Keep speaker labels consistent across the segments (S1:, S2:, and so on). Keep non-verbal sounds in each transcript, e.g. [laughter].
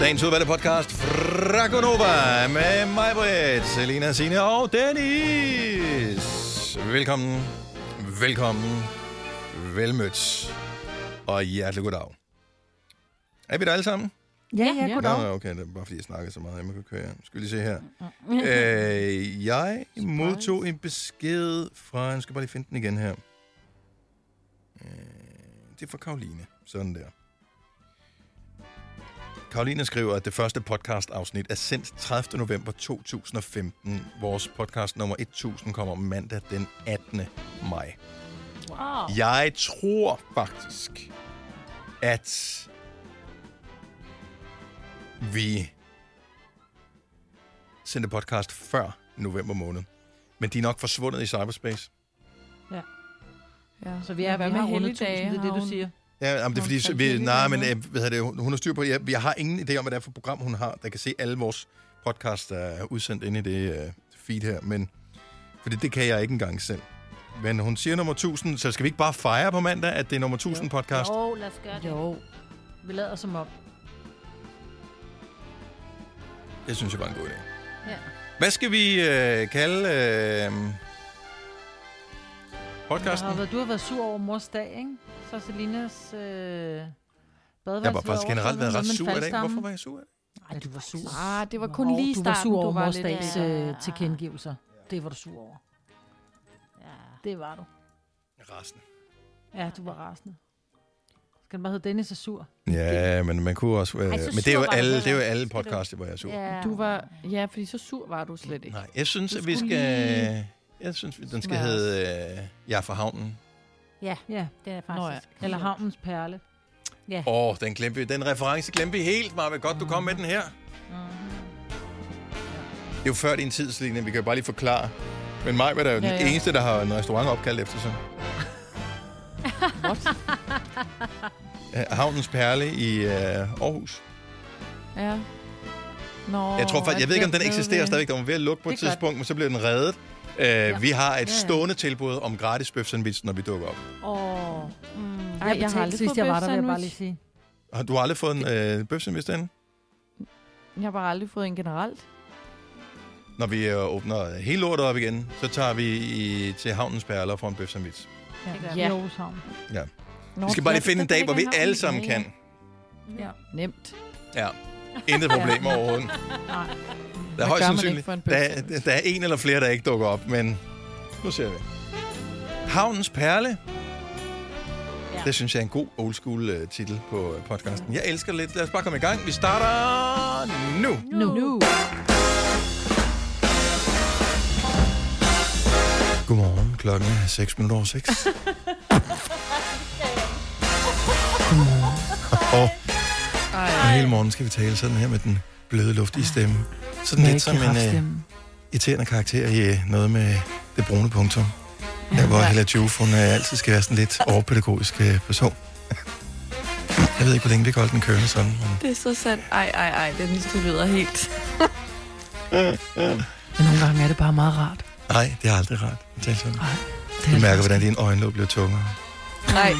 S1: Dagens udvalgte podcast fra Gonova med mig, Britt, Selina, Signe og Dennis. Velkommen, velkommen, velmødt og hjertelig goddag. Er vi der alle sammen?
S2: Ja, ja,
S1: Nå,
S2: goddag.
S1: Nå, okay, det er bare fordi, jeg snakkede så meget. Jeg må kunne køre. Nu Skal vi lige se her. Øh, jeg modtog en besked fra... Jeg skal bare lige finde den igen her. Øh, det er fra Karoline. Sådan der. Karoline skriver, at det første podcast-afsnit er sendt 30. november 2015. Vores podcast nummer 1000 kommer mandag den 18. maj.
S3: Wow.
S1: Jeg tror faktisk, at vi sendte podcast før november måned. Men de er nok forsvundet i cyberspace.
S3: Ja.
S2: Så vi er
S3: Hvad
S2: hvad
S3: med
S2: med rundet
S3: helligdage,
S2: 1000, det er det,
S3: har
S2: du
S3: hun?
S2: siger.
S1: Ja, jamen, det
S3: Nå,
S1: er fordi,
S3: så
S1: så
S3: det
S1: vi,
S3: er
S1: nej,
S3: det,
S1: men
S3: ja.
S1: øh, hvad hedder det, hun hun har styr på det. Jeg, jeg har ingen idé om, hvad det er for program, hun har, der kan se alle vores podcasts, der er udsendt inde i det øh, feed her. Men, for det, det kan jeg ikke engang selv. Men hun siger nummer 1000, så skal vi ikke bare fejre på mandag, at det er nummer 1000 podcast?
S4: Jo, lad os gøre det.
S3: Jo. Vi lader som om.
S1: Det synes jeg var en god idé.
S3: Ja.
S1: Hvad skal vi øh, kalde øh,
S2: Jeg
S1: podcasten?
S2: har været, du har været sur over mors dag, ikke? Så Selinas øh,
S1: Jeg var faktisk generelt været ret sur i dag. Hvorfor var jeg sur?
S2: Nej, du var sur.
S3: Ah, det var kun lige i
S2: Du var
S3: starten,
S2: sur over
S3: du var
S2: mors
S3: lidt,
S2: dags
S3: øh,
S2: øh, tilkendegivelser. Det var du sur over.
S4: Ja.
S2: Det var du.
S1: Rasende.
S2: Ja, du var rasende. Skal den bare hedde Dennis er sur?
S1: Ja, men man kunne også... Øh,
S4: Ej, så
S1: men det er jo
S4: sur var du
S1: alle,
S4: heller
S1: det er jo
S4: ikke.
S1: alle
S4: Skal du-
S1: podcasts, hvor jeg er sur.
S4: Ja.
S3: Du var, ja, fordi så sur var du slet ikke.
S1: Nej, jeg synes,
S3: Du
S1: at vi
S3: skulle
S1: skal... Jeg synes, den skal
S3: Smør os.
S1: hedde øh, Jeg er fra havnen.
S2: Ja,
S4: Det
S3: Nå,
S4: er faktisk... Nå, ja.
S2: eller Havnens Perle.
S1: Åh, oh, den glemte vi. Den reference glemte vi helt, Marve. Godt, du kom med den her. Det er jo før din tid, Selina. Vi kan jo bare lige forklare. Men mig var der jo den
S3: Ja, ja.
S1: eneste, der har en restaurant opkaldt efter sig.
S3: What?
S1: Øh, Havnens Perle i øh, Aarhus.
S3: Ja. Nå,
S1: Jeg tror faktisk, jeg ved ikke, om den
S3: glemte
S1: eksisterer
S3: det.
S1: stadigvæk. Den var ved at lukke på et
S3: Det er godt.
S1: tidspunkt, men så blev den reddet. Øh, Vi har et stående tilbud om gratis bøf sandwich, når vi dukker op.
S2: Åh,
S4: Mm.
S3: Ej, jeg, har aldrig
S2: sidst,
S3: fået
S2: jeg var der, vil jeg
S3: bøfsandwich.
S2: bare lige sige.
S1: Har du aldrig fået en øh, bøf sandwich derinde?
S3: Jeg har bare aldrig fået en generelt.
S1: Når vi øh, åbner hele lortet op igen, så tager vi i, til Havnens Perler for en bøf sandwich.
S2: Ja,
S4: gør
S2: ja.
S3: vi.
S2: Aarhus Havn.
S3: Nå,
S1: Vi skal bare
S3: ja,
S1: lige finde en
S3: der
S1: dag, hvor vi
S3: ligger
S1: alle
S3: havnen.
S1: sammen
S3: Ja, ja.
S1: kan.
S3: Nemt.
S1: Ja. Intet problemer overhovedet. Der er
S3: Hvad
S1: højst
S3: gør man ikke
S1: sandsynligt.
S3: for en bøf
S1: Der,
S3: sandwich?
S1: der er en eller flere, der ikke dukker op, men nu ser vi. Havnens Perle.
S4: Ja.
S1: Det synes jeg er en god old school øh, titel på øh, podcasten. Jeg elsker det lidt. Lad os bare komme i gang. Vi starter nu.
S2: Nu. nu.
S1: Godmorgen. Klokken er 6 minutter over 6. Og hele morgen skal vi tale sådan her med den bløde luft i stemmen. Sådan lidt som en øh, irriterende karakter i øh, noget med det brune punktum. Der hvor Hella Juf, hun øh, altid skal være sådan lidt overpædagogisk øh, person. Jeg ved ikke, hvor længe vi kan holde den kørende sådan. Men...
S5: Det er så sandt. Ej, ej, ej, Dennis, du lyder helt...
S2: Men nogle gange er det bare meget rart. Altså,
S1: Nej, det er aldrig rart at tale sådan.
S2: Det
S1: Du mærker, hvordan dine øjenlåg bliver tungere.
S5: Nej,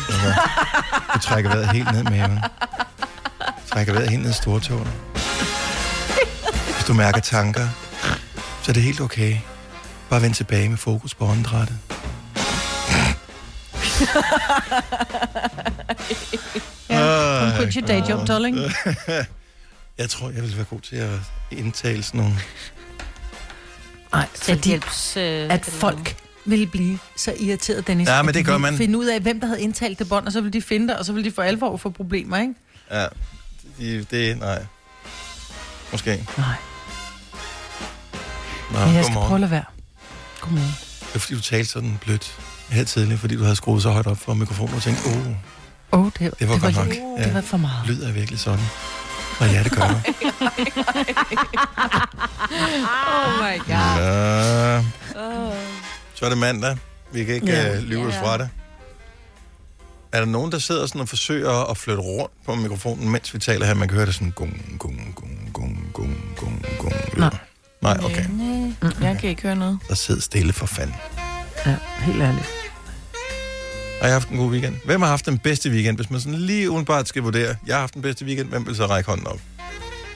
S1: Du trækker vejret helt ned med maven. Trækker vejret helt ned i stortåen. Hvis du mærker tanker, så er det helt okay. Bare vend tilbage med fokus på åndedrættet.
S2: Ja, quit your day job, darling.
S1: Jeg tror, jeg vil være god til at indtale sådan nogle...
S2: Nej, fordi
S4: Selvhjælps... Øh,
S2: at folk ville blive så irriteret, Dennis.
S1: Ja, men
S2: at
S1: det
S2: de
S1: gør
S2: ville
S1: man.
S2: Finde ud af, hvem der havde indtalt det bånd, og så ville de finde dig, og så ville de for alvor få problemer, ikke?
S1: Ja, det, det nej. Måske.
S2: Nej,
S1: Nå,
S2: men jeg skal prøve at
S1: Ah, godmorgen.
S2: lade være. Godmorgen.
S1: Det var, fordi du talte sådan blødt her tidligere, fordi du havde skruet så højt op for mikrofonen og tænkte, åh, oh,
S2: Åh, oh, det, det,
S1: var godt nok.
S2: lidt-
S1: Ja.
S2: Det var for meget.
S1: lyder jeg virkelig sådan? Og ja, det gør du.
S5: oh my god.
S1: Ja.
S5: Oh.
S1: Så er det mandag. Vi kan ikke
S2: Ja.
S1: ja. øh, lyve os
S4: Ja.
S1: fra det. Er der nogen, der sidder sådan og forsøger at flytte rundt på mikrofonen, mens vi taler her? Man kan høre det sådan gung, gung, gung, gung, gung, gung, gung.
S2: Nej.
S1: Nej, okay.
S5: Jeg kan ikke høre noget.
S1: Så sid stille for fanden.
S2: Ja, helt ærligt.
S1: Har jeg haft en god weekend? Hvem har haft den bedste weekend? Hvis man sådan lige udenbart skal vurdere, jeg har haft den bedste weekend, hvem vil så række hånden op?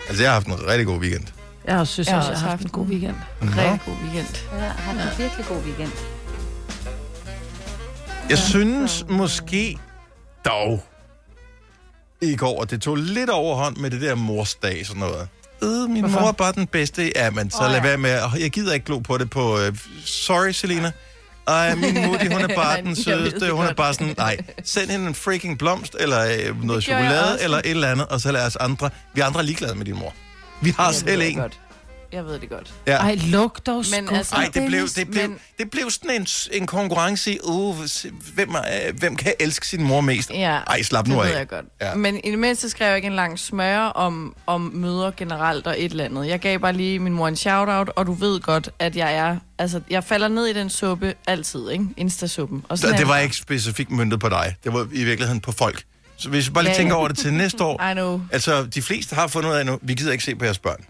S1: Altså, jeg har haft en rigtig god weekend.
S2: Jeg har synes
S5: Jeg har
S2: også, jeg
S5: også
S2: har haft en
S5: haft
S2: god
S5: en-
S2: weekend.
S5: Rigtig god weekend.
S4: Ja, har en virkelig god weekend.
S1: Jeg synes måske dog i går, at det tog lidt overhånd med det der morsdag sådan noget. Øh, min Hvorfor? mor er bare den bedste. Ja, men så
S4: Åh,
S1: oh, lad
S4: ja.
S1: være med. at- Jeg gider ikke glo på det på... Øh, sorry, Selina. Ej, min mutti, hun er
S5: [laughs]
S1: bare
S5: Nej,
S1: den
S5: jeg ved
S1: sødeste.
S5: det
S1: Hun er
S5: godt.
S1: bare sådan, nej, send hende en freaking blomst, eller øh, noget
S5: gjorde jeg
S1: chokolade,
S5: også.
S1: eller et eller andet, og så lad os andre... Vi andre er ligeglade med din mor. Vi har
S5: Jeg
S1: selv
S5: ved det
S1: en.
S5: godt. Jeg ved det godt.
S1: Ja.
S2: Ej, luk dog
S5: Men
S2: skuffen,
S5: altså-
S1: Nej, det blev,
S5: Dennis,
S1: det, blev,
S5: men-
S1: det blev sådan en, en konkurrence i, uh, s- hvem, er- øh, hvem kan elske sin mor mest?
S5: Ja,
S1: Ej, slap nu
S5: det
S1: af.
S5: ved jeg godt.
S1: Ja.
S5: Ja. Men i det mindste skrev jeg ikke en lang smøre om, om møder generelt og et eller andet. Jeg gav bare lige min mor en shout-out, og du ved godt, at jeg er... Altså, jeg falder ned i den suppe altid, ikke? Insta-suppen. Og
S1: Så
S5: er
S1: det var
S5: jeg-
S1: ikke specifikt møntet på dig. Det var i virkeligheden på folk. Så hvis vi bare lige
S5: Ja,
S1: tænker
S5: ja.
S1: over det til næste år.
S5: I know.
S1: Altså, de fleste har fundet ud af nu, vi gider ikke se på jeres børn.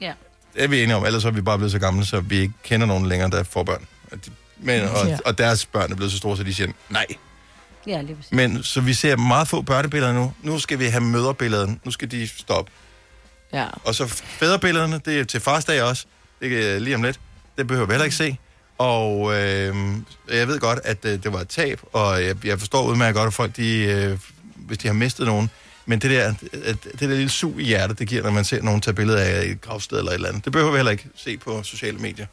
S4: Ja.
S1: Det er vi enige om, ellers er vi bare blevet så gamle, så vi ikke kender nogen længere, der får børn. Og de- Men, og,
S5: Ja.
S1: og deres børn er blevet så store, så de siger nej.
S4: Ja, lige præcis.
S1: Men så vi ser meget få børnebilleder nu. Nu skal vi have møderbilleder. Nu skal de stoppe.
S5: Ja.
S1: Og så fædrebillederne, det er til fars dag også. Det er lige om lidt. Det behøver vi heller ikke se. Og øh, jeg ved godt, at øh, det var et tab, og jeg, jeg forstår udmærket godt, at folk, de, øh, hvis de har mistet nogen, men det der, at, det der lille sug i hjertet, det giver, når man ser nogen tage billeder af et gravsted eller et eller andet. Det behøver vi heller ikke se på sociale medier.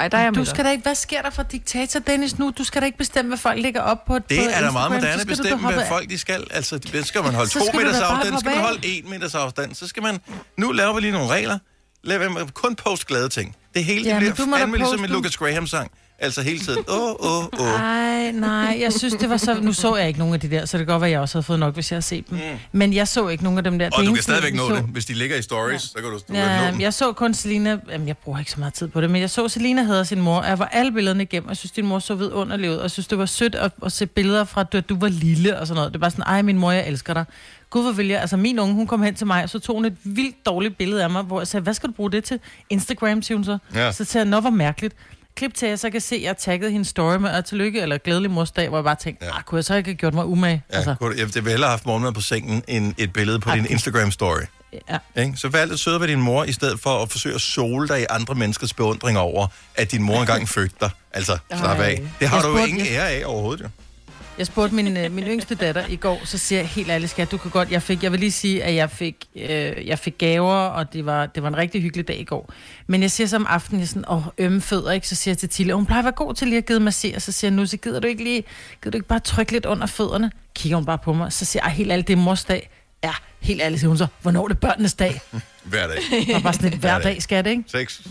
S5: Ej, der er jeg
S2: Du
S5: med
S2: skal da ikke, hvad sker der for diktator Dennis nu? Du skal da ikke bestemme, hvad folk ligger op på på
S1: Det er da
S2: Instagram. Så
S1: meget moderne
S2: skal
S1: at
S2: du da
S1: bestemme,
S2: hoppe
S1: hvad
S2: af.
S1: folk de skal. Altså, det skal man holde
S2: Så
S1: to
S2: skal du da
S1: meters
S2: bare
S1: afstand,
S2: hoppe
S1: skal man
S2: af.
S1: holde en meters afstand, så skal man... Nu laver vi lige nogle regler. Lad være med kun post glade ting. Det hele
S2: Ja,
S1: det
S2: men du må
S1: bliver
S2: da
S1: anmeldt som
S2: poste
S1: en
S2: dem. Ah,
S1: Lucas Graham-sang. Altså hele tiden. Åh, åh, åh.
S2: Nej, nej, jeg synes, det var så... Nu så jeg ikke nogen af de der, så det kan godt være, jeg også havde fået nok, hvis jeg havde set dem. Mm. Men jeg så ikke nogen af dem der. Det
S1: Og du kan
S2: eneste,
S1: stadigvæk
S2: jeg
S1: nå
S2: så,
S1: det. Hvis de ligger i stories, så kan du, du kan nå
S2: Ja,
S1: dem.
S2: jeg så kun Selina, jamen jeg bruger ikke så meget tid på det, men jeg så Selina havde sin mor, og jeg var alle billederne igennem, og jeg synes, din mor så vidunderlig ud, og jeg synes, det var sødt at, at se billeder fra, da du var lille og sådan noget. Det var sådan, ej min mor, jeg elsker dig. Gud, hvor vil jeg, altså min unge, hun kom hen til mig, og så tog hun et vildt dårligt billede af mig, hvor jeg sagde, hvad skal du bruge det til? Instagram, siger hun så.
S1: Ja.
S2: Så sagde jeg, nå, hvor mærkeligt. Klip til, at jeg så kan se, at jeg taggede hendes story med, og tillykke, eller glædelig morsdag, hvor jeg bare tænkte,
S1: Ja.
S2: ah, kunne jeg så ikke have gjort mig umage?
S1: Ja, altså. kunne, du- jeg, det vil hellere have haft morgenmad på sengen, end et billede på
S2: Ej,
S1: din
S2: det-
S1: Instagram-story.
S2: ja.
S1: Ikke? Så vær lidt sød ved din mor, i stedet for at forsøge at sole dig i andre menneskers beundring over, at din
S2: [laughs]
S1: mor engang fødte dig. Altså, slap
S2: Ej.
S1: af. Det har
S2: Jeg
S1: du jo
S2: spurgte-
S1: ingen ære af overhovedet, jo.
S2: Jeg spurgte min, øh, min yngste datter i går, så siger jeg helt ærligt, skat, du kan godt, jeg fik, jeg vil lige sige, at jeg fik, øh, jeg fik gaver, og det var, det var en rigtig hyggelig dag i går. Men jeg siger så om aftenen, jeg er sådan, åh, ømme fødder, ikke? Så siger jeg til Tille, hun plejer at være god til lige at give massere, så siger jeg nu, så gider du ikke lige, gider du ikke bare trykke lidt under fødderne? Kigger hun bare på mig, så siger jeg, "Ej, helt ærligt, det er mors dag. Ja, helt ærligt, siger hun så, hvornår er det børnenes dag?
S1: [laughs] Hver dag.
S2: Og bare sådan lidt hver dag, skat, ikke?
S1: 6,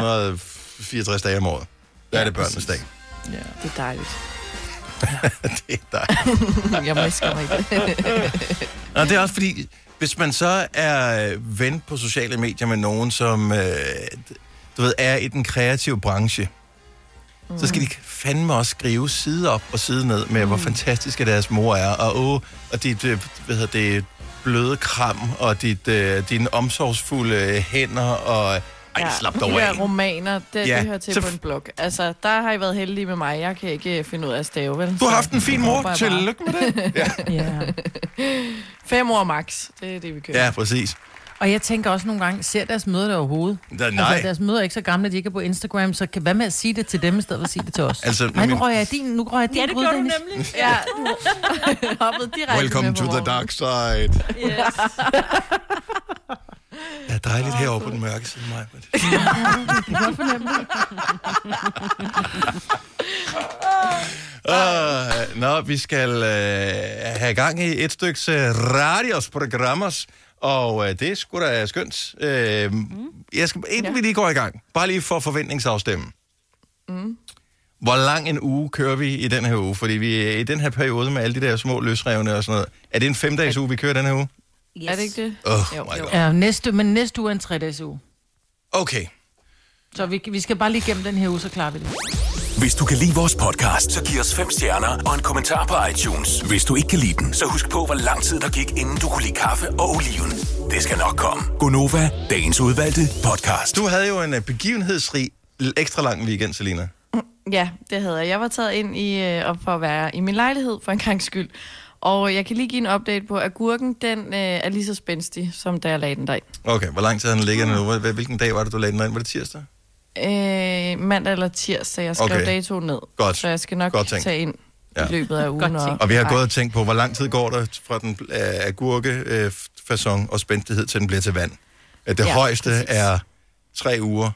S1: 364 dage om året. Der er det børnenes dag.
S5: Det er dejligt.
S1: [laughs] Det er
S5: [laughs]
S1: dig.
S5: Jeg må ikke skamme det.
S1: Og det er også fordi, hvis man så er øh, ven på sociale medier med nogen, som øh, du ved, er i den kreative branche, mm. så skal de fandme også skrive side op og side ned med, mm. hvor fantastiske deres mor er, og, åh, og dit øh, hvad hedder det, bløde kram, og dit, øh, dine omsorgsfulde hænder, og ej, ja. slap dog
S5: de
S1: af.
S5: der romaner, det,
S1: Ja,
S5: det hører til
S1: så
S5: på
S1: f-
S5: en blog. Altså, der har I været heldige med mig. Jeg kan ikke øh, finde ud af at stave, vel?
S1: Du har
S5: Så
S1: haft en fin
S5: jeg håber
S1: mor.
S5: bare-
S1: Tillykke med det.
S2: Ja.
S5: Fem år max. Det er det, vi kører.
S1: [laughs] Ja, præcis.
S2: Og jeg tænker også nogle gange, ser deres mødre det overhovedet?
S1: Da, nej.
S2: Altså, deres mødre er ikke så gamle, at de ikke er på Instagram, så kan, hvad med at sige det til dem, i stedet for at sige det til os?
S1: Altså,
S2: Ej, nu
S1: min-
S2: røg jeg i din, nu røg jeg i din
S4: Ja, det
S2: gryde,
S4: gjorde du
S2: Dennis.
S4: nemlig.
S5: Ja, du [laughs] hoppede direkte
S1: Welcome
S5: med
S1: to
S5: på
S1: the
S5: vognen.
S1: dark side. [laughs]
S4: Yes.
S1: Ja, dejligt herovre på den mørke side,
S2: [laughs]
S1: mig. [laughs] Uh, nå, vi skal uh, have gang i et stykke radiosprogrammer, og uh, det er sgu da skønt. Uh,
S2: Mm.
S1: jeg skal, inden ja. vi lige går i gang, bare lige for forventningsafstemmen. Mm. Hvor lang en uge kører vi i den her uge? Fordi vi er i den her periode med alle de der små løsrevne og sådan noget. Er det en femdages uge, vi kører den her uge?
S4: yes.
S5: Er det ikke det?
S1: Åh,
S5: Jo,
S1: oh, my
S5: jo.
S1: god.
S2: Ja, næste, men næste uge er en tre-dages uge.
S1: Okay.
S2: Så vi, vi skal bare lige gennem den her uge, så klarer vi det.
S6: Hvis du kan lide vores podcast, så giv os fem stjerner og en kommentar på iTunes. Hvis du ikke kan lide den, så husk på, hvor lang tid der gik, inden du kunne lide kaffe og oliven. Det skal nok komme. Gonova, dagens udvalgte podcast.
S1: Du havde jo en øh, begivenhedsrig, l- ekstra lang weekend, Selina.
S5: Ja, det havde jeg. Jeg var taget ind i, øh, op for at være i min lejlighed for en gang skyld. Og jeg kan lige give en update på, at gurken, den øh, er lige så spændstig, som da jeg lagde den derind.
S1: Okay, hvor lang tid har den ligget nu? Hvad- Hvilken dag var det, du lagde den ind? Var det tirsdag?
S5: Øh, mandag eller tirsdag, jeg skrev
S1: Okay.
S5: okay. dato ned.
S1: Godt.
S5: Så jeg skal nok
S1: Godt tænkt.
S5: tage ind
S1: Ja.
S5: ja. i løbet af ugen.
S1: Og vi har
S5: Ej.
S1: gået og tænkt på, hvor lang tid går der fra den øh, agurkefasong og spændthed, til den bliver til vand. At det ja,
S5: Ja,
S1: højeste præcis. er tre uger.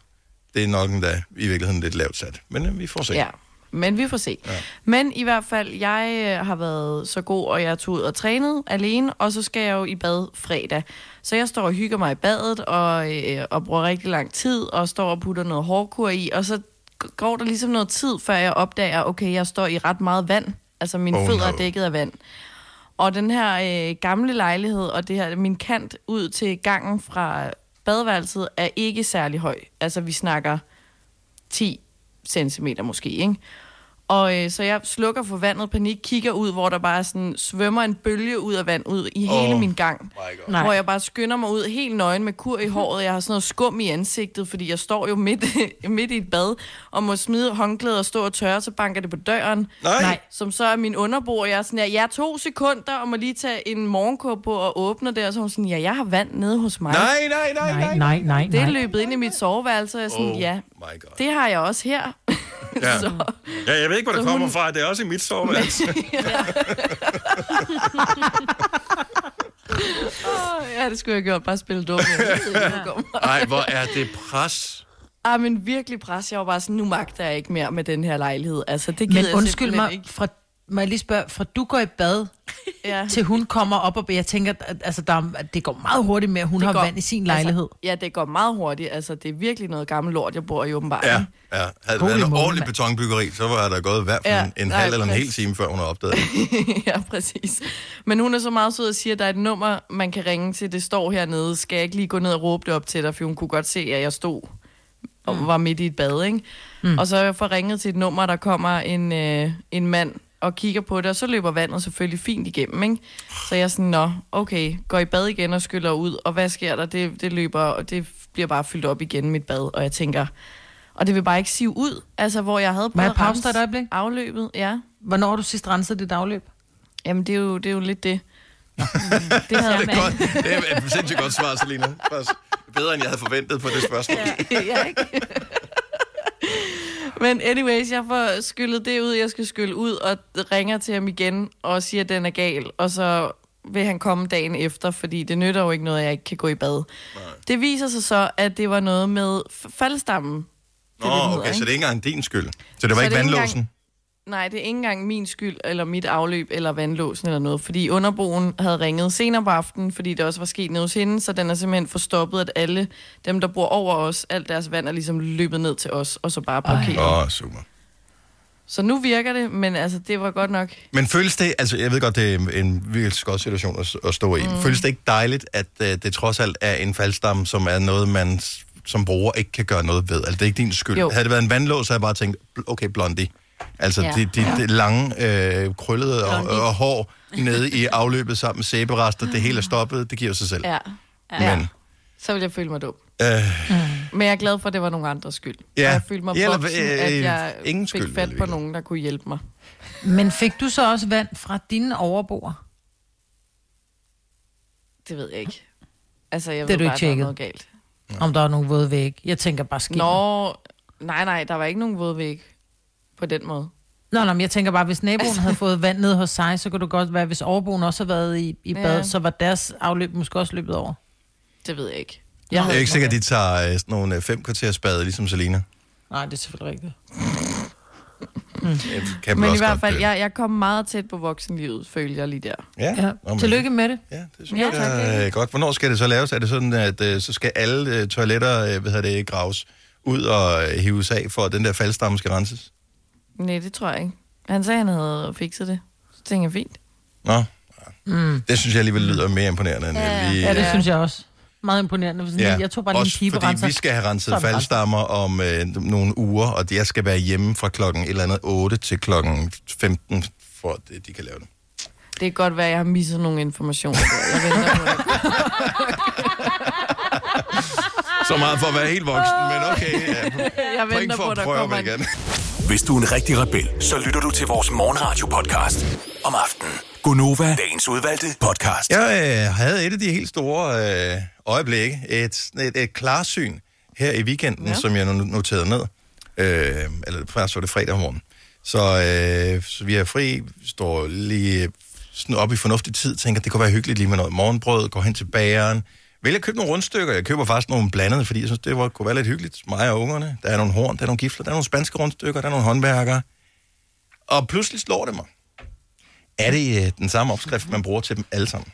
S1: Det er nok endda i virkeligheden lidt lavt sat. Men øh, vi får se.
S5: Ja, men vi får se. Ja. Men i hvert fald, jeg øh, har været så god, og jeg tog ud og trænede alene, og så skal jeg jo i bad fredag. Så jeg står og hygger mig i badet, og, øh, og bruger rigtig lang tid, og står og putter noget hårkur i, og så g- går der ligesom noget tid, før jeg opdager, okay, jeg står i ret meget vand. Altså, mine
S1: Oh,
S5: oh, fødder
S1: no.
S5: er dækket af vand. Og den her øh, gamle lejlighed, og det her, min kant ud til gangen fra badeværelset, er ikke særlig høj. Altså, vi snakker 10 cm måske, ikke? Og øh, så jeg slukker for vandet, panik, kigger ud, hvor der bare sådan svømmer en bølge ud af vand ud i
S1: Åh,
S5: hele min gang.
S1: my God.
S2: Nej. Mhm.
S5: Hvor jeg bare skynder mig ud helt nøgen med kur i håret. Jeg har sådan noget skum i ansigtet, fordi jeg står jo midt, [laughs] midt i et bad og må smide håndklæder og stå og tørre, så banker det på døren
S1: Nej. Nej.
S2: Nej.
S5: som så er min underbo, og jeg er sådan, her, jeg er to sekunder, og må lige tage en morgenkåb på og åbne det, og så er hun sådan, ja, jeg har vand nede hos mig.
S1: Nej, nej, nej, nej.
S2: Nej, nej, nej,
S5: det er
S2: nej.
S5: løbet ind i mit soveværelse, og jeg er sådan,
S1: Oh
S5: ja,
S1: my God.
S5: det har jeg også her.
S1: Ja.
S5: så,
S1: Ja, jeg ved ikke, hvor det
S5: Så hun-
S1: kommer fra. Det er også i mit soveværelse.
S5: åh, ja, det skulle jeg have gjort, bare spille
S1: [laughs]
S5: dumt. Jeg ved ikke, hvor det kommer.
S1: Nej, hvor er det pres.
S5: Ah, men virkelig pres. Jeg var bare sådan, nu magter jeg ikke mere med den her lejlighed. Altså, det gider
S2: Men
S5: jeg
S2: undskyld
S5: simpelthen
S2: mig,
S5: Ikke.
S2: fra, må jeg lige spørge, fra du går i bad,
S5: Ja.
S2: til hun kommer op, og jeg tænker, at, altså, der, er- at det går meget hurtigt med, at hun har
S5: går-
S2: vand i sin lejlighed.
S5: Altså, ja, det går meget hurtigt. Altså, det er virkelig noget gammelt lort, jeg bor i åbenbart.
S1: Ja, ja. Havde det
S2: Holy
S1: været en
S2: moly,
S1: ordentlig
S2: mand.
S1: betonbyggeri, så var der gået i hvert fald
S5: Ja,
S1: en, en
S5: nej,
S1: halv eller en hel
S5: præcis.
S1: time, før hun har opdaget
S5: [laughs]
S1: det.
S5: ja, præcis. Men hun er så meget sød og siger, at der er et nummer, man kan ringe til. Det står hernede. Skal jeg ikke lige gå ned og råbe det op til dig? For hun kunne godt se, at jeg stod og var midt i et bad, ikke? Mm. Og så jeg får ringet til et nummer, der kommer en, øh, en mand og kigger på det, og så løber vandet selvfølgelig fint igennem, ikke? Så jeg er sådan, nå, okay, går i bad igen og skyller ud, og hvad sker der? Det, det løber, og det bliver bare fyldt op igen, mit bad, og jeg tænker, og det vil bare ikke sive ud, altså hvor jeg havde
S2: Må jeg
S5: prøvet at
S2: pause dig et
S5: rense
S2: øjeblik?
S5: afløbet, ja.
S2: Hvornår har du sidst renset dit dagløb?
S5: Jamen, det er jo, det er jo lidt det. det havde
S1: Det er, godt, det er et sindssygt godt svar, Selina. Faktisk Bedre, end jeg havde forventet på det spørgsmål. Ja.
S5: ja, ikke? Men anyways, jeg får skyllet det ud, jeg skal skylle ud, og ringer til ham igen og siger, at den er gal. Og så vil han komme dagen efter, fordi det nytter jo ikke noget, at jeg ikke kan gå i bad. Nej. Det viser sig så, at det var noget med f- faldstammen.
S1: Nå,
S5: er det, den hedder,
S1: okay, så
S5: ikke?
S1: det er ikke engang din skyld. Så det var
S5: Så
S1: ikke
S5: det er ikke
S1: vandlåsen?
S5: Nej, det er ikke engang min skyld, eller mit afløb, eller vandlåsen, eller noget. Fordi underboen havde ringet senere på aftenen, fordi det også var sket nede hos hende, så den er simpelthen forstoppet, at alle dem, der bor over os, alt deres vand er ligesom løbet ned til os, og så bare parkeret.
S1: Åh, oh, super.
S5: Så nu virker det, men altså, det var godt nok...
S1: Men føles det, altså jeg ved godt, det er en virkelig godt situation at, at stå i. Mm. Føles det ikke dejligt, at uh, det trods alt er en faldstamme, som er noget, man s- som bruger ikke kan gøre noget ved? Altså det er ikke din skyld. Jo.
S5: Jo.
S1: Havde det været en vandlås, så havde jeg bare tænkt, bl- okay, blondie. Altså ja.
S4: Ja.
S1: det de, de lange, øh, krøllede og, og hår nede i afløbet sammen med sæberester, det hele er stoppet, det giver sig selv.
S5: Ja.
S1: Ja.
S5: ja.
S1: Men-
S5: Men. Så ville jeg føle mig dum.
S1: Øh,
S5: Men jeg er glad for, at det var nogen andres skyld.
S1: Ja.
S5: Og jeg følte mig
S1: Ja, eller,
S5: voksen,
S1: øh,
S5: at jeg
S1: ingen
S5: fik
S1: skyld,
S5: fat
S1: vel,
S5: på
S1: virkelig.
S5: nogen, der kunne hjælpe mig.
S2: Men fik du så også vand fra dine overboer?
S5: Det ved jeg ikke. Altså, jeg
S2: Det er
S5: ved
S2: du ikke
S5: bare, at der er
S2: tjekket?
S5: noget galt.
S2: Om der er nogle våde væg? Jeg tænker bare skidt.
S5: Nå, nej, nej, der var ikke nogen vådvæg på den måde.
S2: Nå, nå, men jeg tænker bare, hvis naboen havde fået vand ned hos sig, så kunne det godt være, hvis overboen også havde været i, i bad,
S5: Ja.
S2: så var deres afløb måske også løbet over.
S5: Det ved jeg ikke.
S2: Jeg
S1: det er ikke sikkert, at de tager øh, sådan nogle øh, fem kvarter spade, ligesom Selina.
S2: Nej, det er selvfølgelig rigtigt.
S1: Det Kan vel
S5: Men i
S1: også
S5: hvert
S1: godt,
S5: fald,
S1: øh,
S5: jeg, jeg kom meget tæt på voksenlivet, følger jeg lige der.
S1: Ja.
S2: Ja.
S1: Nå, men-
S2: Tillykke med det.
S1: Ja, det synes ja, jeg er Øh, godt. Hvornår skal det så laves? Er det sådan, at øh, så skal alle øh, toiletter, øh, hvad hedder det, graves ud og øh, hives af, for at den der faldstamme skal renses?
S5: Nej, det tror jeg ikke. Han sagde, han havde fikset det. Så tænkte jeg, fint.
S1: Nå, mm. det synes jeg alligevel lyder mere imponerende, end ja, lige...
S2: Ja, det
S5: Ja.
S2: synes jeg også. Meget imponerende. Sådan, ja. Jeg tog bare lige en
S1: Også
S2: pibe
S1: fordi vi skal have renset
S2: Sådan
S1: faldstammer om øh, nogle uger, og jeg skal være hjemme fra klokken et eller andet 8 til klokken 15, for at øh, de kan lave det.
S5: Det kan godt være, at jeg har misset nogle informationer. Der. Jeg venter
S1: [laughs]
S5: på det.
S1: Så meget for at være helt voksen, men okay. Ja,
S5: Jeg
S1: point
S5: venter
S1: for
S5: på,
S1: at
S5: at der
S1: prøve
S5: kommer
S1: mig
S5: en
S1: igen.
S6: Hvis du er en rigtig rebel, så lytter du til vores morgenradio-podcast om aftenen. Gonova, dagens udvalgte podcast.
S1: Jeg øh, havde et af de helt store øh, øjeblikke, et, et, et klarsyn her i weekenden, ja. som jeg nu- noterede ned. Øh, eller faktisk var det fredag morgen. Så, øh, så vi er fri, står lige sådan op i fornuftig tid, tænker, det kunne være hyggeligt lige med noget morgenbrød, går hen til bageren, vælger at købe nogle rundstykker. Jeg køber faktisk nogle blandede, fordi jeg synes, det var, kunne være lidt hyggeligt. Mig og ungerne. Der er nogle horn, der er nogle gifler, der er nogle spanske rundstykker, der er nogle håndværkere. Og pludselig slår det mig. Er det øh, den samme opskrift, man bruger til dem alle sammen?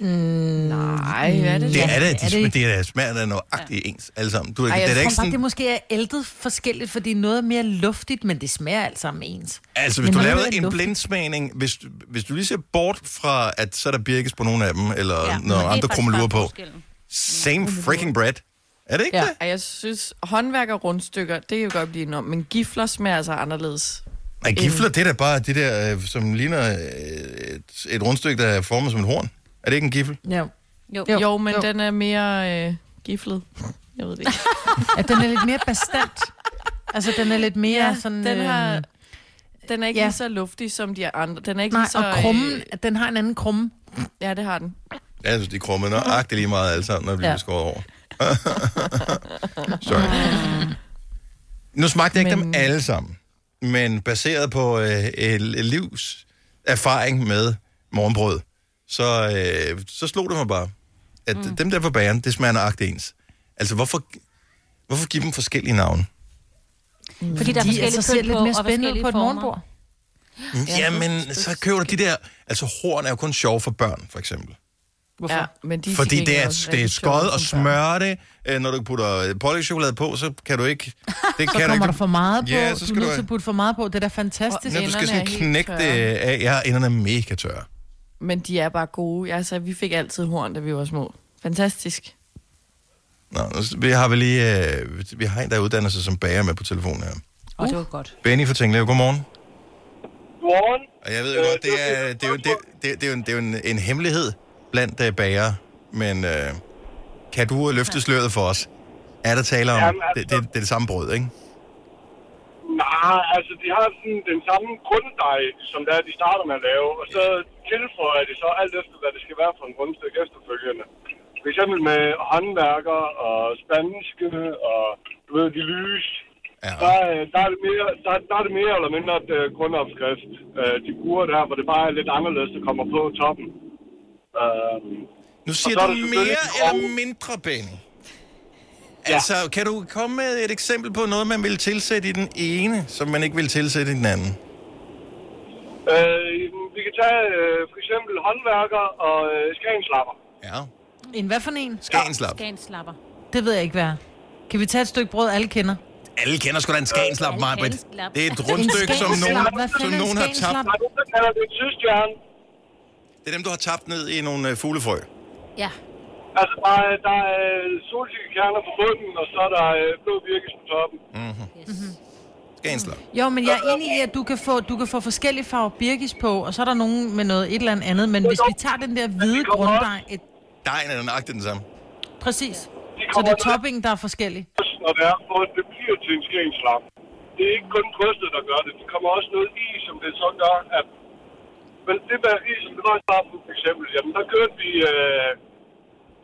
S3: Nej, hvad er det?
S1: Det
S3: Ja.
S1: er det,
S2: er
S1: de,
S2: det
S1: er
S2: ikke?
S1: det, det er smager der er nøjagtigt ja. ens alle sammen. Du, Ej,
S2: Ej,
S1: det er
S2: jeg
S1: da
S2: tror
S1: ikke
S2: bare,
S1: sådan,
S2: det måske er ældet forskelligt, fordi noget er mere luftigt, men det smager alt sammen ens.
S1: altså hvis
S2: men
S1: du
S2: noget
S1: lavede
S2: er
S1: en
S2: luftigt.
S1: blindsmagning, hvis, du- hvis du lige ser bort fra, at så er der birkes på nogle af dem, eller ja,
S4: men det
S1: noget
S4: er
S1: andre
S4: faktisk
S1: krummelure
S4: bare
S1: på,
S4: forskellen.
S1: same freaking bread. Er det ikke ja.
S5: Ja,
S1: det?
S5: og jeg synes, håndværk og rundstykker, det kan jo godt blive enormt, men gifler smager altså anderledes.
S1: Nej, gifler, det er da bare det der, øh, som ligner øh, et, et rundstykke, der er formet som et horn. Er det ikke en giffel?
S2: Ja.
S4: Jo.
S5: Jo, jo men jo. den er mere øh, giflet. Jeg ved det ikke.
S2: At den er lidt mere bastant. Altså, den er lidt mere [laughs] ja, sådan...
S5: den, har,
S2: øhm,
S5: den er ikke
S2: ja.
S5: ja. lige så luftig som de andre. Den er ikke
S2: nej,
S5: lige så, øh,
S2: og krummen,
S4: øh,
S2: at den har en anden krumme.
S5: ja, det har den.
S1: Ja, jeg synes, Altså, de krummer nøjagtigt lige meget alle sammen, når de bliver
S2: Ja.
S1: skåret over. [laughs] Sorry. Nu smagte jeg ikke men... dem
S5: Men-
S1: alle sammen, men baseret på øh, et livs erfaring med morgenbrød, så, øh, så slog det mig bare, at mm. dem der på bageren, det smager nøjagtigt ens. Altså, hvorfor, hvorfor give dem forskellige navne?
S4: Fordi der er
S2: De
S4: forskellige
S2: altså ser
S4: pynt
S2: lidt
S4: på,
S2: mere
S4: og
S2: spændende ud
S4: forskellige
S2: på et
S4: former.
S2: morgenbord.
S1: Ja, Jamen, så køber du de der... Altså, horn er jo kun sjov for børn, for eksempel.
S5: Hvorfor? Ja, men de
S1: Fordi
S5: til
S1: det
S5: gengæld
S1: er,
S5: også
S1: det er
S5: rigtig
S1: skød
S5: sjove
S1: og
S5: som børn.
S1: smøre det. Øh, Når du putter øh, pålægschokolade på, så kan du
S5: [laughs]
S1: ikke... Det
S2: Så
S1: kan
S2: kommer
S1: du
S2: der
S1: ikke.
S2: for meget på.
S1: Ja, så
S2: du er
S1: skal du
S2: nødt
S1: have-
S2: til at putte for meget på. Det er da fantastisk.
S5: Og-
S1: Når du skal
S5: Enderne
S1: sådan
S5: er helt
S1: knække det
S5: tørre.
S1: af. Ja, enderne er mega tørre.
S5: Men de er bare gode. Altså, vi fik altid horn, da vi var små. Fantastisk.
S1: Nå, nu s- vi har vel lige... Øh, vi har en, der uddanner sig som bager med på telefonen her.
S4: Og det var godt.
S1: Benny fra Tinglev, godmorgen.
S7: Godmorgen.
S1: Og jeg ved jo godt, det er, det er, jo- det, det, det er jo, en, det er jo en, en hemmelighed blandt øh, bager, men øh, kan du løfte sløret for os? Er der tale om,
S7: Jamen, altså-
S1: det, det, det er det samme brød, ikke?
S7: Nej, altså de har sådan den samme grunddej, som der de starter med at lave, og så tilføjer de så alt efter, hvad det skal være for en rundstykke efterfølgende. For eksempel med håndværker og spanske og du ved, de lys.
S1: Ja.
S7: Der, øh, der, er det mere, der, der er det mere eller mindre et øh, grundopskrift. Øh, de bruger der, hvor det bare er lidt anderledes, der kommer på toppen. Øh,
S1: Nu siger
S7: så er
S1: du
S7: der
S1: mere
S7: selvfølgelig den
S1: eller
S7: grove-
S1: mindre, Benny. Altså, kan du komme med et eksempel på noget, man vil tilsætte i den ene, som man ikke vil tilsætte i den anden?
S7: øh, vi kan tage øh, for eksempel håndværker og øh, skagenslapper.
S1: Ja.
S2: En hvad for en?
S1: Skagenslap.
S4: Skanslapper.
S2: Det ved jeg ikke, hvad er. Kan vi tage et stykke brød, alle kender?
S1: Alle kender sgu da en skagenslap,
S4: Alle
S1: Marbet.
S4: kender slap.
S1: Det er et rundstykke, som
S2: skagenslap.
S1: nogen,
S2: Hvad
S1: som
S2: fanden er en
S1: nogen har
S2: skagenslap?
S1: tabt.
S7: Der er nogen, der kalder det en sydstjerne.
S1: Det er dem, du har tabt ned i nogle øh, fuglefrø.
S4: Ja.
S7: Altså, der er, der er solsikkekerner på bunden, og så er der øh, blå virkes på toppen.
S4: Yes. Mm-hmm.
S1: Skagenslap.
S2: Jo, men jeg er enig i, at du kan få, du kan få forskellige farver birkis på, og så er der nogen med noget et eller andet andet. Men hvis vi tager den der hvide grunddej, et,
S1: Dejen er nøjagtigt den samme.
S2: præcis.
S7: De
S2: Så det
S7: kommer
S2: er toppingen, der er forskellig.
S7: ned, når det er, for at det bliver til en skænslam. Det er ikke kun brystet, der gør det. Der kommer også noget i, som det så gør, at... Men det der i, som det var i starten, for eksempel, jamen, der kørte vi øh,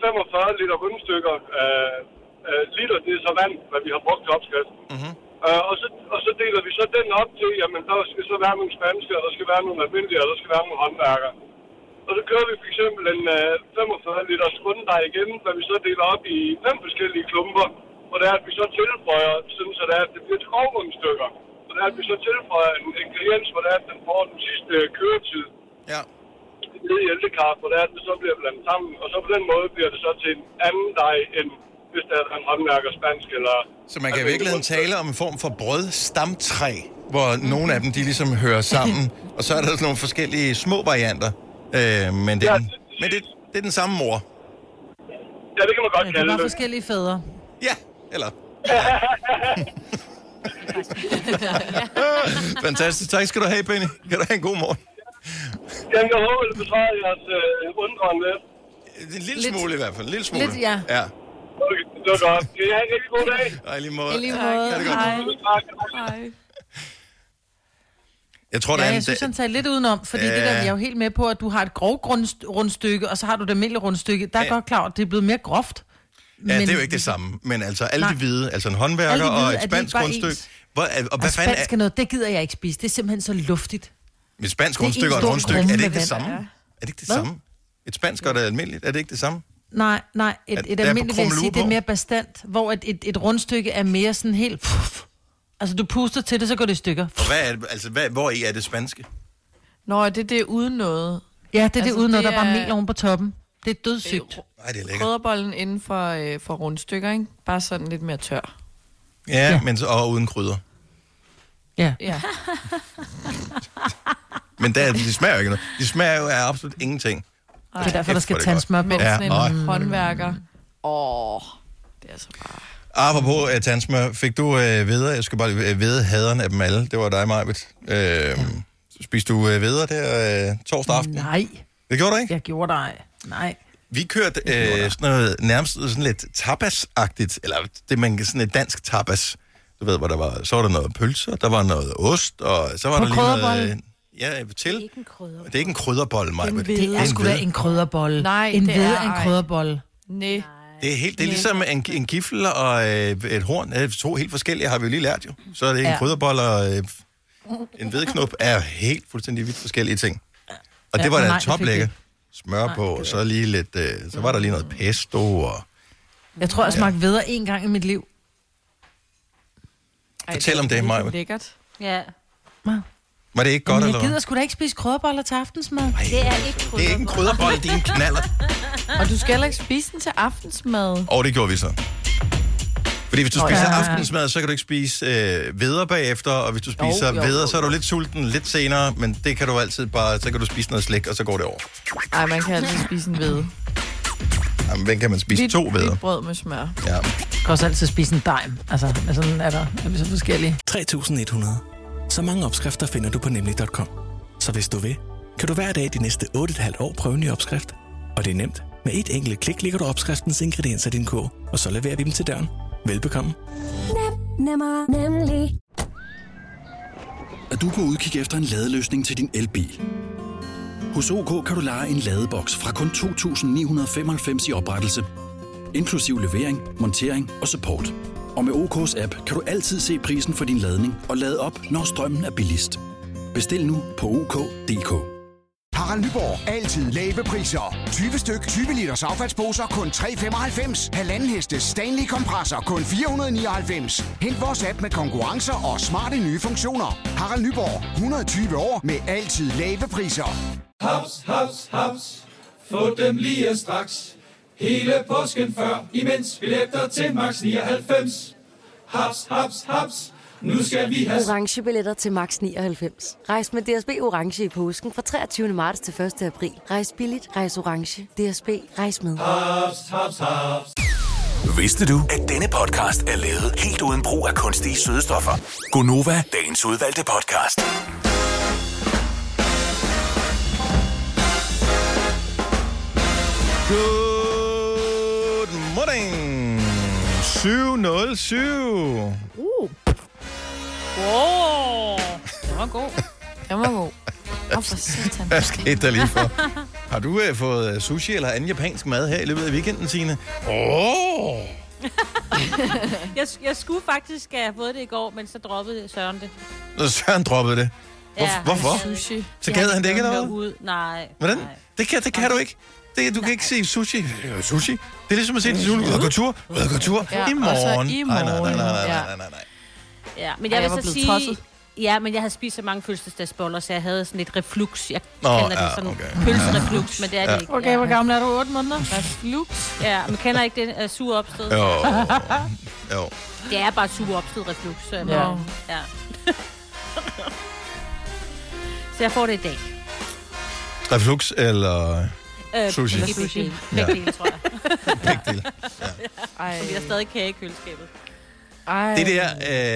S7: 45 liter rundstykker. Øh, øh, liter, det er så vand, hvad vi har brugt til opskriften. Mm-hmm. Øh, og, så, og så deler vi så den op til, jamen, der skal så være nogle spanske, og der skal være nogle almindelige, og der skal være nogle håndværkere. Og så kører vi for eksempel en øh, 45 liters grunddej igen, hvad vi så deler op i fem forskellige klumper. Og det er, at vi så tilføjer, sådan så det er, at det bliver til grovgrundstykker. Så det er, at vi så tilføjer en ingrediens, hvor det er, at den får den sidste øh, køretid
S1: Ja.
S7: ned i ældekart, hvor det er, at det så bliver blandet sammen. Og så på den måde bliver det så til en anden dej, end hvis der er en håndværker spansk eller... Altså,
S1: Så man kan i virkeligheden tale om en form for brødstamtræ, hvor nogle af dem, de ligesom hører sammen. Og så er der sådan nogle forskellige små varianter. Øh, men det,
S7: Ja,
S1: er, den-
S7: det-
S1: men det, det er den samme mor.
S7: Ja, det kan man godt
S2: Ja,
S7: ja,
S2: det
S7: kalde
S2: er bare
S7: det.
S2: forskellige fædre.
S1: Ja, eller... [laughs] Fantastisk. Tak skal du have, Benny. Kan du have en god morgen?
S7: Jamen, jeg håber, det besvarer jeres øh, undren lidt.
S1: En lille lidt. smule i hvert fald. En lille smule.
S2: Lidt, ja.
S1: Ja.
S7: Okay, det var godt. Kan I have en rigtig god dag?
S1: Ej, lige måde.
S2: I lige måde.
S1: Ja, det er godt.
S2: Hej.
S7: Tak.
S5: Ej.
S1: Jeg tror, der
S2: Ja,
S1: er
S2: jeg
S1: en-
S2: synes, han tager lidt udenom, fordi det der,
S1: Ja.
S2: jeg er jo helt med på, at du har et grovrundstykke, og så har du det almindelige rundstykke. Der er godt klar, at det er blevet mere groft.
S1: Ja, det er jo ikke det samme, men altså alle
S2: Nej.
S1: de hvide, altså en håndværker
S2: Alle de hvide,
S1: og
S2: er
S1: et
S2: de
S1: spansk
S2: ikke bare
S1: rundstykke.
S2: ens?
S1: Hvor, er- og
S2: Og
S1: hvad fanden
S2: spansk
S1: er,
S2: er noget, det gider jeg ikke spise. Det er simpelthen så luftigt.
S1: et spansk
S2: det er
S1: rundstykke
S2: en
S1: og et
S2: stor
S1: rundstykke, er
S2: krumme
S1: det
S2: med
S1: ikke det
S2: vand,
S1: samme?
S2: ja.
S1: Er det ikke det
S2: Hvad?
S1: samme? Et spansk og et almindeligt, er det ikke det samme?
S2: Nej, nej, et,
S1: Er-
S2: et
S1: der er på
S2: almindeligt vil jeg
S1: Krumme
S2: sige,
S1: Luge
S2: det er
S1: på?
S2: mere bestandt, hvor et, et, et rundstykke er mere sådan helt... Puff. Altså, du puster til det, så går det i stykker.
S1: Og hvad er det, altså, hvad, hvor i er det spanske?
S5: Nå, det, det er uden noget.
S2: Ja, det er det
S5: Altså,
S2: uden noget, der
S5: det
S2: er bare
S5: er-
S2: mel oven på toppen. Det er dødssygt.
S1: Nej, det er lækkert.
S5: Krødderbollen inden for, øh, for rundstykker, ikke? Bare sådan lidt mere tør.
S1: Ja, men så, og uden krydder.
S2: Ja.
S5: Ja.
S1: Men der, de smager jo ikke noget. De smager jo af absolut ingenting.
S2: Det er derfor,
S1: Kæft,
S2: der
S1: hvor er
S2: skal
S1: det
S2: tage en
S1: godt.
S2: smør på.
S5: Men ja, sådan
S1: nej.
S5: en håndværker. Åh, det er så bare...
S1: Apropos uh, tandsmør, fik du uh, videre, jeg skal bare lige vide haderen af dem alle, det var dig, Majbet. Uh, Spiste du uh, videre der uh, torsdag aften?
S2: Nej,
S1: Det gjorde du ikke?
S2: jeg gjorde dig. Nej.
S1: Vi kørte øh, sådan noget, nærmest sådan lidt tapas-agtigt, eller det man kan sådan et dansk tapas. Du ved, hvor der var, så var der noget pølser, der var noget ost, og så var
S2: På
S1: der lige noget...
S2: krydderbolle?
S1: Øh, ja, til.
S4: Ikke en krydder.
S1: Det er ikke en krydderbolle, Maja.
S2: Det er sgu da en krydderbolle.
S5: Nej,
S2: en
S5: det
S2: hvede
S5: er
S2: er en
S5: ej.
S2: krydderbolle.
S5: Nej.
S1: Det er, helt, det er ligesom en, en gifle og øh, et horn. Øh, to helt forskellige har vi jo lige lært jo. Så er det en
S2: Ja.
S1: ja. krydderbolle og øh, en vedknop er helt fuldstændig vidt forskellige ting. Og
S2: Ja,
S1: det var
S2: og
S1: da
S2: nej, det fik
S1: toplækker.
S2: vi
S1: Smør på, og så lige lidt... Øh, så var der lige noget pesto, og...
S2: Jeg tror, jeg smagte videre en gang i mit liv.
S1: Fortæl om det, Maja.
S5: Lækkert.
S4: Ja,
S1: Var det ikke godt,
S2: Men
S1: eller
S2: jeg
S1: hvad?
S2: gider sgu da ikke spise krydderboller til aftensmad.
S4: det er ikke krydder.
S1: Det er ikke en krydderbolle, det er en knaller.
S5: Og du skal heller ikke spise den til aftensmad.
S1: Og det gjorde vi så. Fordi hvis du
S5: Nå,
S1: spiser
S2: ja.
S1: aftensmad, så kan du ikke spise øh, veder bagefter, og hvis du spiser
S5: Jo, jo,
S1: veder,
S5: jo,
S1: så er du lidt sulten lidt senere, men det kan du altid bare, så kan du spise noget slik, og så går det over.
S5: Nej, man kan altid spise en hvede.
S1: Jamen, hvem kan man spise? To veder.
S5: Hvidt brød med smør.
S1: Ja.
S2: Jeg kan også altid spise en dejm. Altså, men sådan er der er vi så forskellige.
S8: 3100. Så mange opskrifter finder du på nemlig.com. Så hvis du vil, kan du hver dag de næste 8,5 år prøve en ny opskrift. Og det er nemt. Med et enkelt klik ligger du opskriftens ingredienser i din kog, og så leverer vi dem til døren. Velbekomme.
S9: Nemmer, nemlig.
S10: at du kan udkigge efter en ladeløsning til din elbil. Hos OK kan du lege en ladeboks fra kun 2.995 i oprettelse, inklusiv levering, montering og support. Og med OK's app kan du altid se prisen for din ladning og lade op, når strømmen er billigst. Bestil nu på OK.dk.
S11: Harald Nyborg. Altid lave priser. 20 styk, 20 liters affaldsposer kun 3,95. Halvanden heste Stanley kompresser kun 499. Hent vores app med konkurrencer og smarte nye funktioner. Harald Nyborg. 120 år med altid lave priser.
S12: Haps, haps, haps. Få dem lige straks. Hele påsken før, imens billetter til max 99. Haps, haps, haps. Nu skal vi have
S9: Orange billetter til max 99. Rejs med DSB Orange i påsken fra 23. marts til 1. april. Rejs billigt, rejs orange. DSB, rejs med.
S12: haps, haps, haps.
S6: Vidste du, at denne podcast er lavet helt uden brug af kunstige sødestoffer? Gonova, dagens udvalgte podcast.
S1: Good morning! 707.
S4: Wow.
S2: Det var god.
S5: Den var god. Åh, for satan.
S1: Hvad skete der lige [laughs] for? Har du øh, fået øh, sushi eller anden japansk mad her i løbet af weekenden, Signe? Åh! Oh!
S4: Jeg, jeg skulle faktisk have fået det i går, men så droppede Søren det.
S1: Søren droppede det. Hvor,
S4: Ja,
S1: hvorfor?
S4: han
S5: Sushi.
S1: Så gad han det ikke, eller
S4: noget?
S1: hvad?
S4: Ud. Nej.
S1: Hvordan?
S4: Nej.
S1: Det kan, det kan du ikke. Det, du kan ikke sige sushi. Øh, Sushi? Det er ligesom at sige til Sune, ud og gå tur, ud og gå tur
S5: Ja,
S1: i
S5: og så
S1: morgen.
S5: i
S1: Nej, nej, nej,
S5: morgen.
S1: nej, nej,
S5: Ja.
S1: nej, nej, nej.
S4: Ja, men
S5: Ej,
S4: jeg,
S5: jeg
S4: jeg
S5: var
S4: vil så
S5: blevet
S4: sige...
S5: tosset.
S4: Ja, men jeg havde spist så mange fødselsdagsboller, så jeg havde sådan et reflux. Jeg
S1: Nå,
S4: kender det
S1: ja,
S4: sådan
S1: okay.
S4: pølsereflux, men det er det ikke.
S2: Okay, hvor
S4: ja.
S2: gammel er du? 8 måneder?
S5: Flux.
S4: ja, men kender ikke det uh, sure opstød?
S1: Jo, jo.
S4: Det er bare sure opstød reflux. Så, jeg
S5: Nå.
S4: bare- ja. så jeg får det i dag.
S1: Reflux eller
S4: Øh,
S1: Sushi.
S4: Begge
S5: Sushi.
S4: dele, begge dele, tror jeg.
S1: pigdel?
S5: Ej.
S4: Så vi har stadig kage i køleskabet.
S5: Ej.
S1: Det der,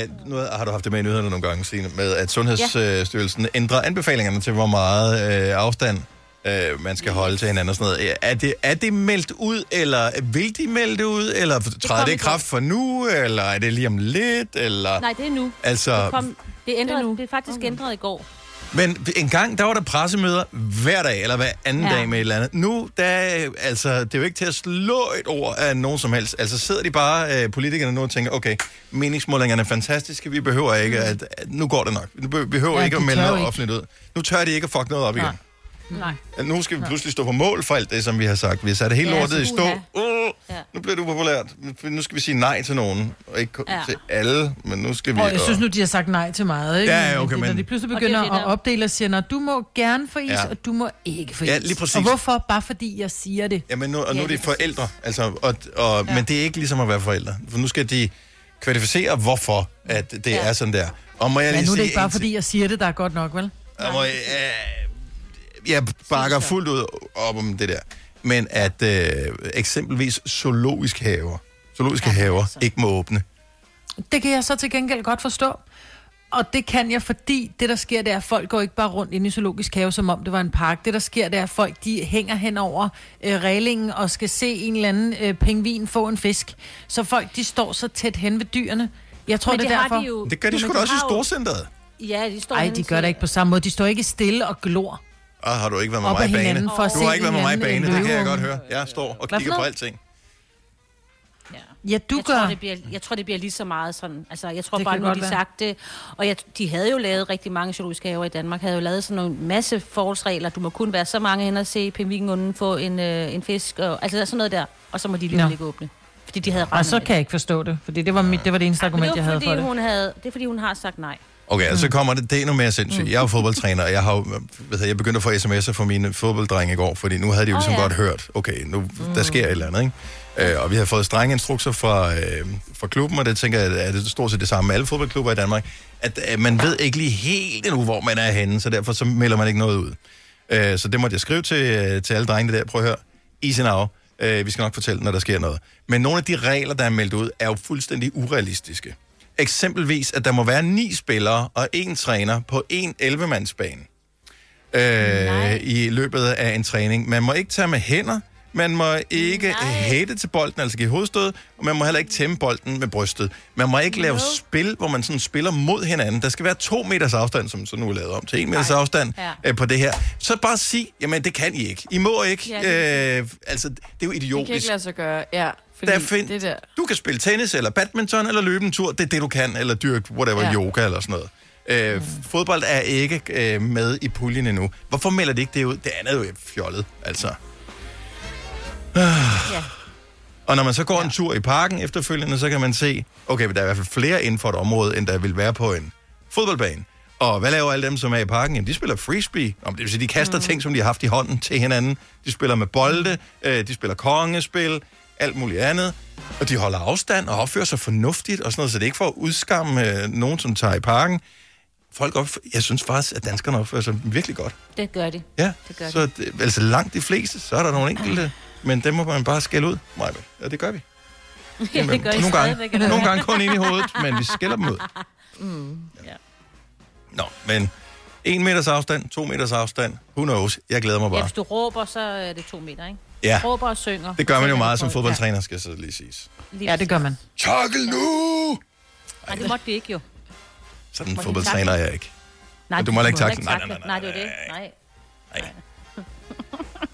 S1: øh, nu har du haft det med i nyhederne nogle gange, Signe, med at Sundhedsstyrelsen ja. ændrer anbefalingerne til, hvor meget øh, afstand øh, man skal holde til hinanden og sådan noget. Er det, er det meldt ud, eller vil de melde det ud, eller træder
S4: kom
S1: det i
S4: i går.
S1: kraft for nu, eller er det lige om lidt, eller...
S4: Nej, det er nu.
S1: Altså,
S4: Kom, det, ændrede,
S5: Det er nu.
S4: det, er faktisk ændret i går.
S1: Men en gang, der var der pressemøder hver dag, eller hver anden ja.
S13: Ja.
S1: dag med et eller andet. Nu, der, er, altså, det er jo ikke til at slå et ord af nogen som helst. Altså sidder de bare, øh, politikerne nu og tænker, okay, meningsmålingerne er fantastiske, vi behøver ikke, at, at nu går det nok. Vi be- behøver ja,
S13: Mm. Ja,
S1: ikke at
S13: de
S1: melde
S13: tør
S1: noget
S13: ikke.
S1: offentligt ud. Nu tør de ikke at fuck noget op igen.
S13: Nej.
S1: At Nu skal vi pludselig stå på mål for alt det, som vi har sagt. Vi har sat det hele
S13: Ja,
S1: ja, lortet
S13: så
S1: i stå.
S13: uha.
S1: Uh, nu bliver du populært. Nu skal vi sige nej til nogen. Og ikke kun ja.
S2: Ja.
S1: til alle, men nu skal vi...
S2: Og jeg synes
S1: og-
S2: nu, de har sagt nej til meget, ikke?
S1: Ja, ja,
S2: Men
S1: okay,
S2: det, Når
S1: men-
S2: de pludselig
S13: Og det er
S2: begynder
S13: jo det,
S2: at
S13: der-
S2: opdele og siger, når du må gerne få is,
S1: Ja.
S2: ja. og du må ikke få is.
S1: Ja, lige præcis.
S2: Og hvorfor? Bare fordi jeg siger det.
S1: Jamen nu, og nu
S2: Ja,
S1: er de
S2: lige præcis.
S1: forældre, altså, og, og, ja. men det er ikke ligesom at være forældre. For nu skal de kvalificere, hvorfor at det ja. er sådan der. Og må jeg
S2: Men
S1: lige
S2: nu er det
S1: sige
S2: ikke bare
S1: en ting?
S2: fordi, jeg siger det, der er godt nok, vel?
S1: Og må jeg, øh, jeg bakker fuldt ud op om det der. Men at øh, eksempelvis zoologiske haver, zoologiske ja, haver
S2: altså-
S1: ikke må åbne.
S2: Det kan jeg så til gengæld godt forstå. Og det kan jeg, fordi det, der sker, det er, at folk går ikke bare rundt inde i zoologisk have, som om det var en park. Det, der sker, det er, at folk de hænger hen over øh, reglingen og skal se en eller anden øh, pingvin få en fisk. Så folk, de står så tæt hen ved dyrene. Jeg tror,
S4: Men
S2: det
S4: det
S2: er
S4: har
S2: derfor.
S4: de jo-
S1: Det gør de
S4: Men
S1: sgu
S4: de
S1: da også i
S4: har jo-
S1: storcenteret.
S4: Ja, de står
S2: Nej,
S4: hernede
S2: de
S4: og
S2: gør det ikke på samme måde. De står ikke stille og glor.
S1: Ah, har du ikke været med
S2: Op
S1: mig
S2: ad
S1: i bane?
S2: hinanden for at
S1: Du
S2: se
S1: har ikke været med mig i
S2: hinanden
S1: bane, det kan jeg
S2: løveungen.
S1: godt høre. Jeg står
S2: Hvad
S1: og
S2: for
S1: kigger på
S2: noget?
S1: alting.
S2: Ja, du
S4: jeg
S2: gør.
S4: Tror, det bliver, jeg tror, det bliver lige så meget sådan. Altså, jeg tror
S2: Det
S4: det bare,
S2: kan
S4: nu har
S2: godt
S4: de
S2: være.
S4: sagt det. Og jeg, de havde jo lavet rigtig mange zoologiske haver i Danmark. Havde jo lavet sådan en masse forholdsregler. Du må kun være så mange hen og se pingvinen få en, øh, en fisk. Og, altså sådan noget der. Og så må de alligevel
S2: Nå.
S4: ikke åbne. Fordi de havde
S2: Og
S4: regnet
S2: så
S4: med
S2: kan jeg ikke forstå det, fordi det var, mit, det var det eneste
S4: Men
S2: argument,
S4: det
S2: jeg
S4: var,
S2: havde
S4: fordi
S2: for det.
S4: hun havde, det er fordi, hun har sagt nej.
S1: Okay,
S4: Mm.
S1: og så kommer det, det er endnu mere sindssygt. Mm. Jeg er jo fodboldtræner, og jeg har jo, ved jeg, jeg begyndte at få sms'er fra mine fodbolddrenge i går, fordi nu havde de jo
S4: Åh,
S1: ligesom oh,
S4: ja.
S1: ja. godt hørt, okay, nu mm. der sker et eller andet, ikke? Øh, og vi har fået strenge instrukser fra, øh, fra klubben, og det tænker jeg, at det er stort set det samme med alle fodboldklubber i Danmark, at øh, man ved ikke lige helt endnu, hvor man er henne, så derfor så melder man ikke noget ud. Øh, så det måtte jeg skrive til, øh, til alle drengene der, prøv at høre, easy now, øh, vi skal nok fortælle, når der sker noget. Men nogle af de regler, der er meldt ud, er jo fuldstændig urealistiske. Eksempelvis, at der må være ni spillere og en træner på en 11-mandsbane øh, i løbet af en træning. Man må ikke tage med hænder, man må ikke hætte til bolden, altså give hovedstød, og man må heller ikke tæmme bolden med brystet. Man må ikke lave spil, hvor man sådan spiller mod hinanden. Der skal være to meters afstand, som så nu er lavet om til en meters afstand
S13: Ja.
S1: øh, på det her. Så bare sig, jamen det kan I ikke. I må ikke.
S5: Ja,
S1: Ja, øh, altså, det er jo
S5: Det kan
S1: idiotisk.
S5: ikke lade sig gøre, ja. Fordi
S1: Der find,
S5: det der,
S1: Du kan spille tennis, eller badminton, eller løbe en tur. Det er det, du kan. Eller dyrke whatever, ja.
S5: Ja. Mm.
S1: yoga eller sådan noget. Øh, fodbold er ikke øh, med i puljen endnu. Hvorfor melder de ikke det ud? Det andet er jo fjollet, altså. Ah.
S4: Ja.
S1: Og når man så går ja. en tur i parken efterfølgende, så kan man se, okay, men der er i hvert fald flere inden for et område, end der vil være på en fodboldbane. Og hvad laver alle dem, som er i parken? Jamen, de spiller frisbee. Nå, men Det vil sige, de kaster mm. ting, som de har haft i hånden til hinanden. De spiller med bolde,
S4: Mm.
S1: øh, de spiller kongespil, alt muligt andet. Og de holder afstand og opfører sig fornuftigt og sådan noget, så det er ikke for at udskamme øh, nogen, som tager i parken. Folk opfører, jeg synes faktisk, at danskerne opfører sig virkelig godt.
S4: Det gør de.
S1: Ja,
S4: Det gør
S1: så det, altså langt de fleste, så er der nogle enkelte, men dem må man bare skælde ud. Nej, ja, det gør vi.
S4: Ja, [laughs] det gør de
S1: nogle, gange,
S4: stadigvæk, eller
S1: nogle
S4: hvad?
S1: gange kun ind i hovedet, men vi skælder dem ud.
S4: [laughs] Mm. Ja.
S1: Nå, men en meters afstand, to meters afstand, who knows, jeg glæder mig
S4: ja,
S1: bare.
S4: hvis du råber, så er det to meter, ikke?
S1: Ja.
S4: Råber og synger.
S1: Det gør man jo
S4: Så
S1: meget
S4: kan
S1: som
S4: du få-
S1: fodboldtræner, skal så lige siges.
S4: Ja, lige præcis.
S2: gør man.
S1: Takkel nu!
S4: Nej, det måtte de ikke jo.
S1: Sådan en
S4: Må de
S1: fodboldtræner er
S4: takle?
S1: jeg ikke. Og du må heller ikke takle. Nej, nej, nej,
S4: Nej, det er jo det.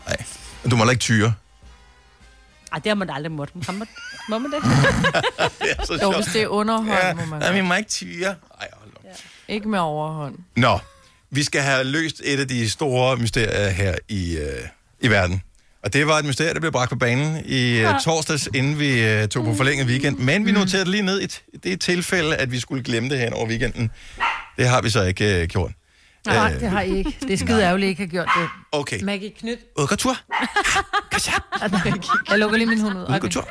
S4: Nej.
S1: Og Du må heller ikke
S4: [laughs]
S1: tyre.
S4: Ej, det har man aldrig måttet. Må man, må
S1: [laughs]
S4: man det?
S1: Det er så
S5: jo,
S1: sjovt.
S5: hvis det er underhånd, ja, må man
S1: nej,
S5: godt.
S1: vi må ikke tyre. Ej, hold
S5: op. Ikke med overhånd.
S1: Nå, vi skal have løst et af de store mysterier her i, øh, i verden. Og det var et mysterie, der blev bragt på banen i øh, torsdags, inden vi øh, tog på forlænget weekend. Men vi noterede lige ned i t- det tilfælde, at vi skulle glemme det her over weekenden. Det har vi så ikke øh, gjort.
S2: Nej,
S1: Øh,
S2: det har I ikke. Det er skide ærgerligt, I ikke har gjort det.
S1: Okay.
S2: Maggie [laughs] Knyt.
S1: Udgåtur.
S2: Jeg lukker lige min hund ud.
S1: Udgåtur.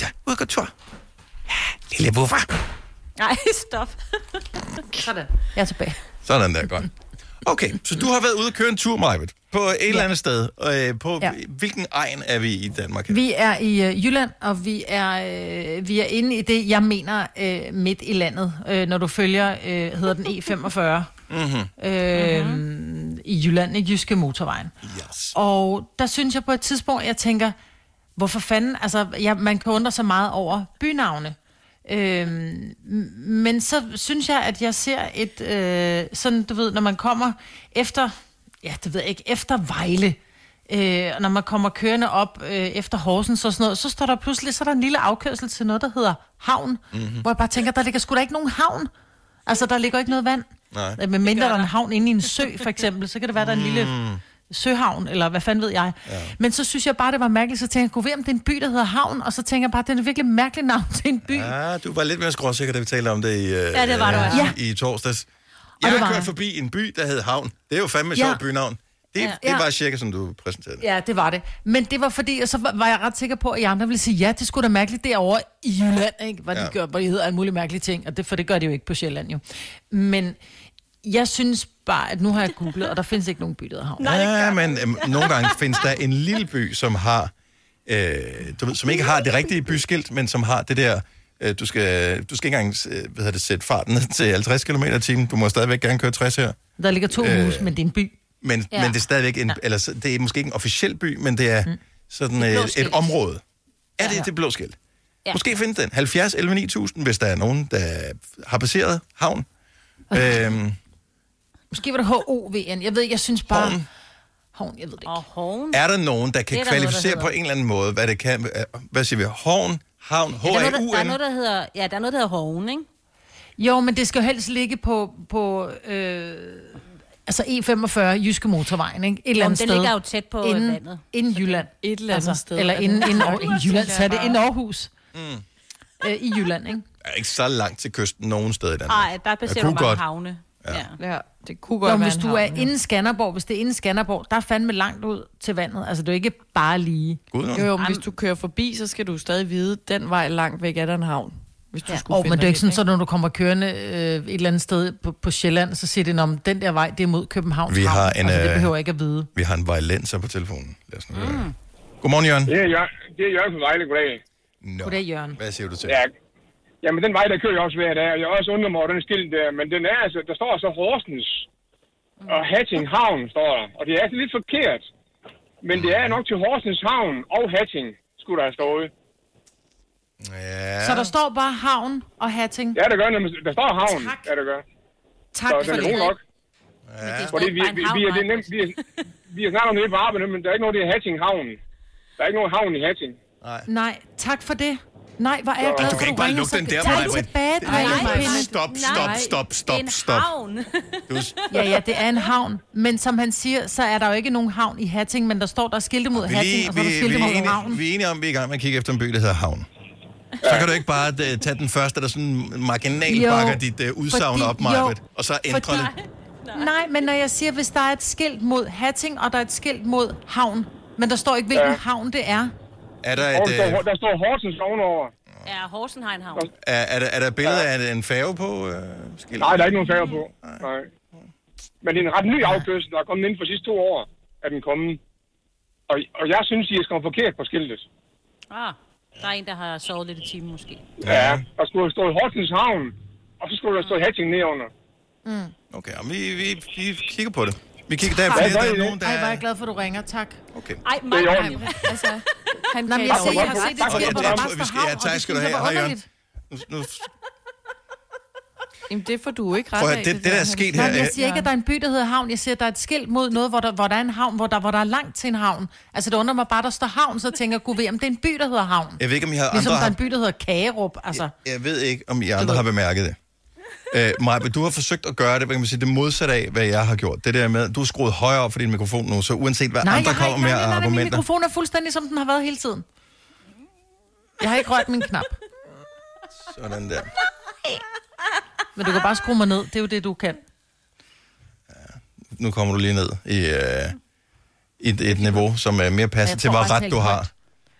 S1: Ja, udgåtur. Ja, lille buffer.
S4: Nej, stop.
S2: Sådan. Jeg er tilbage.
S1: Sådan der, godt. Okay, så du har været ude og køre en tur, Majbet, på et ja. eller andet sted. Øh, på ja.
S2: Ja.
S1: Hvilken egen er vi i Danmark?
S2: Vi er i øh, Jylland, og vi er, øh, vi er inde i det, jeg mener, øh, midt i landet, øh, når du følger, øh, hedder den E45
S13: Mhm.
S2: øh, i Jylland, i Jyske Motorvejen.
S1: Yes.
S2: Og der synes jeg på et tidspunkt, jeg tænker, hvorfor fanden, altså jeg, man kan undre sig meget over bynavne. Øhm, men så synes jeg, at jeg ser et, øh, sådan du ved, når man kommer efter, ja det ved jeg ikke, efter Vejle, øh, og når man kommer kørende op øh, efter Horsens og sådan noget, så står der pludselig, så er der en lille afkørsel til noget, der hedder havn, mm-hmm. hvor jeg bare tænker, der ligger sgu da ikke nogen havn. Altså, der ligger ikke noget vand.
S1: Nej.
S2: Øh, Men mindre der er en havn inde i en sø, for eksempel, så kan det være, der er en lille søhavn, eller hvad fanden ved jeg. Ja. Men så synes jeg bare, det var mærkeligt, så tænker jeg, kunne ved, om det er en by, der hedder Havn, og så tænker jeg bare, det er en virkelig mærkelig navn til en by.
S1: Ja, Ah, du var lidt mere skråsikker, da vi talte om det i, øh,
S2: Ja, det var du, ja.
S1: i, i torsdags.
S2: det
S1: Jeg
S2: var
S1: har kørt
S2: jeg.
S1: forbi en by, der hed Havn. Det er jo fandme
S2: Ja.
S1: sjovt bynavn. Det,
S2: Ja.
S1: det
S2: Ja.
S1: var cirka, som du præsenterede det.
S2: Ja, det var det. Men det var fordi, og så var- var jeg ret sikker på, at I andre ville sige, ja, det skulle da mærkeligt derovre i Jylland, ikke? Hvor, de
S1: Ja.
S2: gør, hvor de hedder alle mulige mærkelige ting, og det, for det gør de jo ikke på Sjælland jo. Men jeg synes bare, at nu har jeg googlet, og der findes ikke nogen by, der hedder Havn.
S1: ja, men øhm, nogle
S2: [laughs]
S1: gange findes der en lille by, som har, øh, du ved, som ikke har det rigtige byskilt, men som har det der, øh, du, skal, du skal ikke engang øh, hvad hedder det, sætte farten ned til 50 km i timen. Du må stadigvæk gerne køre 60 her.
S2: Der ligger to
S1: Øh,
S2: øh, huse, men det er en by.
S1: Men, ja.
S2: Ja.
S1: men det er stadigvæk en, ja. eller, så- det er måske ikke en officiel by, men det er mm. sådan
S2: Det blå
S1: øh, et
S2: skilt.
S1: område. Er det det blå skilt? Ja. Måske findes den. 70 11 9000, hvis der er nogen, der har passeret havn. øhm,
S2: Måske var det H-O-V-N. Jeg ved, ikke, jeg synes bare... Havn. Havn, jeg ved det ikke. Og
S4: Havn.
S1: er der nogen, der kan
S4: Det er der noget, der
S1: der kvalificere noget,
S4: hedder.
S1: på en eller anden måde, hvad det kan? Hvad siger vi? Havn, havn, h
S4: Ja, der, er noget, der, der, er
S1: a u
S4: noget, der hedder, ja, der er noget, der hedder Hoven, ikke?
S2: Jo, men det skal jo helst ligge på, på øh, altså E45, Jyske Motorvejen, ikke? Et eller
S4: Jo,
S2: andet
S4: men
S2: sted.
S4: den ligger jo tæt på
S2: inden,
S4: vandet.
S2: Inden Jylland.
S5: Et eller andet sted
S2: Altså, Eller
S5: er
S2: inden,
S5: den.
S2: inden, Aar- inden Jylland, så er det
S5: Tænker jeg
S2: inden Aarhus.
S1: Mm.
S2: Øh, I Jylland, ikke?
S1: Er ikke så langt til kysten nogen steder i Danmark.
S2: Ej, der er baseret
S1: kunne
S2: på mange
S1: godt.
S2: havne.
S1: Ja.
S5: Ja, det kunne
S2: Nå,
S5: godt
S2: men
S5: være
S2: hvis
S5: en
S2: du er
S5: havn, ja.
S2: inden Skanderborg, hvis det er inden Skanderborg, der er fandme langt ud til vandet. Altså, det er jo ikke bare lige.
S1: Gud,
S5: Jo, jo, men hvis du kører forbi, så skal du stadig vide, den vej langt væk er der en havn. Hvis du ja. skulle
S2: Åh, oh,
S5: finde
S2: men det er jo ikke sådan,
S5: den,
S2: så når du kommer kørende øh, et eller andet sted på, på Sjælland, så siger det, om den der vej, det er mod København.
S1: Vi har en,
S2: altså, det
S1: øh,
S2: behøver jeg ikke at vide.
S1: Vi har en vejlenser på telefonen. Lad os nu mm. Godmorgen, Jørgen.
S13: Det er Jørgen, det er Jørgen fra Vejle, goddag.
S1: Nå.
S2: Goddag, Jørgen.
S1: Hvad siger du til?
S13: Ja, jamen den vej, der kører jeg også hver dag, og jeg er også undrer mig over den skilt der, men den er altså, der står så Horsens og Hatting Havn, står der. Og det er altså lidt forkert, men det er nok til Horsens Havn og Hatting, skulle der have stået.
S1: Ja.
S2: Så der står bare havn og hatting.
S13: Ja, der gør, nemlig. der står havn,
S2: Tak.
S13: ja, der gør.
S2: Tak
S13: så den
S2: for
S13: er
S2: det.
S13: god nok.
S1: Ja.
S13: Fordi vi, vi, vi, er, det er nemt, vi, er, vi er snart om det på arbejde, men der er ikke noget, det er Hatting Havn. Der er ikke nogen havn i Hatting.
S2: Nej, tak for det. Nej, hvor er jeg glad
S1: Du
S2: for,
S1: kan ikke bare lukke den der,
S2: Maja.
S1: Maja-Brit.
S2: tilbage,
S1: Det-
S2: Maja-Brit.
S1: Stop, stop, stop, stop, stop. Du,
S2: Ja, ja, det er en havn. Men som han siger, så er der jo ikke nogen havn i Hatting, men der står, der er skilte mod
S1: vi,
S2: Hatting, og så
S1: vi,
S2: er der
S1: vi,
S2: skilte
S1: er
S2: mod havn.
S1: enige, vi er enige om, at vi er i gang med at kigge efter en by, der hedder Havn. Så kan du ikke bare øh, tage den første, der sådan marginal
S2: Jo,
S1: bakker dit uh, udsagn
S2: fordi-
S1: op, Marvitt,
S2: jo,
S1: og så ændre
S2: fordi-
S1: det.
S2: Nej, men når jeg siger, hvis der er et skilt mod Hatting, og der er et skilt mod havn, men der står ikke, hvilken
S13: Ja.
S2: havn det er.
S1: Er der,
S13: Og
S1: et,
S13: der, står,
S1: øh,
S13: der står Horsens ovenover.
S4: [laughs] Ja, Horsen har en havn.
S1: er, er, der, er der et billede af en- en færge på øh, skiltet?
S13: Nej, der er ikke nogen færger på. Nej. Men det er en ret ny afkørsel, der er kommet inden for sidste to år, er den kommet. Og, og jeg synes, I er skrevet forkert på skiltet.
S4: Ah, der er en, der har sovet lidt i timen måske.
S13: Ja. Der skulle have stået Horsens Havn, og så skulle der stå Hatting nedenunder.
S1: Okay, jamen, vi, vi, vi kigger på det. Vi kigger der, er
S13: Hvad
S1: flere, der
S13: gør I
S1: er
S13: nu?
S1: nogen, der
S2: Ej, hvor er
S1: er...
S2: jeg glad for, at du ringer. Tak.
S1: Okay.
S2: Ej,
S13: Maja, Det er i orden.
S5: [laughs]
S2: Altså, han Nå, men jeg,
S13: kan-
S2: ser, jeg har set det
S13: Tak for
S2: skilt, hvor
S13: det.
S2: der
S13: Tak
S2: bare
S13: for-
S2: står
S1: Vi skal,
S2: havn,
S1: ja,
S2: og
S1: tak
S2: det
S1: skal du
S2: synes
S1: have.
S2: jeg var
S1: Hej, Jørgen.
S2: underligt.
S1: Nu, nu,
S5: Jamen, det får du ikke ret
S1: Prøv at-
S5: af.
S1: det- det, der er
S5: han-
S1: sket
S2: Nej,
S1: her,
S2: men jeg
S1: er-
S2: siger ikke, at der er en by, der hedder havn. Jeg siger, at der er et skilt mod noget, hvor der, hvor der er en havn, hvor der, hvor der er langt til en havn. Altså, det undrer mig bare, der står havn, så tænker jeg, gud ved, om det er en by, der hedder havn.
S1: jeg ved ikke, om I har
S2: Ligesom
S1: andre...
S2: der er
S1: Har,
S2: en by, der hedder Kagerup. Altså,
S1: jeg ved ikke, om I andre har bemærket det. Øh, Maja, men du har forsøgt at gøre det, hvad kan man sige, det modsatte af, hvad jeg har gjort. Det der med, du har skruet højere op for din mikrofon nu, så uanset hvad
S2: nej,
S1: andre
S2: jeg har ikke,
S1: kommer med
S2: nej, nej, nej,
S1: af
S2: nej, min
S1: argumenter...
S2: mikrofon er fuldstændig, som den har været hele tiden. Jeg har ikke rørt min knap.
S1: Sådan der.
S2: Men du kan bare skrue mig ned. Det er jo det, du
S1: Altså,
S2: kan.
S1: Nu kommer du lige ned i, øh, i et, et niveau, som er mere
S2: Jeg
S1: passer til,
S2: tror
S1: hvad
S2: faktisk,
S1: ret
S2: jeg
S1: du
S2: ikke
S1: har.
S2: hørte.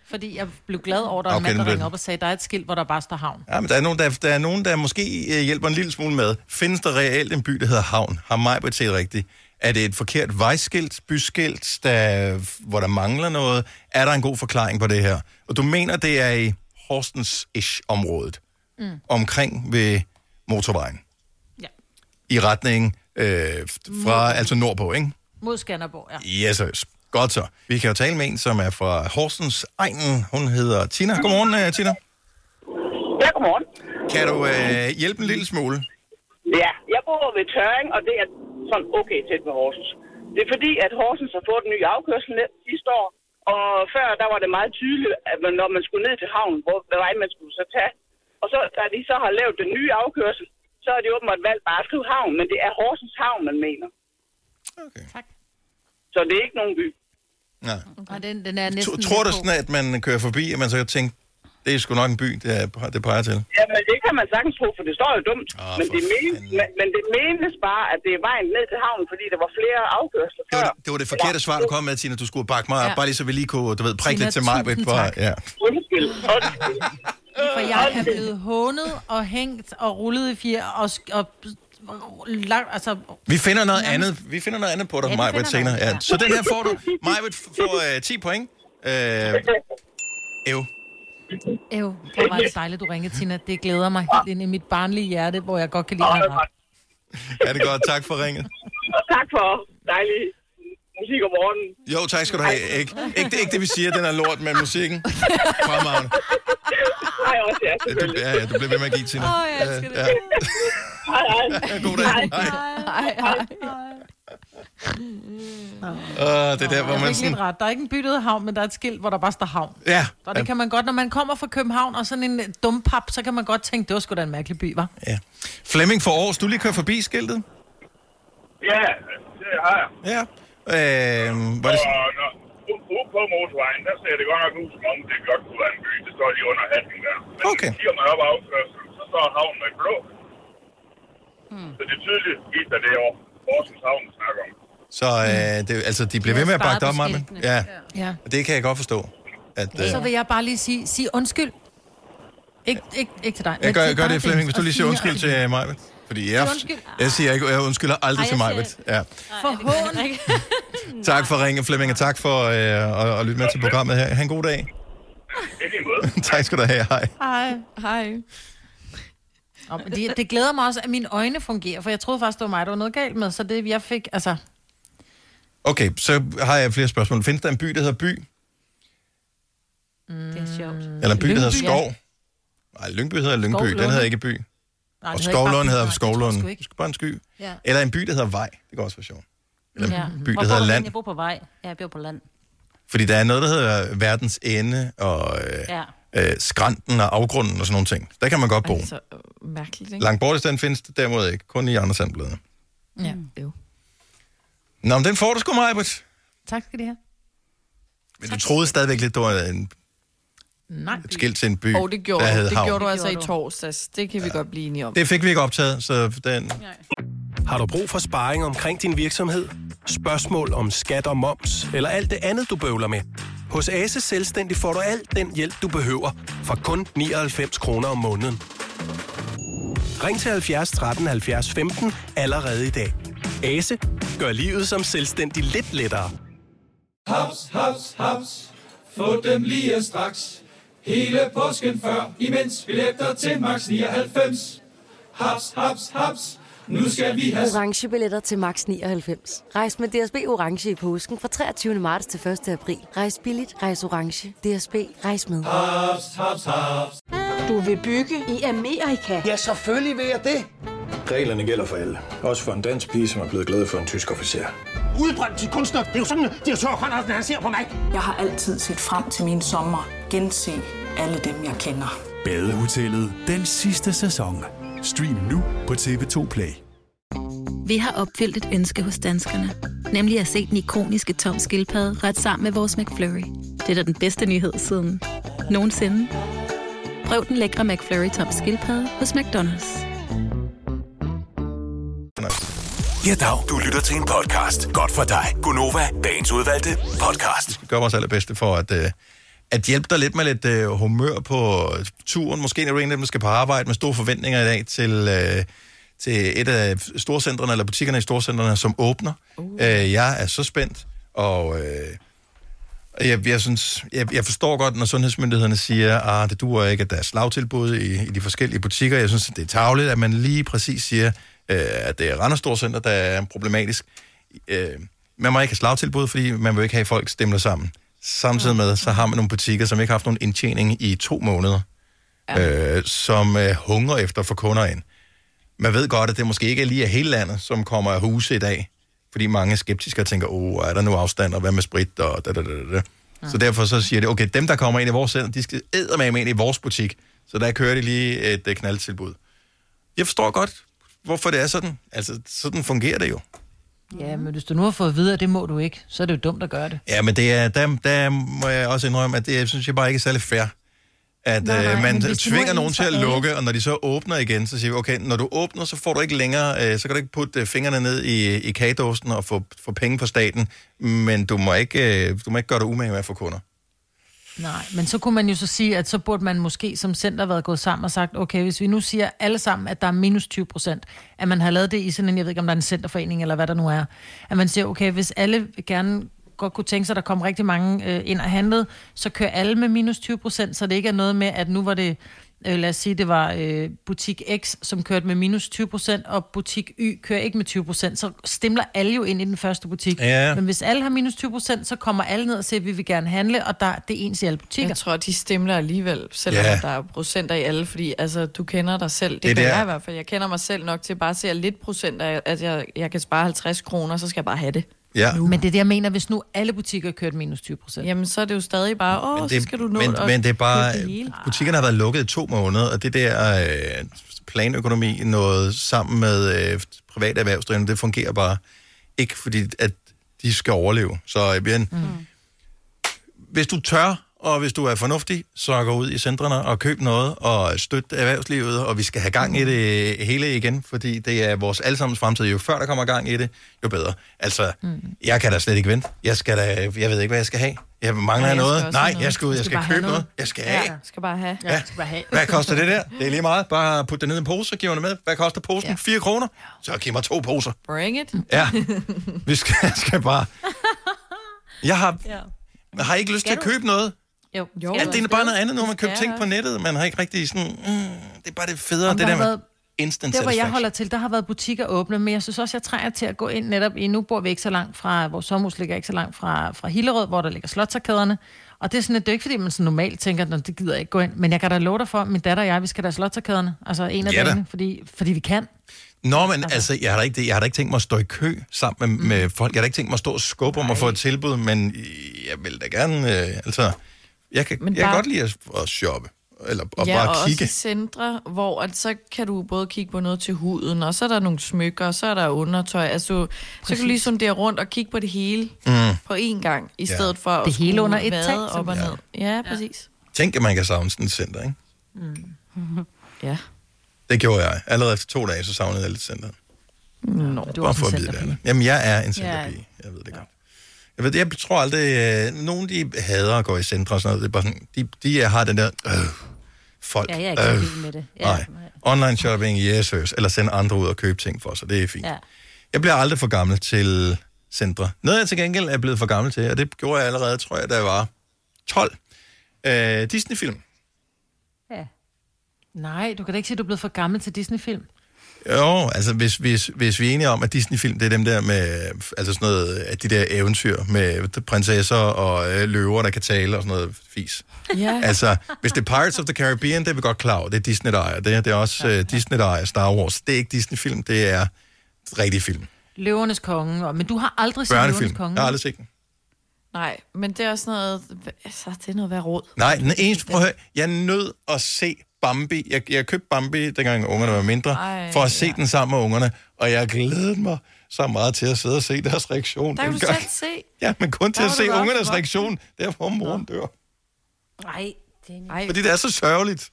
S2: Fordi jeg blev glad over, at der er
S1: Okay,
S2: en mand,
S1: nu
S2: der
S1: bliver den.
S2: ringer op og sagde, der er et skilt, hvor der bare står havn.
S1: Ja, men der er nogen, der, der, er nogen, der måske øh, hjælper en lille smule med. Findes der reelt en by, der hedder Havn? Har mig på set rigtigt? Er det et forkert vejskilt, byskilt, der, hvor der mangler noget? Er der en god forklaring på det her? Og du mener, det er i Horsens-ish-området,
S2: Mm.
S1: omkring ved motorvejen? Ja. I retning øh, fra, altså nordpå, ikke?
S2: Mod Skanderborg, ja.
S1: Yes, yes. Godt så. Vi kan jo tale med en, som er fra Horsens Egen. Hun hedder Tina. Godmorgen, øh, Tina.
S14: Ja, godmorgen.
S1: Kan du øh, hjælpe en lille smule?
S14: Ja, jeg bor ved Tøring, og det er sådan okay tæt med Horsens. Det er fordi, at Horsens har fået en ny afkørsel ned sidste år, og før der var det meget tydeligt, at man, når man skulle ned til havnen, hvor hvad vej man skulle så tage. Og så, da de så har lavet den nye afkørsel, så er det åbenbart valgt bare at skrive havn, men det er Horsens havn, man mener.
S1: Okay.
S14: Tak. Så det er ikke nogen by.
S1: Nej.
S2: Og den, den er
S1: Tro-
S2: næsten
S1: Tror du
S2: lige på.
S1: sådan, at man kører forbi, og man så kan tænke, det er sgu nok en by, det, er, det peger til?
S14: Ja, men det kan man sagtens tro, for det står jo dumt.
S1: Ah,
S14: men,
S1: for
S14: det menes, men, men det menes bare, at det er vejen ned til havnen, fordi der var flere afkørsler før.
S1: Det var det forkerte svar, du kom med, Tina. Du skulle bakke mig op,
S14: Ja.
S1: bare lige så vi lige kunne, du ved, prikke
S2: Tina,
S1: lidt til mig.
S2: tusind
S1: på-
S2: tak.
S1: Ja. [laughs]
S14: Undskyld. Undskyld.
S2: For jeg er blevet hånet og hængt og rullet i fjer og, sk- og, og lang, altså,
S1: Vi finder noget andet. Vi finder noget andet på dig,
S2: Ja,
S1: ja,
S2: vi
S1: Majbrit,
S2: finder
S1: senere.
S2: noget.
S1: Ja.
S2: Ja.
S1: Så den her får du. Majbrit får øh, 10 point. Øh, ev.
S2: Ew, hvor var det dejligt, du ringede, Tina. Det glæder mig helt ind i mit barnlige hjerte, hvor jeg godt kan lide at have ret.
S1: Er det godt? Tak for ringet.
S14: Og tak for dejlig musik om morgenen.
S1: Jo, tak skal du have. Ikke, ikke, det, ikke det, vi siger, den er lort med musikken. Fremragende.
S14: Hej også, ja,
S1: selvfølgelig. Ja, ja, du bliver ved med at give, Tina.
S14: Åh, jeg elsker
S1: Øh,
S14: det. Hej, hej.
S1: [laughs] God dag.
S14: Hej.
S2: Ej, ej.
S1: Åh, det er der, hvor
S2: Jeg
S1: man
S2: fik lidt
S1: sådan...
S2: ret. Der er ikke en by, der hedder havn, men der er et skilt, hvor der bare står havn.
S1: Ja.
S2: Og det kan man godt, når man kommer fra København og sådan en øh, dumpap, så kan man godt tænke, det var sgu da en mærkelig by, var.
S1: Flemming for Aarhus, du lige kører forbi skiltet?
S7: Ja, det har jeg.
S1: Ja. Øh, var det...
S7: Og når, u- ude på motorvejen, der ser det godt nok ud, som om det godt kunne være en by. Det står lige under hatten der. Men okay. hvis man kigger man op ad afkørselen, så står havnen i blå. Hmm. Så det er tydeligt viser det over Horsens Havn, vi snakker om.
S1: Så øh, det, altså, de bliver
S2: har
S1: ved med at
S2: sparet
S1: bakke dig op,
S2: på
S1: Martin.
S2: skiltene.
S1: Ja.
S2: Ja.
S1: Og Det kan jeg godt forstå. At, øh,
S2: Så vil jeg bare lige sige, sige undskyld. Ikke, ikke, ikke til dig.
S1: jeg
S2: men
S1: gør,
S2: til
S1: jeg gør det,
S2: dig,
S1: Flemming, hvis
S2: Dennis,
S1: du lige
S2: og Tina
S1: siger undskyld
S2: og
S1: til mig. Fordi jeg,
S2: Sig undskyld.
S1: jeg siger ikke, jeg undskylder aldrig
S2: Ej,
S1: til
S2: jeg
S1: mig. Ja.
S2: Forhånd.
S1: Tak for ringen, Flemming, og tak for øh, at, at lytte med til programmet her. Ha' en god dag. [laughs] tak skal du have. Hej.
S2: Hej. Hej. Nå, men det, det glæder mig også, at mine øjne fungerer, for jeg troede faktisk, det var mig, der var noget galt med, så det jeg fik, altså...
S1: Okay, så har jeg flere spørgsmål. Findes der en by, der hedder By?
S4: [laughs] Det er sjovt.
S1: Eller en by, der hedder
S4: Lyngby,
S1: Skov? Nej, Lyngby hedder Lyngby. Den
S4: Skovlunde.
S1: hedder ikke By.
S2: Nej,
S1: Og
S2: det hedder ikke bare
S1: Skovlund
S2: by, nej,
S1: hedder
S2: det tror jeg sgu
S1: Skovlund.
S2: ikke.
S1: Bare en sky.
S4: Ja.
S1: Eller en by, der hedder Vej. Det kan også være sjovt. Eller
S4: Ja.
S1: en by,
S4: Hvor
S1: der
S4: bor du
S1: hedder
S4: henne?
S1: Land.
S4: Jeg bor på vej. Ja, jeg bor på land.
S1: Fordi der er noget, der hedder verdens ende, og øh,
S4: Ja.
S1: øh, skrænten og afgrunden og sådan nogle ting. Der kan man godt bo.
S2: Altså.
S5: Så øh, mærkeligt, ikke?
S1: Langt bort i stedet findes det derimod ikke. Kun i andre sandblade.
S2: Ja.
S1: Nå, men den får du sgu, Majbert.
S2: Tak skal de have.
S1: Men du troede stadigvæk lidt, det var en,
S2: Nej.
S1: et skilt til en by,
S5: Og det gjorde,
S1: der
S5: du.
S1: hed
S5: det
S1: havn.
S5: gjorde du altså i torsdags. Det kan vi godt blive enige om.
S1: Det fik vi ikke optaget, så den...
S8: Har du brug for sparring omkring din virksomhed? Spørgsmål om skat og moms, eller alt det andet, du bøvler med? Hos Ase Selvstændig får du alt den hjælp, du behøver, for kun 99 kroner om måneden. Ring til 70 13 70 15 allerede i dag. Ase gør livet som selvstændig lidt lettere.
S12: Haps, haps, haps. Få dem lige straks. Hele påsken før, imens billetter til max 99. Haps, haps, haps. Nu skal vi have
S9: Orange billetter til max 99. Rejs med DSB Orange i påsken fra 23. marts til 1. april. Rejs billigt, rejs orange. DSB, rejs med.
S12: Haps, haps, haps.
S15: Du vil bygge i Amerika? Ja, selvfølgelig vil jeg det.
S16: Reglerne gælder for alle. Også for en dansk pige, som er blevet glad for en tysk officer.
S15: Udbrøndt til kunstner. Det er jo sådan, at de har han ser på mig. Jeg har altid set frem til min sommer. Gense alle dem, jeg kender.
S17: Badehotellet den sidste sæson. Stream nu på TV2 Play.
S18: Vi har opfyldt et ønske hos danskerne. Nemlig at se den ikoniske tom skildpadde ret sammen med vores McFlurry. Det er da den bedste nyhed siden nogensinde. Prøv den lækre McFlurry tom skildpadde hos McDonald's.
S6: Ja, dag. Du lytter til en podcast. Godt for dig. Gunova, dagens udvalgte podcast.
S1: gør vores allerbedste for at, øh, at hjælpe dig lidt med lidt øh, humør på turen. Måske er du en af dem, der skal på arbejde med store forventninger i dag til, øh, til et af storcentrene eller butikkerne i storcentrene, som åbner. Uh. Øh, jeg er så spændt, og øh, jeg, jeg, synes, jeg, jeg forstår godt, når sundhedsmyndighederne siger, at det duer ikke, at der er slagtilbud i, i de forskellige butikker. Jeg synes, det er tageligt, at man lige præcis siger, øh, at det er Randers Storcenter, der er problematisk. Øh, man må ikke have slagtilbud, fordi man vil ikke have, at folk stemler sammen. Samtidig med, så har man nogle butikker, som ikke har haft nogen indtjening i to måneder. ja. øh, som øh, hungrer efter at få kunder ind. Man ved godt, at det måske ikke lige er hele landet, som kommer af huse i dag, fordi mange er skeptiske og tænker, åh, er der nu afstand, og hvad med sprit, og da, da, da, da. da. Ja. Så derfor så siger det, okay, dem, der kommer ind i vores center, de skal eddermame ind i vores butik, så der kører de lige et øh, knaldtilbud. Jeg forstår godt, hvorfor det er sådan. Altså, sådan fungerer det jo.
S2: Ja, men hvis du nu har fået at vide, at det må du ikke, så er det jo dumt at gøre det.
S1: Ja, men det er, der, der må jeg også indrømme, at det jeg synes jeg bare ikke er særlig fair. At
S2: Nej,
S1: nej, øh, man
S2: men hvis de nu
S1: tvinger
S2: er
S1: nogen
S2: ens
S1: til
S2: for
S1: at
S2: alle.
S1: lukke, og når de så åbner igen, så siger vi, okay, når du åbner, så får du ikke længere, øh, så kan du ikke putte øh, fingrene ned i, i kagedåsen og få, få penge fra staten, men du må ikke, øh, du må ikke gøre dig umage med at få kunder.
S2: Nej, men så kunne man jo så sige, at så burde man måske som center været gået sammen og sagt, okay, hvis vi nu siger alle sammen, at der er minus 20 procent, at man har lavet det i sådan en, jeg ved ikke, om der er en centerforening eller hvad der nu er, at man siger, okay, hvis alle gerne godt kunne tænke sig, at der kom rigtig mange øh, ind og handlede, så kører alle med minus 20 procent, så det ikke er noget med, at nu var det, øh, lad os sige, det var øh, butik X, som kørte med minus 20 procent, og butik Y kører ikke med 20 procent, så stemler alle jo ind i den første butik.
S5: Ja.
S2: Men hvis alle har minus 20 procent, så kommer alle ned og siger, at vi vil gerne handle, og der, det er ens i alle butikker.
S5: Jeg tror, de stemler alligevel, selvom
S2: Ja.
S5: yeah. der er procenter i alle, fordi altså, du kender dig selv. Det,
S2: Det
S5: det gør
S2: der-
S5: jeg i hvert fald. Jeg kender mig selv nok til bare at se at lidt procenter, at jeg, jeg kan spare 50 kroner, så skal jeg bare have det.
S1: Ja.
S2: Men det er det, jeg mener, hvis nu alle butikker kørte minus 20 procent.
S5: Jamen, så er det jo stadig bare, åh,
S1: Men
S5: så skal du nå
S1: men,
S5: at
S1: men det er bare,
S5: købe det hele.
S1: butikkerne har været lukket i to måneder, og det der øh, planøkonomi, noget sammen med øh, private erhvervsdrivende, det fungerer bare ikke, fordi at de skal overleve. Så øh, igen, mm. hvis du tør, og hvis du er fornuftig, så gå ud i centrene og køb noget, og støt erhvervslivet, og vi skal have gang i det hele igen, fordi det er vores allesammens fremtid. Jo før der kommer gang i det, jo bedre. Altså, mm. jeg kan da slet ikke vente. Jeg, skal da, jeg ved ikke, hvad jeg skal have. Jeg mangler
S5: Nej, jeg
S1: jeg
S5: skal
S1: noget.
S5: også
S1: Nej,
S5: have
S1: noget. jeg skal ud, jeg skal,
S5: bare
S1: købe
S5: have
S1: noget. noget. Jeg skal af.
S5: Ja, skal bare have.
S1: Ja.
S2: skal bare have.
S1: Hvad koster det der? Det er lige meget. Bare put det ned i en pose, giver det med. Hvad koster posen? Ja. 4 kroner? Så giv mig to poser.
S5: Bring it.
S1: Ja, vi skal, [laughs] skal bare... Jeg har,
S5: Ja.
S1: har ikke lyst
S5: Skal
S1: til at
S5: du?
S1: købe noget.
S2: Jo.
S1: Jo, ja, det er bare noget andet, når man køber ting på nettet. Man har ikke rigtig sådan... Mm, det er bare det federe,
S2: Om
S1: det
S2: der
S1: der
S2: har
S1: med
S2: været-
S1: instant
S2: Der, hvor jeg
S1: satisfaction.
S2: holder til, der har været butikker åbne, men jeg synes også, jeg trænger til at gå ind netop i, nu bor vi ikke så langt fra, vores sommerhus ligger ikke så langt fra, fra Hillerød, hvor der ligger slotsarkaderne. Og det er sådan, at det er ikke, fordi man sådan normalt tænker, at det gider jeg ikke gå ind. Men jeg kan da love dig for, min datter og jeg, vi skal da i slotsarkaderne. Altså en af
S1: Ja
S2: ja,
S1: da.
S2: dagene, fordi, fordi vi kan.
S1: Nå, men altså, jeg har, da ikke, det- jeg har da ikke tænkt mig at stå i kø sammen med, mm. med folk. Jeg har da ikke tænkt mig at stå og skubbe om at få et tilbud, men jeg vil da gerne... Øh, altså, jeg kan, jeg kan
S5: bare-
S1: godt lide at, at shoppe, eller og
S5: ja,
S1: bare
S5: og også
S1: kigge.
S5: i centre, hvor at så kan du både kigge på noget til huden, og så er der nogle smykker, og så er der undertøj. Altså, du, så kan du
S2: Præcis.
S5: lige sondere rundt og kigge på det hele
S1: Mm.
S5: på én gang, i
S1: Ja.
S5: stedet for at
S2: Det hele
S5: skulle
S2: under et
S5: vade
S2: tag, som
S5: op og
S2: det
S5: ned. Ja, præcis.
S1: Tænk, at man kan savne sådan et center, ikke?
S5: Ja.
S1: Det gjorde jeg. Allerede efter to dage, så savnede jeg lidt center.
S5: Nå,
S1: Du Bare for at vide det. Anna. Jamen, jeg er en center.
S5: Ja.
S1: Jeg, ved, jeg tror aldrig, øh, nogen de hader at gå i centre og sådan noget. Det er bare sådan, de, de har den der, øh, folk,
S4: Ja, jeg er ikke så
S1: øh,
S4: vild med det. Ja.
S1: nej. Online shopping, yes, yes. Eller sende andre ud og købe ting for sig. Det er fint.
S4: Ja.
S1: Jeg bliver aldrig for gammel til centre. Noget jeg til gengæld er blevet for gammel til, og det gjorde jeg allerede, tror jeg, da jeg var 12. Øh, Disney-film.
S2: Nej, du kan da ikke sige, at du er blevet for gammel til Disney-film.
S1: Jo, altså hvis, hvis, hvis vi er enige om, at Disney-film, det er dem der med, altså sådan noget, at de der eventyr med prinsesser og øh, løver, der kan tale og sådan noget fis.
S5: Ja.
S1: [laughs] Altså, hvis det er Pirates of the Caribbean, det er vi godt klar over, det er Disney, der ejer det. Det er også øh, Disney, der ejer Star Wars. Det er ikke Disney-film, det er rigtig film.
S2: Løvernes konge, og, men du har aldrig set Løvernes
S1: Børnefilm.
S2: konge.
S1: Jeg har aldrig set den.
S5: Nej, men det er også noget... Altså, det er noget værd råd.
S1: Nej, den eneste, prøv at høre, jeg er nødt at se Bambi. Jeg, jeg købte Bambi, dengang ungerne var mindre, Ej,
S5: Ej,
S1: for at se ja. den sammen med ungerne, og jeg glædede mig så meget til at sidde og se deres reaktion.
S5: Der kan du
S1: dengang.
S5: selv se.
S1: Ja, men kun til
S5: Der
S1: at
S5: var
S1: se
S5: du bare
S1: ungernes
S5: for
S1: reaktion, der hvor moren dør.
S4: Nej, det
S5: er
S1: Fordi det er så sørgeligt.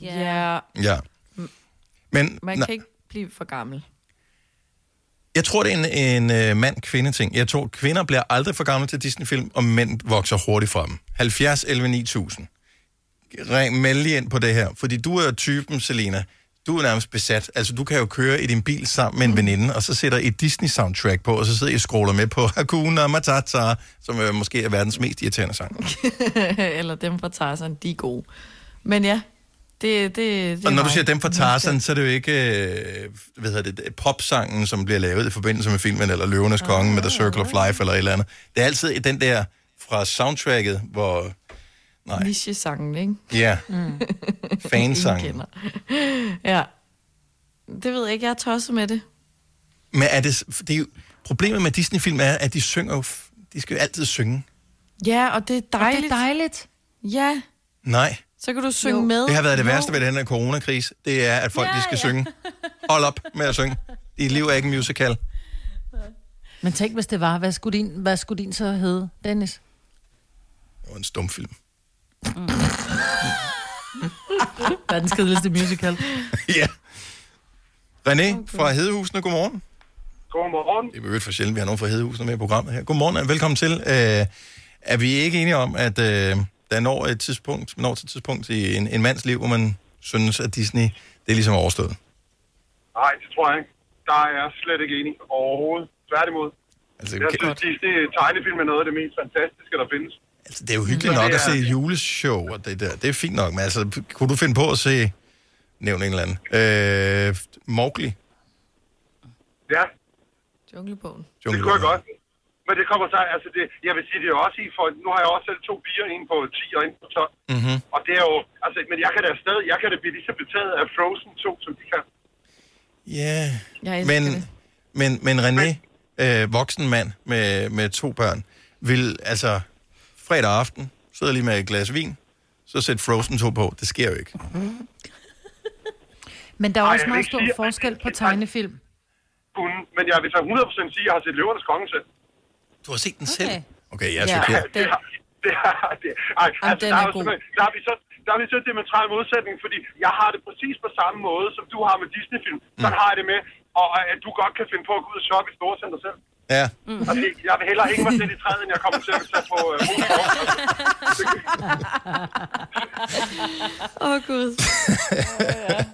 S5: Ja.
S1: Ja. Men
S5: Man
S1: nej,
S5: kan ikke blive for gammel.
S1: jeg tror, det er en, en øh, mand-kvinde-ting. Jeg tror, kvinder bliver aldrig for gamle til Disney-film, og mænd vokser hurtigt fra dem. 70, 11, 9000. Ring, meld lige ind på det her, fordi du er typen, Selena. Du er nærmest besat. Altså, du kan jo køre i din bil sammen med en veninde, og så sætter I et Disney-soundtrack på, og så sidder I og scroller med på Hakuna Matata, som øh, måske er verdens mest irriterende sang.
S5: [laughs] Eller dem fra Tarzan, de er gode. Men ja, det, det, det er
S1: Og når du
S5: mig.
S1: siger dem fra Tarzan, så er det jo ikke øh, hvad hedder det, popsangen, som bliver lavet i forbindelse med filmen, eller Løvenes Konge med The Circle of Life, eller et eller andet. Det er altid den der fra soundtracket, hvor
S5: Nej. niche-sangen, ikke?
S1: Ja.
S5: Mm.
S1: Fansang.
S5: Ingen kender. [laughs] ja. Det ved jeg ikke, jeg er tosset med det.
S1: Men er det, det er jo, problemet med Disney-film er, at de synger jo f- de skal jo altid synge.
S5: Ja, og det er dejligt. Og det er dejligt. Ja,
S1: Nej.
S5: så kan du synge jo. med.
S1: Det har været det
S5: Jo.
S1: værste ved den her coronakrise, det er, at folk ja, de skal ja. synge. Hold op med at synge. Dit liv er ikke en musical.
S2: Men tænk, hvis det var. Hvad skulle din, hvad skulle din så hedde, Dennis?
S1: Det var en stumfilm. [laughs]
S2: Verdens kedeligste musical.
S1: ja. René fra Hedehusene, godmorgen.
S7: Godmorgen.
S1: Det er jo for sjældent, vi har nogen fra Hedehusene med i programmet her. Godmorgen og velkommen til. Øh, er vi ikke enige om, at øh, der når et tidspunkt, når til et tidspunkt i en, en mands liv, hvor man synes, at Disney, det er ligesom overstået?
S7: Nej, det tror jeg ikke. Der er jeg slet ikke enig overhovedet. Tværtimod.
S1: Altså,
S7: jeg synes, Disney tegnefilm er noget af det mest fantastiske, der findes.
S1: altså, Det er jo hyggeligt
S7: Så
S1: nok
S7: det
S1: at se
S7: er-
S1: juleshow og det der. Det er fint nok, men altså, p- kunne du finde på at se, nævn en eller anden, øh, Mowgli?
S7: Ja,
S5: Junglebogen.
S7: det kunne jeg godt. Men det kommer så, altså det, jeg vil sige, det er jo også i, for nu har jeg også selv to piger, en på 10 og en på 12.
S1: Mm-hmm.
S7: Og det er jo, altså, men jeg kan da stadig, jeg kan da blive lige så betaget af Frozen 2, som de kan.
S1: Ja,
S7: Jeg
S1: yeah.
S7: elsker
S1: men, men, men René, øh, voksen mand med, med to børn, vil altså fredag aften sidde lige med et glas vin, så sæt Frozen 2 på. Det sker jo ikke.
S2: [laughs] Men der er
S7: Ej,
S2: også
S7: jeg vil
S2: meget
S7: ikke
S2: stor
S7: sige, at-
S2: forskel på tegnefilm.
S7: Kunne, men jeg vil så 100% sige, at jeg har set Løvernes Konge selv.
S1: Du har set den selv? Okay, jeg er
S7: Ja,
S1: ja, chokeret.
S7: det, har- det, har- det, ej, altså,
S1: den
S7: der,
S1: er
S7: er jo
S1: god.
S7: simpelthen- der er vi så der er vi så en diametral modsætning, fordi jeg har det præcis på samme måde, som du har med Disney-film. Så har jeg det med, og og at du godt kan finde på at gå ud og shoppe i Storcenter selv.
S1: Ja.
S7: Mm. Altså, jeg vil hellere hænge mig selv i træet, end jeg kommer til at tage på øh, Moesgaard.
S5: Åh, oh,
S1: [laughs]
S5: Gud.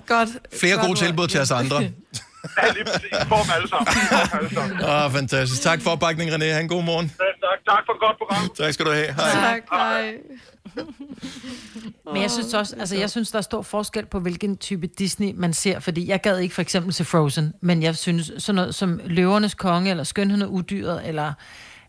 S5: Godt.
S1: Flere
S5: Godt
S1: gode
S5: ord.
S1: tilbud til os
S7: [laughs]
S1: andre.
S7: Ja, lige præcis. Får dem alle sammen. Får dem alle [laughs] sammen.
S1: Åh, oh, fantastisk. Tak for opbakningen, René. Ha' en god morgen.
S7: Ja, tak, tak for et godt program.
S1: Tak skal du have. Hej.
S5: Tak, hej.
S2: Men jeg synes også, altså jeg synes, der er stor forskel på, hvilken type Disney man ser, fordi jeg gad ikke for eksempel se Frozen, men jeg synes sådan noget som Løvernes Konge, eller Skønheden og Udyret, eller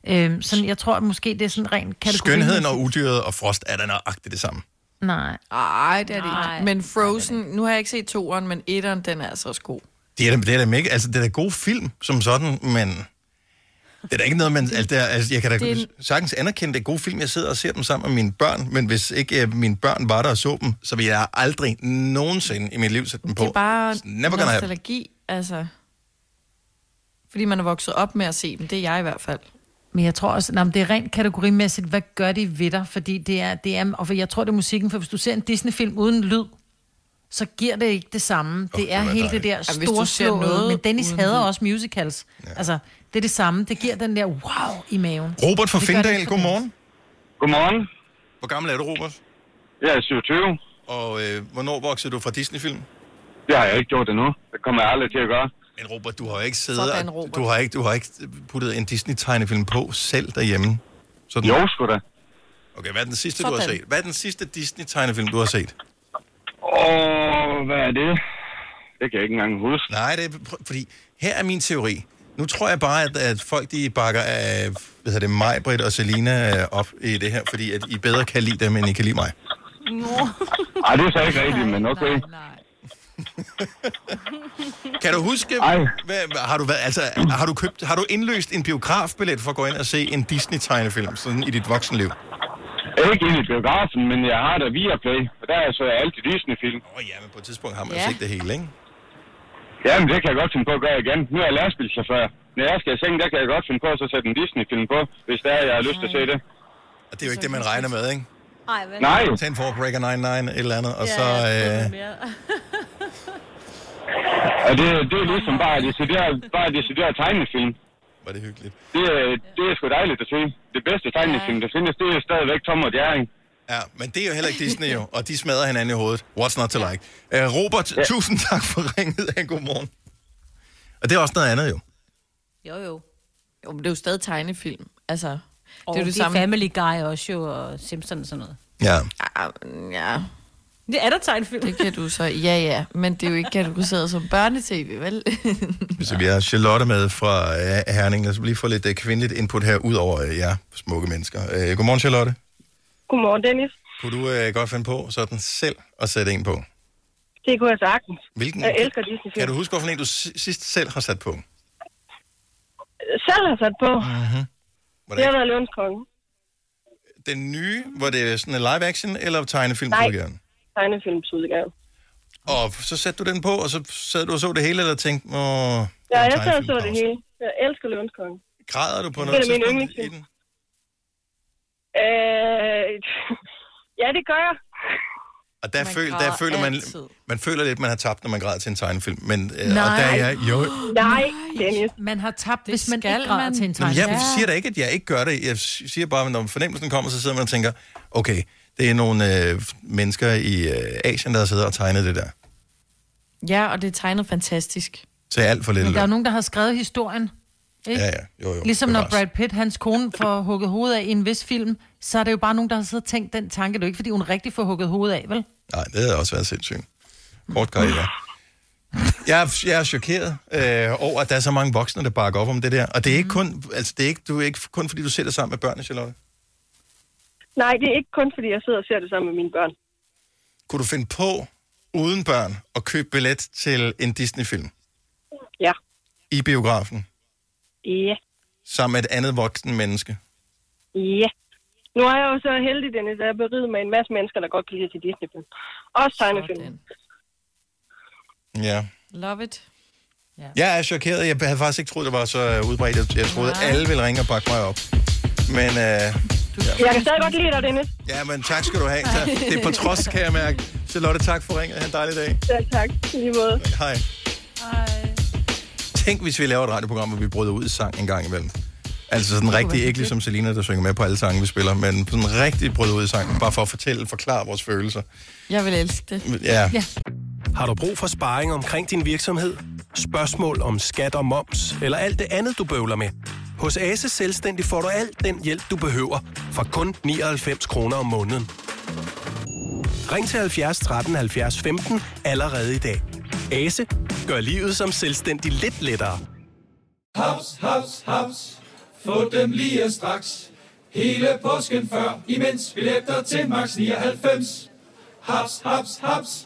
S2: øhm, sådan, jeg tror at måske, det er sådan rent kategori.
S1: Skønheden og udyret og frost er da nøjagtigt det samme.
S2: Nej.
S5: Ej, det er det ikke. Men Frozen, nu har jeg ikke set toeren, men etteren, den er altså også god.
S1: Det er da, det er da mega, altså det er da god film som sådan, men det er da ikke noget, man, altså, det er, altså jeg kan da
S5: Det er en-
S1: sagtens anerkende, det er gode film, jeg sidder og ser dem sammen med mine børn, men hvis ikke øh, mine børn var der og så dem, så ville jeg aldrig nogensinde i mit liv sætte dem på.
S5: Det er bare
S1: It's Never gonna happen.
S5: nostalgi, altså. Fordi man er vokset op med at se dem, det er jeg i hvert fald.
S2: Men jeg tror også, nej, men det er rent kategorimæssigt, hvad gør de ved dig? Fordi det er, det er, og for jeg tror, det er musikken, for hvis du ser en Disney-film uden lyd, så giver det ikke det samme. Oh, det er
S5: var
S2: hele det
S5: dejligt.
S2: der
S5: Ja, hvis du ser
S2: storslåede,
S5: noget
S2: men Dennis
S5: uden
S2: hader
S5: lyd.
S2: også musicals. Ja. Altså, det er det samme. Det giver den der wow i maven.
S1: Robert fra
S2: Det gør det
S1: Findal,
S2: ikke for
S1: godmorgen.
S19: Godmorgen.
S1: Hvor gammel er du, Robert?
S19: Jeg er 27.
S1: Og øh, hvornår voksede du fra Disney-film?
S19: Det har jeg ikke gjort endnu. Det kommer jeg aldrig til at gøre.
S1: Men Robert, du har jo ikke siddet
S19: Sådan,
S1: og-
S19: Robert.
S1: du har ikke, du har ikke puttet en Disney-tegnefilm på selv derhjemme. Sådan.
S19: Jo, sgu da.
S1: Okay, hvad er den sidste, du har
S19: Sådan.
S1: set? Hvad er den sidste Disney-tegnefilm, du har set?
S19: Åh, hvad er det? Det kan jeg ikke engang huske.
S1: Nej, det er, pr- fordi her er min teori. Nu tror jeg bare, at, at folk de bakker af, hvad hedder det, mig, Britt og Selina øh, op i det her, fordi at I bedre kan lide dem, end I kan lide mig.
S19: Nej, det er så ikke rigtigt, men okay.
S1: Kan du huske, hvad, har, du været, altså, har, du købt, har du indløst en biografbillet for at gå ind og se en Disney-tegnefilm sådan i dit voksenliv?
S19: Ikke ind i biografen, men jeg har da Viaplay, og der er så altid Disney-film.
S1: Åh oh, ja, men på et tidspunkt har man
S19: Ja.
S1: ja. set det hele, ikke?
S19: Jamen, det kan jeg godt finde på at gøre igen. Nu er jeg lastbilchauffør. Når jeg skal i seng, der kan jeg godt finde på at så sætte en Disney-film på, hvis der er, jeg har lyst til at se det.
S1: Og det er jo ikke det, man regner med, ikke?
S4: Nej, vel?
S1: Tænd for Breaker 99, et eller andet, og så...
S4: ja,
S1: Øh,
S19: Og det, det er ligesom bare decideret, bare decideret tegnefilm.
S1: Var det hyggeligt.
S19: Det, er- det er sgu dejligt at se. Det bedste tegnefilm, der findes, det er stadigvæk Tom og Djerring.
S1: Ja, men det er jo heller ikke Disney jo, og de smadrer hinanden i hovedet. What's not to like? Uh, Robert, ja. tusind tak for ringet. Ha' en god morgen. Og det er også noget andet jo.
S4: Jo, jo.
S5: Jo, men det er jo stadig tegnefilm. Altså,
S4: Og
S5: det er jo det samme.
S4: Family Guy også jo, og Simpson og sådan noget.
S1: Ja.
S5: Ah, mm, Ja.
S4: Det er der tegnefilm.
S5: Det kan du så, ja ja, men det er jo ikke kategoriseret som børnetv, [laughs] vel?
S1: Så vi har Charlotte med fra uh, Herning. Lad os lige få lidt øh, uh, kvindeligt input her, ud over uh, jer smukke mennesker. Uh, godmorgen, Øh, Charlotte.
S20: Godmorgen, Dennis.
S1: Kunne du øh, godt finde på sådan selv at sætte en på?
S20: Det kunne jeg sagtens.
S1: Hvilken-
S20: Jeg elsker Disney-film.
S1: Kan du huske, hvorfor en du si- sidst selv har sat på?
S20: Selv har sat på.
S12: Ah,
S1: Mm-hmm.
S20: Det har været Løvens Konge.
S1: Den nye, hvor det er sådan en live action eller tegnefilm?
S20: Nej.
S1: du gerne?
S20: Tegnefilmsudgave.
S1: Og så satte du den på, og så sad du og så det hele, eller tænkte, åh,
S20: Ja, jeg sad og så det hele. Jeg elsker Løvens Konge.
S1: græder du på
S20: det
S1: noget
S20: er min
S1: tidspunkt?
S20: yndlingsfilm. Øh, [laughs] ja, det gør jeg.
S1: Og der,
S20: Man
S1: føl, der
S20: græder
S1: føler man,
S20: altid.
S1: man føler lidt, man har tabt, når man græder til en tegnefilm. Men, øh,
S2: Nej.
S1: Og der er jeg,
S2: [gasps]
S1: jo,
S2: Nej, Dennis. Man har tabt, det hvis man
S5: skal
S2: ikke græder
S5: man.
S2: til en
S1: Nå, men
S2: tegnefilm.
S1: jeg siger da ikke, at jeg ikke gør det. Jeg siger bare, at når fornemmelsen kommer, så sidder man og tænker, okay, det er nogle øh, mennesker i øh, Asien, der sidder og tegner det der.
S5: Ja, og det er tegnet fantastisk.
S1: Så alt for lidt.
S2: Men der er jo
S1: løn.
S2: nogen, der har skrevet historien. Ikke?
S1: Ja, ja. Jo, jo.
S2: Ligesom når
S1: bevares.
S2: Brad Pitt, hans kone, får hugget hovedet af i en vis film, så er det jo bare nogen, der har siddet og tænkt den tanke. Det er jo ikke, fordi hun rigtig får hugget hovedet af, vel?
S1: Nej, det havde også været sindssygt. Kort karriere. Jeg er, jeg er chokeret øh, over, at der er så mange voksne, der bakker op om det der. Og det er ikke kun, altså det er ikke, du er ikke kun fordi, du ser det sammen med børnene, Charlotte.
S20: Nej, det er ikke kun, fordi jeg sidder og ser det sammen med mine børn.
S1: Kunne du finde på, uden børn, at købe billet til en Disney-film
S20: Ja.
S1: i biografen,
S20: Ja.
S1: sammen med et andet voksen menneske?
S20: Ja. Nu er jeg jo så heldig, Dennis, at jeg er beriget med en masse mennesker, der godt kan lide til Disney-film. Også tegnefilm.
S1: Ja.
S5: Love it.
S1: Jeg er chokeret. Jeg havde faktisk ikke troet, det var så øh, udbredt. Jeg- Jeg troede, at alle ville ringe og bakke mig op. Men, øh,
S20: Jeg kan stadig godt lide dig, Dennis.
S1: ja, men tak skal du have. Tak. Det er på trods, kan jeg mærke. Charlotte, tak for ringet. Ha' en dejlig dag.
S20: Ja, tak. I lige måde.
S1: Hej. Tænk, hvis vi laver et radioprogram, hvor vi bryder ud i sang en gang imellem. Altså sådan rigtig, ikke ligesom Selina, der synger med på alle sange, vi spiller, men sådan rigtig bryder ud i sangen, bare for at fortælle, forklare vores følelser.
S5: Jeg vil elske det.
S1: Ja.
S5: ja.
S21: Har du brug for sparring omkring din virksomhed? Spørgsmål om skat og moms, eller alt det andet, du bøvler med? Hos Ase Selvstændig får du alt den hjælp, du behøver, for kun 99 kroner om måneden. Ring til 70 13 70 15 allerede i dag. Ase gør livet som selvstændig lidt lettere.
S12: Haps, haps, haps. Få dem lige straks. Hele påsken før, imens billetter til max 99. Haps, haps, haps.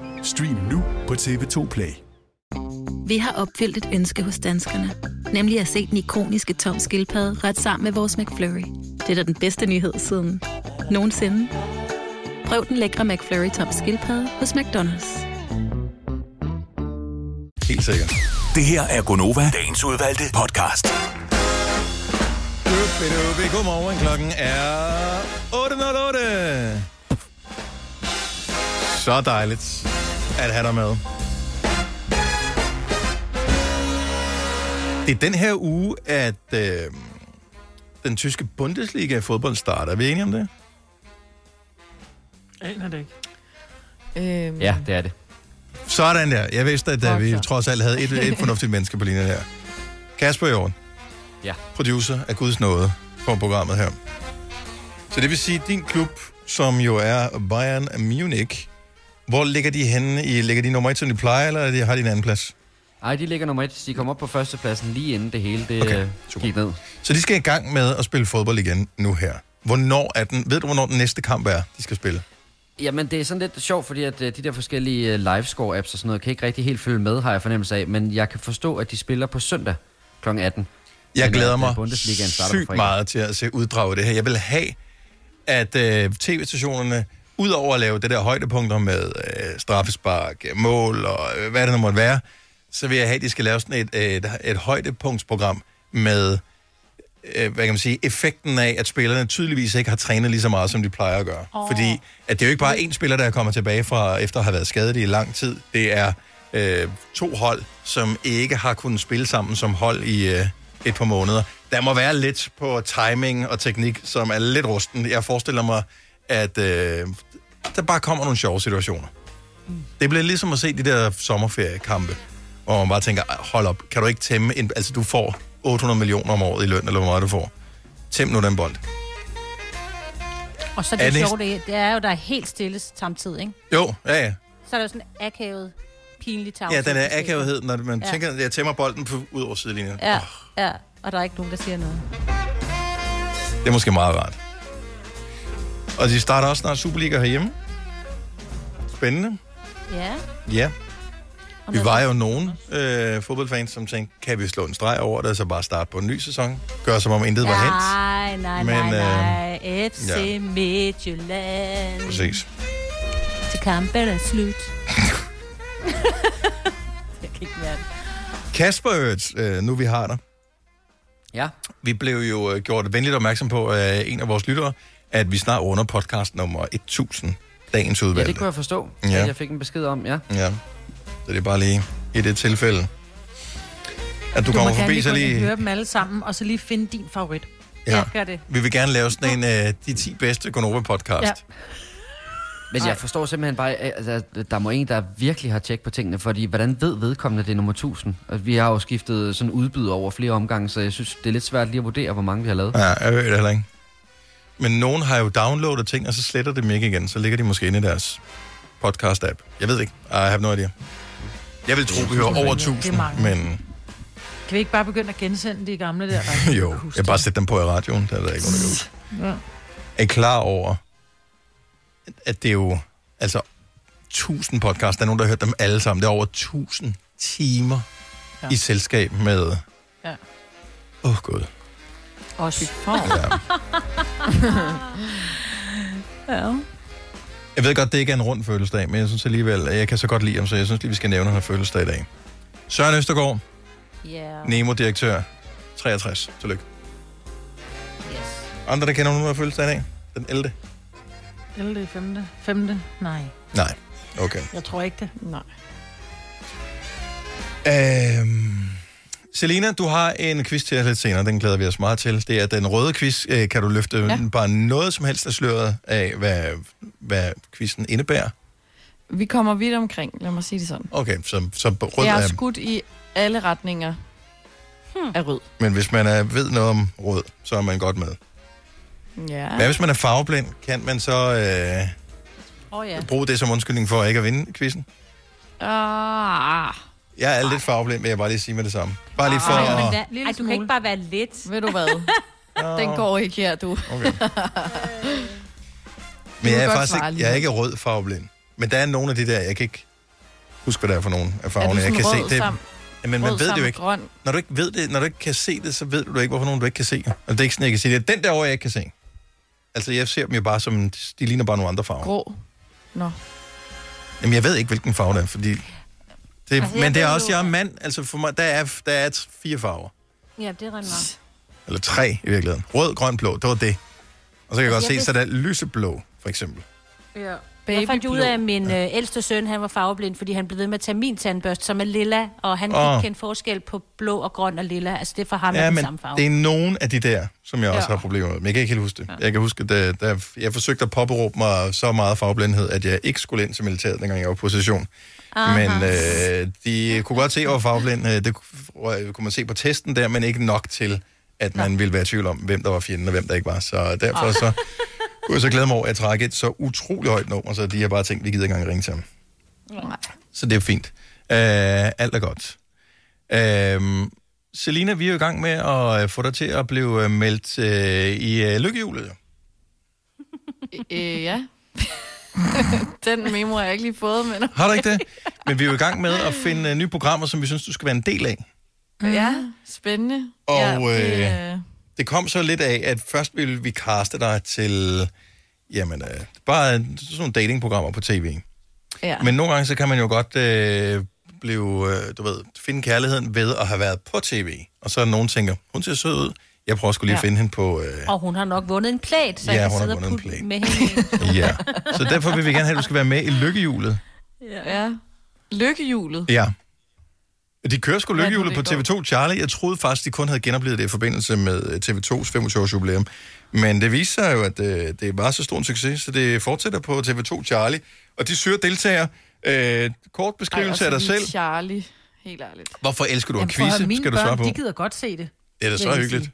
S17: Stream nu på TV2 Play.
S18: Vi har opfyldt et ønske hos danskerne. Nemlig at se den ikoniske tom skildpadde ret sammen med vores McFlurry. Det er da den bedste nyhed siden nogensinde. Prøv den lækre McFlurry tom skildpadde hos McDonald's.
S1: Helt sikkert.
S6: Det her er Gonova, dagens udvalgte podcast.
S1: Dubidubi. Godmorgen, klokken er 8.08. Så dejligt at have dig med. Det er den her uge, at øh, den tyske Bundesliga i fodbold starter. Er vi enige om det?
S2: Aner det ikke.
S5: Øhm,
S22: Ja, det er det.
S1: Sådan der. Jeg vidste, at øh, vi trods alt havde et, et fornuftigt menneske på linjen her. Kasper Jorden.
S22: Ja.
S1: Producer af Guds Nåde på programmet her. Så det vil sige, at din klub, som jo er Bayern Munich, hvor ligger de henne? I, ligger de nummer et, som de plejer, eller er de- har de en anden plads?
S22: Ej, de ligger nummer et. De kommer op på førstepladsen lige inden det hele det
S1: Okay,
S22: okay, gik ned.
S1: Så de skal i gang med at spille fodbold igen nu her. Hvornår er den? Ved du, hvornår den næste kamp er, de skal spille?
S22: Jamen, det er sådan lidt sjovt, fordi at øh, de der forskellige øh, livescore-apps og sådan noget, kan ikke rigtig helt følge med, har jeg fornemmelse af. Men jeg kan forstå, at de spiller på søndag kl. 18.
S1: Jeg
S22: Men,
S1: glæder
S22: øh,
S1: mig
S22: Bundesligaen starter på
S1: sygt
S22: fredag.
S1: meget til at se uddraget det her. Jeg vil have, at øh, tv-stationerne, udover at lave det der højdepunkter med øh, straffespark, øh, mål og øh, hvad det nu måtte være, så vil jeg have, at de skal lave sådan et, øh, et, et højdepunktsprogram med, øh, hvad kan man sige, effekten af, at spillerne tydeligvis ikke har trænet lige så meget, som de plejer at gøre. Oh. Fordi at det er jo ikke bare én spiller, der kommer tilbage fra, efter at have været skadet i lang tid. Det er øh, to hold, som ikke har kunnet spille sammen som hold i øh, et par måneder. Der må være lidt på timing og teknik, som er lidt rusten. Jeg forestiller mig, at øh, der bare kommer nogle sjove situationer. Det bliver ligesom at se de der sommerferiekampe, hvor man bare tænker, "Ej, hold op, kan du ikke tæmme en... Altså, du får 800 millioner om året i løn, eller hvor meget du får. Tæm nu den bold.
S4: Og så er det,
S1: Er
S4: det
S1: det-
S4: sjovt, det, det er jo, der er helt stille samtidig, ikke?
S1: Jo, ja, ja.
S4: Så er der jo sådan en akavet, pinlig tavs.
S1: Ja, den er akavethed, når man
S4: Ja.
S1: ja. tænker, jeg tæmmer bolden på, ud over sidelinjen.
S4: Ja, ja, og der er ikke nogen, der siger noget.
S1: Det er måske meget rart. Og de starter også snart Superliga herhjemme. Spændende.
S4: Ja.
S1: Ja. Vi var jo nogen øh, fodboldfans, som tænkte, kan vi slå en streg over det, og så bare starte på en ny sæson? Gør som om intet var hent.
S4: Nej, nej,
S1: Men,
S4: nej,
S1: øh,
S4: nej. FC
S1: ja.
S4: Midtjylland.
S1: Præcis.
S4: Til kampen er slut.
S1: [laughs]
S4: jeg kan ikke være det.
S1: Kasper Ørts, øh, nu vi har dig.
S22: Ja.
S1: Vi blev jo øh, gjort venligt opmærksom på af en af vores lyttere, at vi snart runder podcast nummer 1000, dagens
S22: Ja,
S1: udvalg.
S22: det kunne jeg forstå,
S1: Ja.
S22: at jeg fik en besked om, ja.
S1: Ja, så det er bare lige i det tilfælde, at du,
S2: må
S1: kommer
S2: gerne
S1: forbi, så
S2: gå ind og
S1: lige...
S2: høre dem alle sammen, og så lige finde din favorit.
S1: Ja.
S2: gør det.
S1: Vi vil gerne lave sådan en øh, de 10 bedste Gonova-podcast. Ja.
S2: Ja.
S22: Men jeg forstår simpelthen bare, at altså, der må en, der virkelig har tjek på tingene, fordi hvordan ved vedkommende, det er nummer 1000? Og vi har jo skiftet sådan udbyder over flere omgange, så jeg synes, det er lidt svært lige at vurdere, hvor mange vi har lavet.
S1: ja, jeg ved det heller ikke. Men nogen har jo downloadet ting, og så sletter dem ikke igen. Så ligger de måske inde i deres podcast-app. Jeg ved ikke. I have no idea. Jeg vil tro, vi hører over
S2: Det er
S1: 1000,
S2: mange.
S1: men
S2: Kan vi ikke bare begynde at gensende de gamle
S1: [laughs]
S2: der? der?
S1: jo, jeg kan bare sætte dem på i radioen. Der er der ikke noget, der kan huske.
S2: Ja.
S1: Er I klar over, at det er jo, altså, 1000 podcasts, der er nogen, der har hørt dem alle sammen. Det er over 1000 timer ja. i selskab med... Åh,
S2: Ja.
S1: oh, Gud.
S2: Også. [laughs]
S4: Ja. ja.
S1: Jeg ved godt, det ikke er en rund fødselsdag, men jeg synes alligevel, at jeg kan så godt lide ham, så jeg synes lige, vi skal nævne, at han har fødselsdag i dag. Søren Østergaard,
S4: Yeah.
S1: Nemo-direktør, 63. Tillykke. Andre, der kender nogen, der har fødselsdag i dag? Den ældre?
S2: Eller det femte. Femte? Nej.
S1: Nej. Okay.
S2: Jeg tror ikke det. Nej.
S1: Øhm, Selina, du har en quiz til os lidt senere. Den glæder vi os meget til. Det er den røde quiz. Øh, Kan du løfte ja. bare noget som helst af sløret af, hvad, hvad quizzen indebærer?
S5: Vi kommer vidt omkring, lad mig sige det sådan.
S1: Okay, så, så rød
S5: Jeg
S1: er...
S5: er skudt i alle retninger hmm. af rød.
S1: Men hvis man er, ved noget om rød, så er man godt med.
S5: Ja.
S1: Hvad hvis man er farveblind? Kan man så øh,
S5: Oh, ja.
S1: bruge det som undskyldning for ikke at vinde quizzen?
S5: Ah.
S1: Jeg er lidt farveblind, vil jeg bare lige sige med det samme. Bare lige for
S4: Ej, men
S1: at...
S4: hvad? Ej, du kan ikke bare være lidt.
S5: Ved du hvad? Den går ikke her, du.
S1: Okay.
S5: Du
S1: Men jeg
S5: kan
S1: er
S5: godt
S1: faktisk
S5: svare
S1: ikke,
S5: alligevel.
S1: jeg er ikke rød farveblind. Men der er nogle af de der, jeg kan ikke huske, hvad der er for nogle af farverne.
S5: sådan
S1: jeg kan
S5: rød
S1: se det.
S5: sammen-
S1: men man
S5: rød
S1: ved det
S5: sammen
S1: jo ikke.
S5: grøn?
S1: Når du ikke ved det, når du ikke kan se det, så ved du ikke, hvorfor nogen du ikke kan se. Og det er ikke sådan, jeg kan sige det. er Den derovre, jeg ikke kan se. Altså, jeg ser dem jo bare som, de ligner bare nogle andre farver.
S5: Grå. Nå.
S1: Jamen, jeg ved ikke, hvilken farve det er, fordi... Det,
S4: Altså,
S1: altså,
S4: jeg
S1: men det er
S4: ved
S1: også,
S4: jo-
S1: jeg er mand. Altså, for mig, der er, der er t- fire farver.
S4: Ja, det er ret meget.
S1: Eller tre, i virkeligheden. Rød, grøn, blå. Det var det. Og så kan jeg godt
S4: Altså, jeg
S1: se, så der er lyseblå, for eksempel.
S4: Ja. Jeg fandt ud af, at min øh, ældste søn han var farveblind, fordi han blev ved med at tage min tandbørste, som er lilla, og han oh.
S1: Åh.
S4: ikke kende forskel på blå og grøn og lilla. Altså, det er for ham ja,
S1: Ja,
S4: den
S1: men
S4: samme farve.
S1: det er nogen af de der, som jeg også
S4: Ja.
S1: har problemer med. Men jeg kan ikke helt huske det. Jeg kan huske, at der, der, jeg forsøgte at påberåbe mig så meget farveblindhed, at jeg ikke skulle ind til militæret, dengang jeg var på position.
S3: Aha.
S1: Men øh, de kunne godt se, at jeg var farveblind. Øh, Det kunne kunne man se på testen der, men ikke nok til, at man ville være i tvivl om, hvem der var fjenden og hvem der ikke var. Så derfor
S3: Ah.
S1: så kunne jeg så glæde mig over, at jeg trak et så utrolig højt nummer, så de har bare tænkt, vi gider ikke engang ringe til ham.
S5: Nej.
S1: Så det er fint. Øh, alt er godt. Øh, Selina, vi er jo i gang med at øh, få dig til at blive øh, meldt øh, i øh, lykkehjulet. jo.
S5: Øh, ja. [laughs] Den memo har jeg ikke lige fået, men...
S1: Har du ikke det? Men vi er jo i gang med at finde øh, nye programmer, som vi synes, du skal være en del af.
S5: Ja, spændende.
S1: Og,
S5: ja,
S1: øh, Det kom så lidt af, at først ville vi kaste dig til jamen, øh, bare sådan nogle datingprogrammer på tv.
S5: ja.
S1: Men nogle gange, så kan man jo godt øh, blive, øh, du ved, finde kærligheden ved at have været på tv. Og så er der nogen, der tænker, hun ser sød ud. Jeg prøver sgu lige at
S4: Ja.
S1: finde hende på... Øh,
S4: Og hun har nok vundet en plæt, så
S1: Ja,
S4: jeg
S1: hun
S4: kan
S1: har
S4: sidde og
S1: vundet en
S4: putte
S1: plæt.
S4: med
S1: [laughs]
S4: hende.
S1: Ja, så derfor vil vi gerne have, at du skal være med i lykkehjulet.
S5: ja. ja. Lykkehjulet.
S1: Ja. De kører sgu
S5: Hvad er det,
S1: lykkehjulet på
S5: det
S1: TV2 Charlie. Jeg troede faktisk, de kun havde genoplevet det i forbindelse med øh, TV2's 25-års jubilæum. Men det viser sig jo, at øh, det var så stor en succes, så det fortsætter på TV2 Charlie. Og de søger deltagere Øh, kort beskrivelse af dig selv.
S5: Charlie, helt ærligt.
S1: Hvorfor elsker du at
S2: for
S1: quizze,
S2: mine
S1: skal du
S2: børn,
S1: svare på.
S2: de gider godt se det.
S1: Det er da
S5: vil
S1: så
S5: jeg
S1: hyggeligt.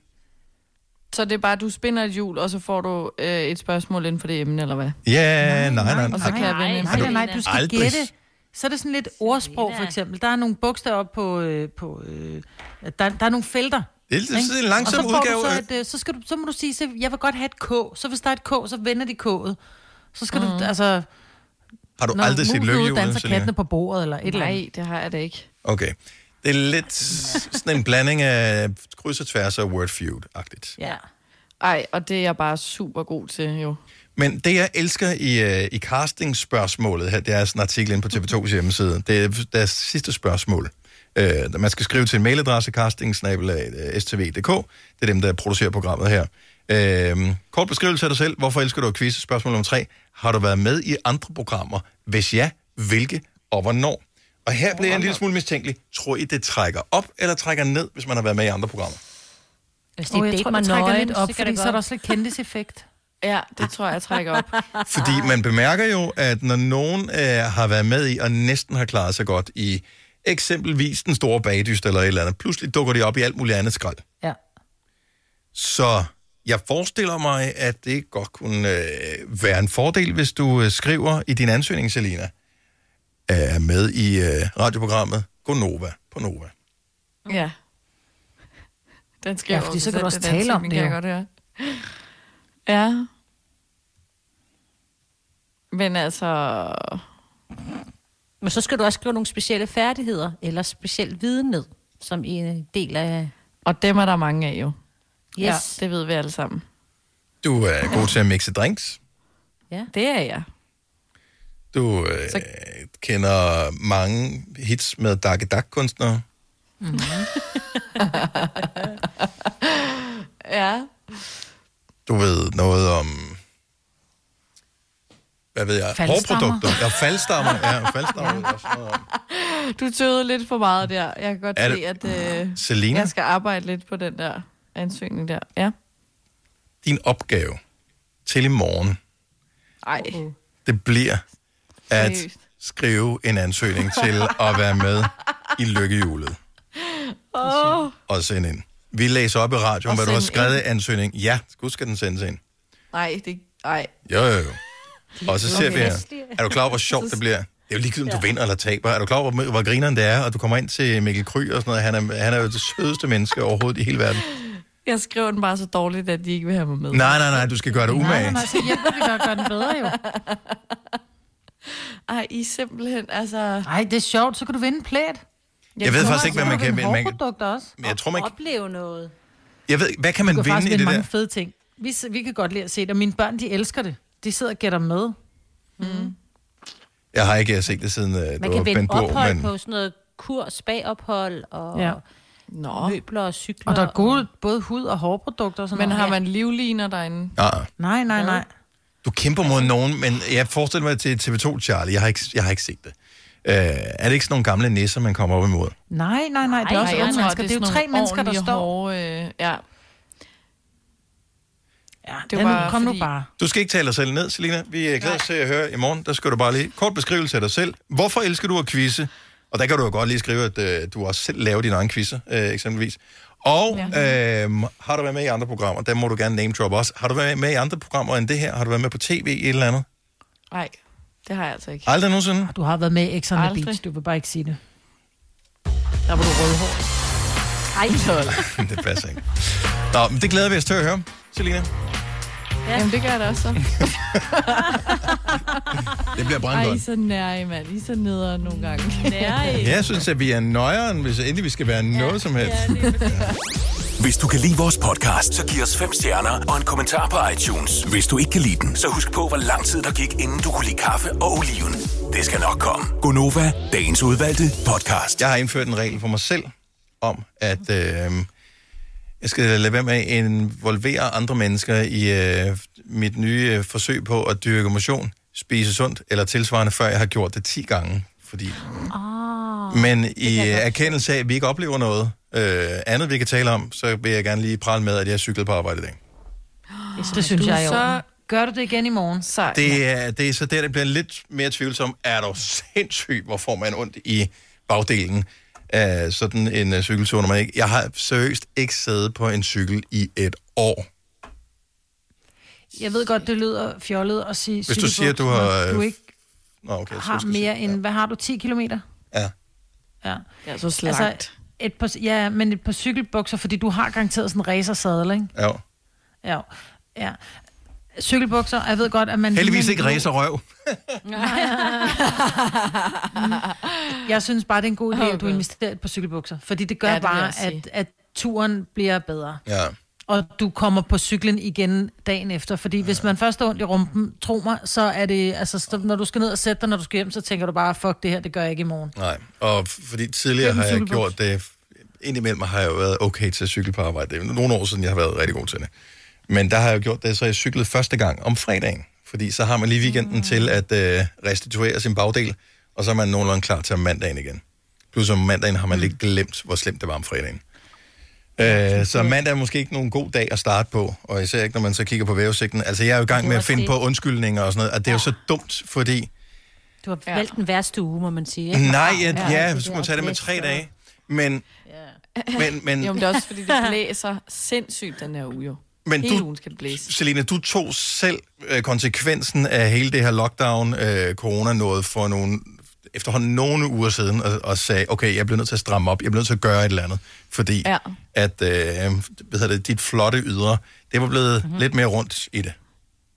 S5: Så det er bare, at du spinder et hjul, og så får du øh, et spørgsmål inden for det emne, eller hvad?
S1: Ja, nej, nej, nej.
S5: Og så kan jeg
S2: Nej,
S5: vinde.
S2: nej, nej, nej, du skal
S1: Aldrig.
S2: Aldrig. gætte. Så er det sådan lidt ordsprog, for eksempel. Der er nogle bogstaver på... Øh, på øh, der, der er nogle felter.
S1: Det er lidt
S2: ikke?
S1: sådan en langsom
S2: og så får Du
S1: udgave
S2: så,
S1: af-
S2: et, øh, så, skal du, så må du sige, så jeg vil godt have et K. Så hvis der er et K, så vender de K'et. Så skal mm. du, altså...
S1: Har du
S2: når
S1: aldrig set
S2: musen ude
S1: lykkehjulet,
S2: danser
S1: Selina?
S2: kattene på bordet, eller et eller andet.
S5: Nej, det har jeg da ikke.
S1: Okay. Det er lidt sådan en blanding af kryds og tværs og word feud-agtigt.
S5: Ja. Ej, og det er jeg bare super god til, jo.
S1: Men det, jeg elsker i, øh, i casting-spørgsmålet her, det er sådan en artikel inde på TV2's hjemmeside. Det er deres sidste spørgsmål. Øh, man skal skrive til en mailadresse, castingsnabelag.stv.dk. Det er dem, der producerer programmet her. Øh, kort beskrivelse af dig selv. Hvorfor elsker du at quiz? Spørgsmål nummer tre. Har du været med i andre programmer? Hvis ja, hvilke og hvornår? Og her bliver jeg en lille smule mistænkelig. Tror I, det trækker op eller trækker ned, hvis man har været med i andre programmer?
S4: Hvis
S2: det er oh, jeg
S4: date
S2: tror,
S4: mig
S2: det trækker
S4: nøget,
S2: lidt op,
S4: så kan
S2: fordi
S4: det
S2: så er der
S4: godt.
S2: også lidt [laughs] kendiseffekt.
S5: Ja,
S2: Ah.
S5: det tror jeg, jeg trækker op.
S1: Fordi man bemærker jo, at når nogen øh, har været med i, og næsten har klaret sig godt i eksempelvis den store bagdyst eller et eller andet, pludselig dukker de op i alt muligt andet skrald.
S2: Ja.
S1: Så jeg forestiller mig, at det godt kunne øh, være en fordel, hvis du øh, skriver i din ansøgning, Selina, er med i øh, radioprogrammet Gonova på Nova.
S5: Ja. Den skal
S2: Ja,
S5: jeg
S2: fordi så kan
S5: oversætte,
S2: du også
S5: den
S2: tale om
S5: sætning
S2: det,
S5: kan
S2: jo.
S5: jeg godt høre. Ja. Men altså...
S4: Men så skal du også skrive nogle specielle færdigheder, eller speciel viden ned, som en del af...
S5: Og dem er der mange af jo.
S4: Yes.
S5: Ja, det ved vi alle sammen.
S1: Du er god til at mixe drinks.
S5: Ja. Det er jeg.
S1: Du øh, kender mange hits med Dakke Dak-kunstnere.
S5: Mm. ja.
S1: du ved noget om, hvad ved jeg,
S5: Faldstammer.
S1: hårprodukter. Ja, faldstammer.
S5: [laughs]
S1: Ja, faldstammer. ja.
S5: Du tøvede lidt for meget der. Jeg kan godt
S1: Er
S5: se,
S1: det-
S5: at øh,
S1: Selina?
S5: jeg skal arbejde lidt på den der ansøgning der. Ja.
S1: Din opgave til i morgen,
S5: Ej.
S1: det bliver at
S5: Seriøst?
S1: skrive en ansøgning til at være med i lykkehjulet
S5: Åh.
S1: og sende ind. Vi læser op i radioen,
S5: Og
S1: hvad du har
S5: sende
S1: skrevet
S5: ind.
S1: i ansøgning. Ja, gud skal den sendes ind.
S5: Nej, det... Ej.
S1: Jo, jo, jo. Og så ser
S5: Okay.
S1: vi her. Er du klar over, hvor sjovt det bliver? Det er jo ligegyldigt, om du vinder eller taber. Er du klar over, hvor- hvor grineren det er? Og du kommer ind til Mikkel Kry og sådan noget. Han er, han er jo det sødeste menneske overhovedet i hele verden.
S5: Jeg skrev den bare så dårligt, at de ikke vil have mig med.
S1: Nej, nej, nej, du skal gøre dig
S5: Nej,
S1: umage.
S5: nej, nej.
S2: Så hjælper altså, vi dig at gøre den bedre, jo.
S5: Ej, I er simpelthen, altså...
S2: Ej, det er sjovt. Så kan du vinde en plæt.
S1: Jeg ved faktisk ikke, hvad man kan-
S2: vinde.
S1: men man kan-
S2: Hårprodukter også.
S1: Men jeg tror, man kan-
S2: Opleve noget.
S1: Jeg ved, ikke, hvad kan man
S2: du kan
S1: vinde
S2: faktisk
S1: i
S2: vinde
S1: det
S2: mange
S1: der?
S2: fede ting. Vi, s- vi kan godt lide at se det, og mine børn, de elsker det. De sidder og gætter med. Mm.
S1: Jeg har ikke øh, set det siden øh,
S4: Man
S1: det var
S4: kan vinde
S1: Ben Burg,
S4: ophold
S1: men
S4: på sådan noget kur, spagophold og
S2: Ja.
S4: ja.
S5: Nå.
S4: møbler og cykler.
S2: Og der er gode både hud- og hårprodukter og sådan
S5: Men
S2: noget.
S5: har man livliner derinde?
S1: nej,
S2: Nej, nej, nej.
S1: du kæmper mod nogen, men jeg forestiller mig til TV2, Charlie. Jeg har ikke, jeg har ikke set det. Øh, er det ikke sådan nogle gamle nisser, man kommer op imod?
S2: Nej, nej, nej. Det er også
S5: jeg
S2: unge
S5: tror,
S2: mennesker. Det er jo
S5: sådan
S2: tre
S5: nogle
S2: mennesker, der
S5: ordentlige,
S2: står.
S5: Hårde, øh, ja.
S2: Ja,
S5: det
S2: den-
S5: var
S2: kom nu
S5: fordi-
S2: bare.
S1: Du skal ikke tale dig selv ned, Selina. Vi øh, glæder os til at høre i morgen. Der skal du bare lige kort beskrivelse af dig selv. Hvorfor elsker du at quizze? Og der kan du jo godt lige skrive, at øh, du også selv laver dine egne quizzer, øh, eksempelvis. Og ja. øh, har du været med i andre programmer? Der må du gerne name drop også. Har du været med i andre programmer end det her? Har du været med på tv i et eller andet?
S5: Nej, det har jeg altså ikke.
S1: Aldrig nogensinde?
S2: Du har været med i X on the
S5: Aldrig.
S2: Beach. Du vil bare ikke sige det. Der var du rødhård.
S5: Ej,
S1: det passer ikke. Nå, men det glæder vi os til at høre, Selina.
S5: ja. Jamen, det gør jeg da
S1: [laughs]
S5: også så.
S1: Det bliver
S5: Ej, I er
S1: brandgodt.
S5: så nære, mand. I er så nedere nogle gange. Nære,
S1: Jeg synes, at vi er nøjeren, hvis endelig vi skal være noget som helst.
S6: Hvis du kan lide vores podcast, så giv os fem stjerner og en kommentar på iTunes. Hvis du ikke kan lide den, så husk på, hvor lang tid der gik, inden du kunne lide kaffe og oliven. Det skal nok komme.
S1: Gonova, dagens udvalgte podcast. Jeg har indført en regel for mig selv om, at øh, jeg skal lade være med at involvere andre mennesker i øh, mit nye øh, forsøg på at dyrke motion, spise sundt eller tilsvarende, før jeg har gjort det 10 gange. Fordi... Oh, Men i øh, erkendelse af, at vi ikke oplever noget øh, andet, vi kan tale om, så vil jeg gerne lige prale med, at jeg cyklede på arbejde i dag.
S2: Det synes
S5: du
S2: jeg er i
S5: er så
S2: Gør du det igen i morgen?
S5: Sejt.
S1: Det er, det er så der, det bliver lidt mere tvivlsom. Er du sindssygt, hvor får man ondt i bagdelen af sådan en øh, cykeltur, når man ikke... Jeg har seriøst ikke siddet på en cykel i et år.
S2: Jeg ved godt, det lyder fjollet at sige...
S1: Hvis du
S2: cykelbog,
S1: siger, du
S2: når
S1: har, øh,
S2: Du ikke
S1: Nå, okay, jeg
S2: har
S1: synes,
S2: mere end... Hvad har du? 10 kilometer?
S1: Ja.
S2: Ja.
S5: Ja, så slagt.
S2: Altså, et par, ja, men et par cykelbukser, fordi du har garanteret sådan en racersadel, ikke?
S1: Ja.
S2: Ja. ja. Cykelbukser, og jeg ved godt, at man...
S1: Heldigvis
S2: ligner
S1: ikke
S2: en-
S1: racer røv.
S2: Jeg synes bare, det er en god idé, at du investerer på cykelbukser, fordi det gør
S5: Ja,
S2: ja,
S5: det
S2: det
S5: vil jeg
S2: bare, at,
S5: også
S2: at turen bliver bedre.
S1: Ja.
S2: Og du kommer på cyklen igen dagen efter, fordi ja. hvis man først er ondt i rumpen, tro mig, så er det, altså så, når du skal ned og sætte dig, når du skal hjem, så tænker du bare, fuck det her, det gør jeg ikke i morgen.
S1: Nej, og f- fordi tidligere
S2: Køb en
S1: har jeg
S2: cykelbukse.
S1: gjort det... Indimellem har jeg jo været okay til at cykle på arbejde. Det er nogle år siden, jeg har været rigtig god til det. Men der har jeg jo gjort det, så jeg cyklede første gang om fredagen. Fordi så har man lige weekenden mm. til at øh, restituere sin bagdel, og så er man nogenlunde klar til om mandagen igen. Plus om mandagen har man lidt glemt, hvor slemt det var om fredagen. Øh, så mandag er måske ikke nogen god dag at starte på, og især ikke, når man så kigger på vejrudsigten. Altså, jeg er jo i gang
S4: Det
S1: med
S4: var
S1: at finde
S4: det.
S1: på undskyldninger og sådan noget, og det er jo så dumt, fordi...
S4: Du har valgt den værste uge, må man sige. ikke?
S1: [laughs] Nej, ja,
S4: det er
S1: ja så
S4: der
S1: må man tage det med
S4: blæst,
S1: tre
S4: og-
S1: dage. Men, men, men,
S5: [laughs] Jo, men det er også, fordi det blæser sindssygt den her uge, jo.
S1: Men
S5: Hele
S1: du-
S5: ugen skal det blæse.
S1: Selina, du tog selv øh, konsekvensen af hele det her lockdown, øh, corona noget for nogle, efterhånden nogle uger siden, og, og sagde, okay, jeg bliver nødt til at stramme op, jeg bliver nødt til at gøre et eller andet, fordi
S5: Ja.
S1: ja. at øh, hvad hedder det, dit flotte ydre, det var blevet
S5: Mhm.
S1: mm-hmm. lidt mere rundt i det.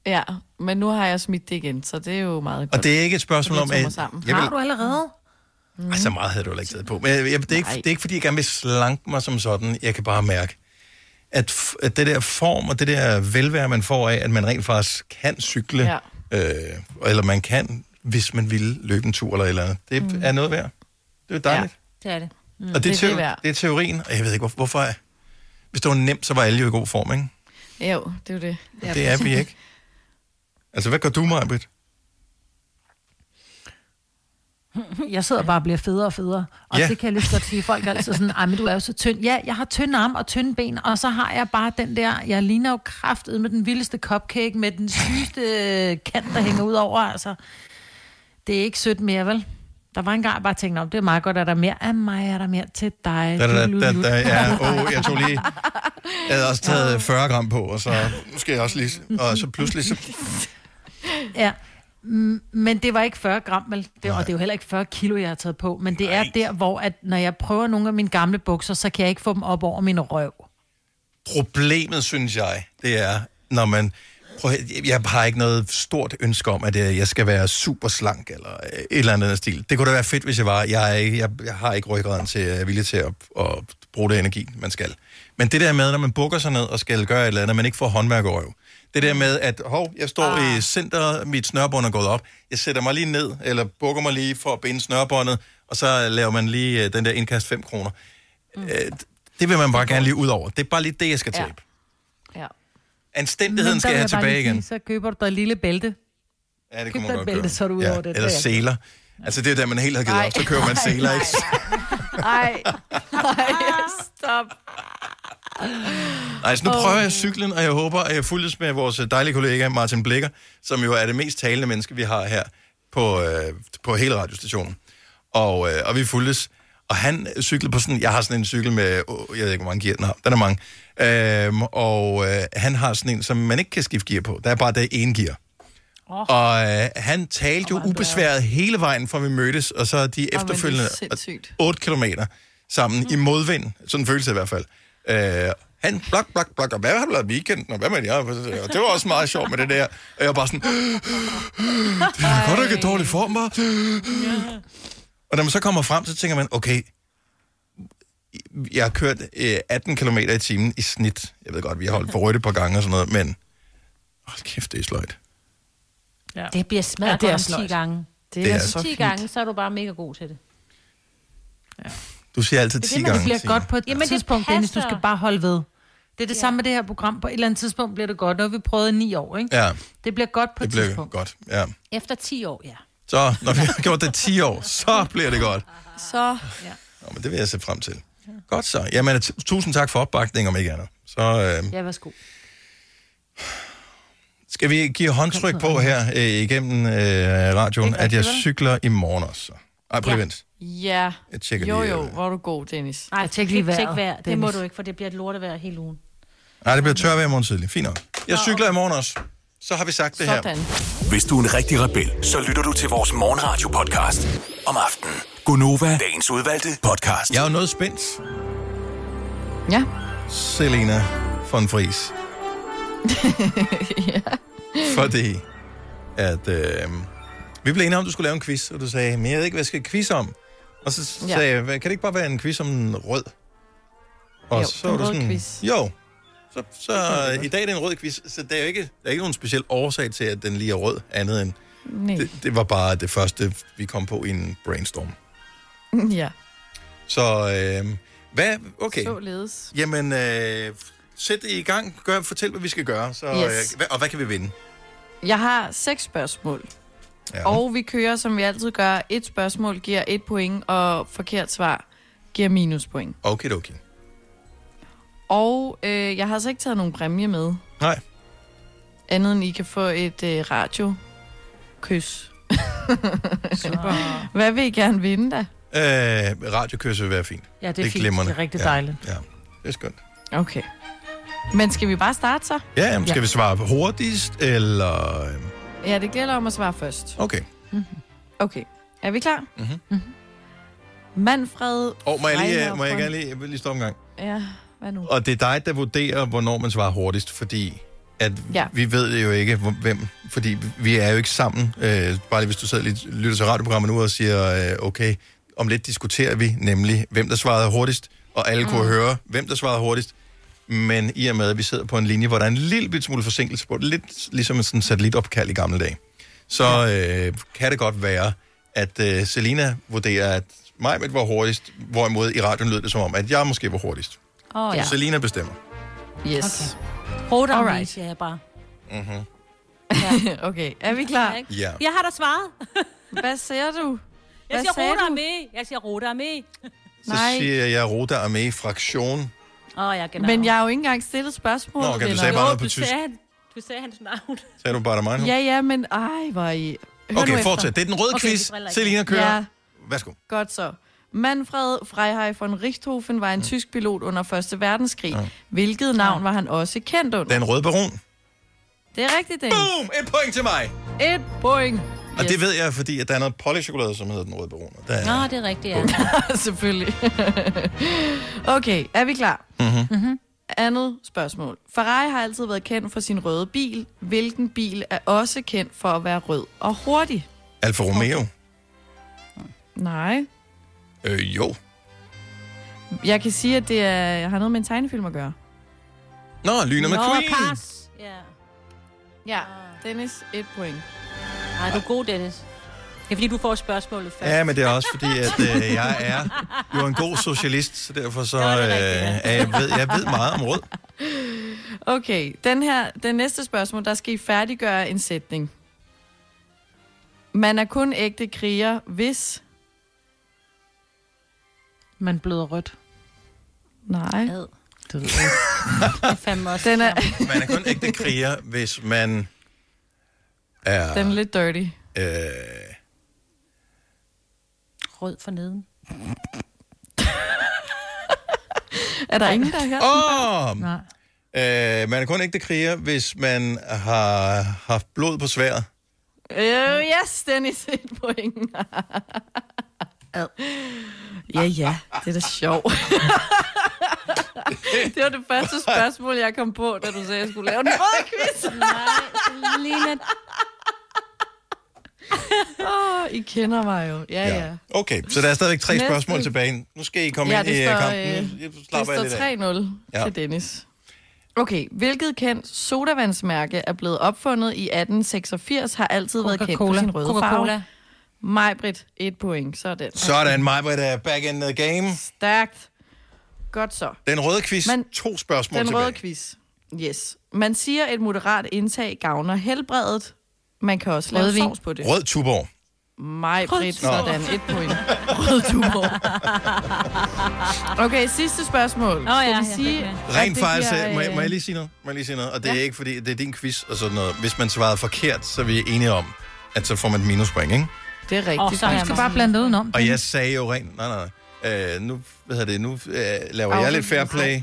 S5: Ja, men nu har jeg smidt det igen, så det er jo meget godt.
S1: Og det er ikke et spørgsmål
S5: Fordi
S1: om,
S5: jeg tog
S1: at-
S5: mig sammen.
S1: jeg vil- Har du
S2: allerede?
S1: Mm. Altså, meget havde du heller ikke taget på. Men jeg, jeg, det, er ikke, det er ikke, fordi jeg gerne vil slanke mig som sådan. Jeg kan bare mærke, at, f- at det der form og det der velvære, man får af, at man rent faktisk kan cykle, ja. øh, eller man kan, hvis man vil løbe en tur eller et eller andet, det
S4: Mm.
S1: mm. er noget værd. Det er dejligt.
S4: Det er det. Mm.
S1: Ja. Og det er,
S5: det
S1: det,
S5: værd.
S1: det er teorien, og jeg ved ikke, hvor, hvorfor... er- Hvis det var nemt, så var alle jo i god form, ikke?
S5: Jo, det er jo det.
S1: Ja, det er vi ikke. Altså, hvad gør du, Majbrit?
S2: Jeg sidder bare og bliver federe og federe. Og
S1: Ja.
S2: det kan jeg lige så godt sige. Folk er altid sådan, ej, men du er jo så tynd. Ja, jeg har tynde arme og tynde ben, og så har jeg bare den der, jeg ligner jo kraftet med den vildeste cupcake, med den sygeste øh, kant, der hænger ud over. Altså, det er ikke sødt mere, vel? Der var en gang, jeg bare tænkte, om det er meget godt, er der mere af mig, er der mere til dig?
S1: Da, da, da,
S2: Lulululu.
S1: da, da, ja, oh, jeg tog lige... Jeg havde også taget 40 gram på, og så nu skal jeg også lige... Og så pludselig så...
S2: Ja, Mm, men det var ikke 40 gram, vel? Det, og det er jo heller ikke 40 kilo, jeg har taget på. Men det er der, hvor at, når jeg prøver nogle af mine gamle bukser, så kan jeg ikke få dem op over min røv.
S1: Problemet, synes jeg, det er, når man... Prøv, at høre, jeg har ikke noget stort ønske om, at øh, jeg skal være super slank eller øh, et eller andet af den stil. Det kunne da være fedt, hvis jeg var. Jeg, er, ikke- jeg, jeg har ikke ryggraden til, at jeg er villig til at, at bruge det energi, man skal. Men det der med, når man bukker sig ned og skal gøre et eller andet, man ikke får håndværkerøv. Det der med, at hov, jeg står ah. i centret, mit snørbånd er gået op, jeg sætter mig lige ned, eller bukker mig lige for at binde snørbåndet, og så laver man lige øh, den der indkast 5 kroner. Mm. Det vil man bare gerne lige ud over. Det er bare lige det, jeg skal
S2: Ja.
S1: tabe.
S5: Ja.
S2: Men
S1: Anstændigheden
S2: der
S1: skal
S2: vil
S1: jeg have
S2: bare lige
S1: tilbage
S2: sige,
S1: igen.
S2: Så køber du dig et lille bælte.
S1: Ja,
S2: køb
S1: det
S2: dig
S1: kunne man
S2: et
S1: godt
S2: bælte,
S1: gøre.
S2: så er du ud over det.
S1: Eller
S2: Det er jeg
S1: seler. Altså det er jo da, man helt har givet op, så kører man seler, ikke?
S5: Ej, ej, stop.
S1: Nej, så nu prøver jeg cyklen, og jeg håber, at jeg fuldes med vores dejlige kollega Martin Blikker, som jo er det mest talende menneske, vi har her på, øh, på hele radiostationen. Og, øh, og vi fuldes. Og han cyklede på sådan, jeg har sådan en cykel med, åh, jeg ved ikke, hvor mange gear den har. Den er mange. Øhm, og øh, han har sådan en, som man ikke kan skifte gear på. Der er bare det ene gear. Oh. Og øh, han talte jo ubesværet hele vejen, fra vi mødtes, og så de
S5: men det er
S1: efterfølgende
S5: sindssygt.
S1: 8 kilometer sammen mm. i modvind. Sådan føles det i hvert fald. Øh, han blok, blok, blok, og hvad har du lavet i weekenden, og hvad med jeg? Og det var også meget sjovt med det der. Og jeg var bare sådan, det er godt, at jeg er i dårlig form, var. Og når man så kommer frem, så tænker man, okay, jeg har kørt øh, 18 km i timen i snit. Jeg ved godt, vi har holdt for rødt et par gange og sådan noget, men hold kæft, det er sløjt.
S2: Ja.
S4: Det bliver
S5: Ja,
S4: smadret
S5: det er
S4: ja, om 10
S5: sløjt.
S4: gange.
S1: Det er er så
S4: 10
S1: fint.
S4: gange, så er du bare mega god til det.
S1: Du siger altid 10 gange.
S2: det bliver
S1: Signe.
S2: godt på et
S4: Jamen,
S2: Jamen,
S4: det
S2: tidspunkt, Dennis, du
S4: passer.
S2: skal bare holde ved. Det er det ja. samme med det her program. På et eller andet tidspunkt bliver det godt. Nu har vi prøvet i ni år, ikke?
S1: Ja,
S2: Det bliver godt på
S1: det
S2: et
S1: bliver
S2: tidspunkt.
S1: godt. Ja.
S4: Efter 10 år, ja.
S1: Så når vi har gjort det 10 år, så bliver det godt.
S5: Så...
S4: Ja.
S1: Nå, men det vil jeg se frem til. Godt så. Jamen, t- tusind tak for opbakningen, om ikke andet. Så øh,
S2: Ja, værsgo.
S1: Skal vi give håndtryk på her øh, igennem øh, radioen, at jeg cykler i morgen også? Ej, prøv lige vent.
S5: Ja.
S1: Jeg tjekker
S5: jo,
S1: lige,
S5: jo,
S1: øh.
S5: hvor er du god, Dennis.
S4: Nej,
S5: tjek
S4: lige vejret, Det må du ikke, for det bliver et lortevejr hele ugen.
S1: Nej, det bliver tør vejr i morgen tidlig. Fint nok. Jeg cykler i morgen også. Så har vi sagt det her.
S6: Hvis du er en rigtig rebel, så lytter du til vores morgenradio-podcast om aftenen. Gunova, dagens udvalgte podcast.
S1: Jeg er jo noget spændt.
S5: Ja.
S1: Selena von Fries.
S5: [laughs] ja.
S1: Fordi at, øh, vi blev enige om, at du skulle lave en quiz, og du sagde, men jeg ved ikke, hvad jeg skal quiz om. Og så
S5: Ja.
S1: sagde jeg, "Hvad- kan det ikke bare være en quiz om en rød? Og
S5: Jo,
S1: så
S5: en
S1: var du
S5: rød
S1: sådan,
S5: quiz.
S1: jo, så, så i dag er det en rød quiz, så der er jo ikke, der er ikke nogen speciel årsag til, at den lige er rød, andet end,
S5: Nej.
S1: det, det var bare det første, vi kom på i en brainstorm.
S5: [laughs] Ja.
S1: Så øh, hvad, okay.
S5: Således.
S1: Jamen, øh, sæt det i gang. Gør, fortæl, hvad vi skal gøre. Så,
S5: Yes.
S1: øh, hvad- og hvad kan vi vinde?
S5: Jeg har seks spørgsmål.
S1: Ja.
S5: Og vi kører, som vi altid gør, et spørgsmål giver et point, og forkert svar giver minuspoint.
S1: Okay, okay.
S5: Og øh, jeg har altså ikke taget nogen præmie med,
S1: Nej.
S5: andet end I kan få et øh, radio-kys. Super. Hvad vil I gerne vinde da?
S1: Øh, radiokørsel vil være fint.
S5: Ja, det er fint.
S1: glimrende.
S5: Det er rigtig
S1: ja,
S5: dejligt.
S1: Ja, det er skønt.
S5: Okay. Men skal vi bare starte så?
S1: Ja, jamen, skal ja. vi svare hurtigst, eller... øh,
S5: Ja, det gælder om at svare først.
S1: Okay.
S5: Okay. Er vi klar?
S1: Mhm.
S5: Manfred...
S1: Og må jeg, lige, øh, må jeg
S5: Freiherr
S1: gerne lige, jeg vil lige stoppe en gang?
S5: Ja, hvad nu?
S1: Og det er dig, der vurderer, hvornår man svarer hurtigst, fordi at
S5: Ja.
S1: ja. vi ved jo ikke, hvor- hvem, fordi vi er jo ikke sammen. Øh, bare lige hvis du sidder lidt, lytter til radioprogrammet nu og siger, øh, okay, om lidt diskuterer vi nemlig, hvem der svarede hurtigst, og alle mm. kunne høre, hvem der svarede hurtigst. Men i og med, at vi sidder på en linje, hvor der er en lille bitte smule forsinkelse på, lidt ligesom en sådan satellitopkald i gamle dage, så øh, kan det godt være, at øh, Selina vurderer, at mig var hurtigst, hvorimod i radioen lød det som om, at jeg måske var hurtigst.
S4: Åh, oh,
S1: Ja.
S4: ja.
S1: Selina bestemmer.
S5: Yes.
S4: Hold on,
S5: Alright.
S4: right. siger jeg bare.
S1: Mm-hmm.
S5: Ja. okay, [laughs] er vi klar?
S1: Ja.
S4: Jeg har da svaret.
S5: Hvad siger du?
S4: Jeg
S5: Hvad
S4: siger
S5: sagde
S4: Rote
S5: du?
S4: Armé. Jeg siger Rote Armé.
S1: Så siger jeg Roda er med i fraktion.
S4: Åh, oh, jeg
S5: Men jeg har jo ikke engang stillet spørgsmål.
S1: Nå, okay, du sagde bare noget på tysk.
S4: Sagde, han- du sagde hans navn.
S1: Sagde du bare mig nu?
S5: Ja, ja, men ej, hvor er I... Hør nu
S1: okay,
S5: efter.
S1: fortsæt. Det er den røde
S5: Okay,
S1: okay,
S5: vi
S1: quiz.
S5: driller ikke.
S1: Selina kører.
S5: Ja.
S1: Ja. Værsgo.
S5: Godt så. Manfred Freiherr von Richthofen
S1: Mm.
S5: var en tysk pilot under 1. verdenskrig. Ja. Hvilket navn var han også kendt under?
S1: Den røde baron.
S5: Det er rigtigt, Dennis.
S1: Boom! Et point til mig.
S5: Et point. [laughs]
S1: Og det ved jeg, fordi at der er noget polychokolade, som hedder den røde baron. Og Der er...
S5: Nå,
S4: det er rigtigt, ja.
S5: Selvfølgelig. [laughs] okay, er vi klar?
S1: Mm-hmm.
S5: Mm-hmm. Andet spørgsmål. Ferrari har altid været kendt for sin røde bil. Hvilken bil er også kendt for at være rød og hurtig?
S1: Alfa Romeo.
S5: Nej.
S1: Øh, jo.
S5: Jeg kan sige, at det er, jeg har noget med en tegnefilm at gøre.
S1: Nå, Lyner med Queen.
S4: Cars. Ja.
S5: Ja, Dennis, et point.
S4: Nej, du er god, Dennis. Det er fordi, du får spørgsmålet først.
S1: Ja, men det er også fordi, at øh, jeg er jo en god socialist, så derfor så øh, er jeg, ved, jeg ved meget om rød.
S5: Okay, den her, den næste spørgsmål, der skal I færdiggøre en sætning. Man er kun ægte kriger, hvis... Man bløder rødt. Nej.
S4: Ad.
S2: Det ved
S4: Det er fandme også.
S5: Den er, [laughs]
S1: Man er kun ægte kriger, hvis man er...
S5: den er lidt dirty.
S1: Øh,
S4: Rød for neden.
S5: Er der ingen, der har hørt
S1: Åh!
S5: den før? Nej.
S1: Øh, man er kun ægte kriger, hvis man har haft blod på sværet.
S5: Øh, yes, Dennis, [laughs] et point. Ad. Ja, ja, det er da sjovt. [laughs] det var det første spørgsmål, jeg kom på, da du sagde, at jeg skulle lave en rød quiz.
S4: Nej, Lina.
S5: Åh, Ah, I kender mig jo. Ja, ja. ja.
S1: Okay, så der er stadigvæk tre
S5: Næste.
S1: spørgsmål tilbage. Nu skal I komme
S5: ja,
S1: ind
S5: det
S1: i
S5: står,
S1: står, kampen.
S5: øh,
S1: Jeg
S5: det
S1: slapper jeg lidt af.
S5: står 3-0 ja.
S1: Ja.
S5: til Dennis. Okay, hvilket kendt sodavandsmærke er blevet opfundet i 1886, har altid været kendt for
S2: Coca-Cola.
S5: sin røde farve?
S2: Coca-Cola.
S5: Majbrit, et point. Sådan.
S1: Sådan, mig er back in the game.
S5: Stærkt. Godt så.
S1: Den røde quiz, Men, to spørgsmål
S5: Den
S1: tilbage.
S5: røde quiz. Yes. Man siger, at et moderat indtag gavner helbredet. Man kan også lave
S1: Rødvin.
S5: sovs på det.
S1: Rød tuborg.
S5: Mig, Britt,
S1: Rød
S5: sådan. Et point. Rød tumor. Okay, sidste spørgsmål. Nå,
S4: ja,
S5: Skal
S4: jeg
S5: vi sige, at
S1: Rent
S5: det
S1: faktisk,
S5: bliver,
S1: øh, må, jeg-
S5: øh,
S1: må jeg lige sige noget? Må jeg lige sige noget? Og det ja. er ikke, fordi det er din quiz og sådan noget. Hvis man svarede forkert, så er vi enige om, at så får man et minuspoint, ikke?
S5: Det er rigtigt.
S2: Og så jeg skal bare blande det udenom.
S1: Og jeg sagde jo rent, nej, nej, nej. Øh, nu, hvad hedder det, nu øh, laver jeg lidt fair play,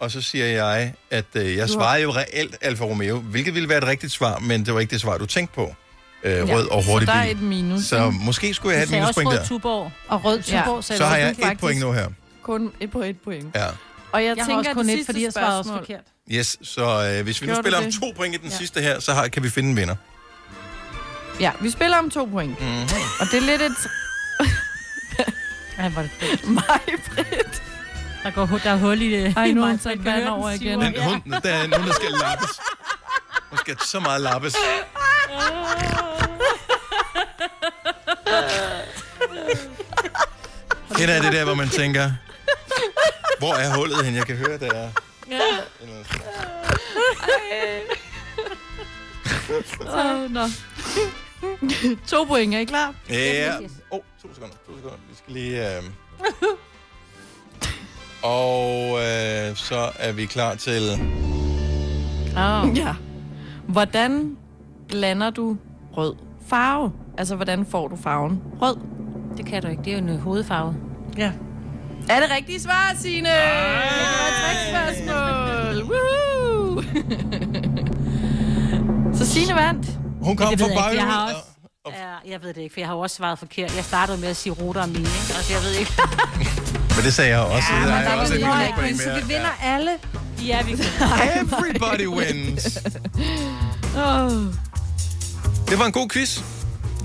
S1: og så siger jeg, at øh, jeg
S2: Du har-
S1: svarede jo reelt Alfa Romeo, hvilket ville være et rigtigt svar, men det var ikke det svar, du tænkte på. Øh,
S5: Ja.
S1: rød og hurtig
S5: Så der er
S1: bil.
S5: et minus,
S1: Så
S5: ikke?
S1: måske skulle jeg have et minuspoint der.
S5: Tuborg. Og rød
S1: Tuborg sagde Så du har også jeg kun et faktisk. point nu her.
S5: Kun et på et point.
S1: Ja.
S5: Og jeg,
S2: Jeg har
S5: tænker,
S2: også
S5: at
S2: kun
S5: det
S2: et,
S5: sidste
S2: fordi jeg svarede også
S5: spørgsmål-
S2: forkert.
S1: Yes, så øh, hvis vi nu
S5: Gjorde du
S1: spiller om
S5: det?
S1: to point i den
S5: Ja.
S1: sidste her, så har, kan vi finde en vinder.
S5: Ja, vi spiller om to point.
S1: Mhm.
S5: Og det er lidt et...
S2: Ej, var det dumt.
S5: Mig, Britt.
S4: Der, går, der er hul i det.
S5: Ej, nu har
S4: i
S5: hun taget vand over igen.
S1: Den hund, der er nogen, der skal lappes. Der skal så meget lappes. Kender jeg det der, hvor man tænker, hvor er hullet hen? Jeg kan høre, der er...
S5: Ja. Så, nå. [laughs] to point, er I klar?
S1: Ja. Åh, oh, to sekunder, to sekunder. Vi skal lige... Øh... Og øh, så er vi klar til...
S5: Oh. Ja. Hvordan blander du rød farve? Altså, hvordan får du farven rød?
S4: Det kan du ikke. Det er jo en hovedfarve.
S2: Ja.
S5: Er det rigtige svar, Signe? Det var et trickspørgsmål. Woohoo! [laughs] Så Signe vandt.
S1: Hun
S4: Men det ved jeg ikke, for Jeg har også... Ja, jeg ved det ikke, for jeg har jo også svaret forkert. Jeg startede med at sige ruter og mine, ikke? Altså, jeg ved ikke.
S1: Men det sagde jeg også. Ja, der er også et
S4: vinder
S1: minuspoint
S4: ikke, så
S1: mere.
S4: vi vinder
S2: alle.
S4: Ja, vi
S1: Everybody wins.
S5: Oh.
S1: Det var en god quiz.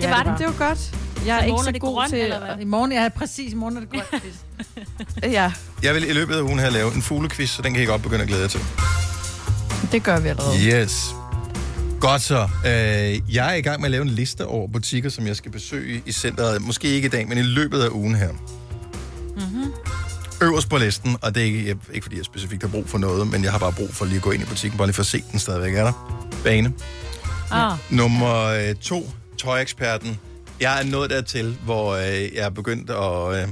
S5: Det var det. Det var godt. Jeg er
S2: Så
S5: ikke
S2: morgen
S5: så
S2: det
S5: god
S2: grønt,
S5: til...
S2: eller hvad? I morgen, ja, præcis. I morgen er det [laughs] grønt.
S5: Ja,
S1: Jeg vil i løbet af ugen her lave en fuglequiz, så den kan I godt begynde at glæde jer til.
S5: det gør vi allerede.
S1: Yes. Godt så. Øh, jeg er i gang med at lave en liste over butikker, som jeg skal besøge i centret. Måske ikke i dag, men i løbet af ugen her.
S3: Mm-hmm.
S1: Øverst på listen, og det er ikke, jeg, ikke fordi jeg specifikt har brug for noget, men jeg har bare brug for lige at gå ind i butikken, bare lige for at se den stadigvæk er der. Bane.
S2: Ah.
S1: Nummer øh, to, tøjeksperten. Jeg er nået dertil, hvor øh, jeg er begyndt at, øh,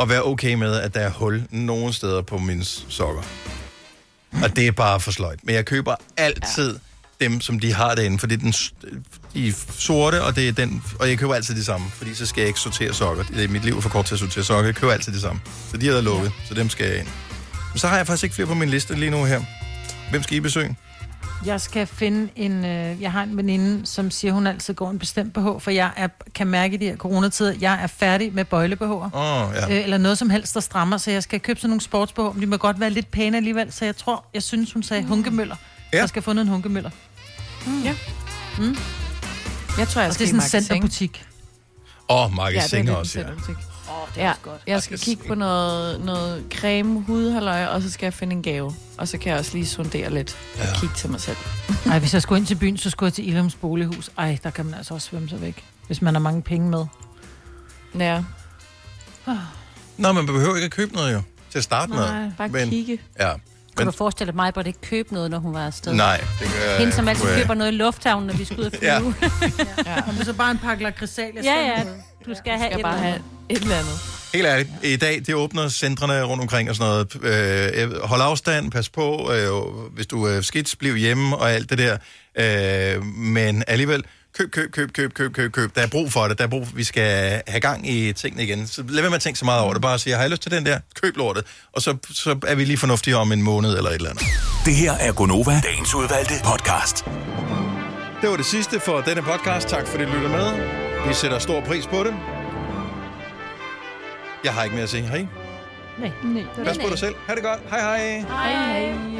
S1: at være okay med, at der er hul nogle steder på mine s- sokker. Og det er bare for sløjt. Men jeg køber altid ja. dem, som de har derinde, for det er den, s- de er sorte, og, det er den, og jeg køber altid de samme, fordi så skal jeg ikke sortere sokker. Det er mit liv er for kort til at sortere sokker. Jeg køber altid de samme. Så de er der lukket, ja. så dem skal jeg ind. Men så har jeg faktisk ikke flere på min liste lige nu her. Hvem skal I besøge?
S2: Jeg skal finde en... Øh, jeg har en veninde, som siger, hun altid går en bestemt BH, for jeg er, kan mærke i de her coronatider, jeg er færdig med bøjle BH'er.
S1: Åh, ja.
S2: Øh, eller noget som helst, der strammer, så jeg skal købe sådan nogle sports BH, men de må godt være lidt pæne alligevel, så jeg tror, jeg synes, hun sagde hunkemøller.
S1: Ja.
S2: Ja. Jeg skal have fundet en hunkemøller. Mm.
S5: Ja.
S2: Mm.
S5: Jeg tror, jeg
S2: Og
S5: skal
S2: det er
S5: i
S2: sådan en
S5: Max Singer.
S2: centerbutik.
S1: Åh, oh,
S5: Ja,
S1: Marke
S5: det er
S1: Singer
S5: lidt
S1: også, ja.
S5: en selvbutik. Ja, jeg skal kigge på noget, noget creme, hudhalløj, og så skal jeg finde en gave. Og så kan jeg også lige sondere lidt og kigge til mig selv.
S2: Nej, hvis jeg skulle ind til byen, så skulle jeg til Ilums bolighus. Ej, der kan man altså også svømme sig væk, hvis man har mange penge med.
S5: Ja.
S1: Nå, man behøver ikke at købe noget jo, til at starte med.
S4: Nej,
S1: bare Men-
S5: kigge.
S1: Ja.
S4: Kunne
S1: Men,
S4: du forestille dig, at Majbert ikke købe noget, når hun var afsted?
S1: nej, det gør jeg
S4: Hende, som altid
S1: ikke.
S4: køber noget i lufthavnen, når vi skal ud og flyve.
S1: Ja.
S2: Ja. Om det så bare en pakke lakridsal, jeg
S4: Ja,
S2: skal
S4: ja.
S2: med.
S4: Du skal have
S5: skal
S4: et
S5: bare
S4: eller
S5: have
S4: andet.
S5: et eller andet.
S1: Helt ærligt, i dag, det åbner centrene rundt omkring og sådan noget. Øh, hold afstand, pas på, øh, hvis du er øh, skidt, bliv hjemme og alt det der. Øh, men alligevel, køb, køb, køb, køb, køb, køb, køb. Der er brug for det, der er brug vi skal have gang i tingene igen. Så lad være med at tænke så meget over det, bare sige, har jeg lyst til den der, køb lortet. Og så, så er vi lige fornuftige om en måned eller et eller andet.
S6: Det her er Gonova, dagens udvalgte podcast.
S1: Det var det sidste for denne podcast. Tak fordi I lytter med. Vi sætter stor pris på det. Jeg har ikke mere at sige. Hej.
S2: Nej, nej.
S1: Pas på dig selv. Ha' det godt. Hej hej.
S5: Hej, hej.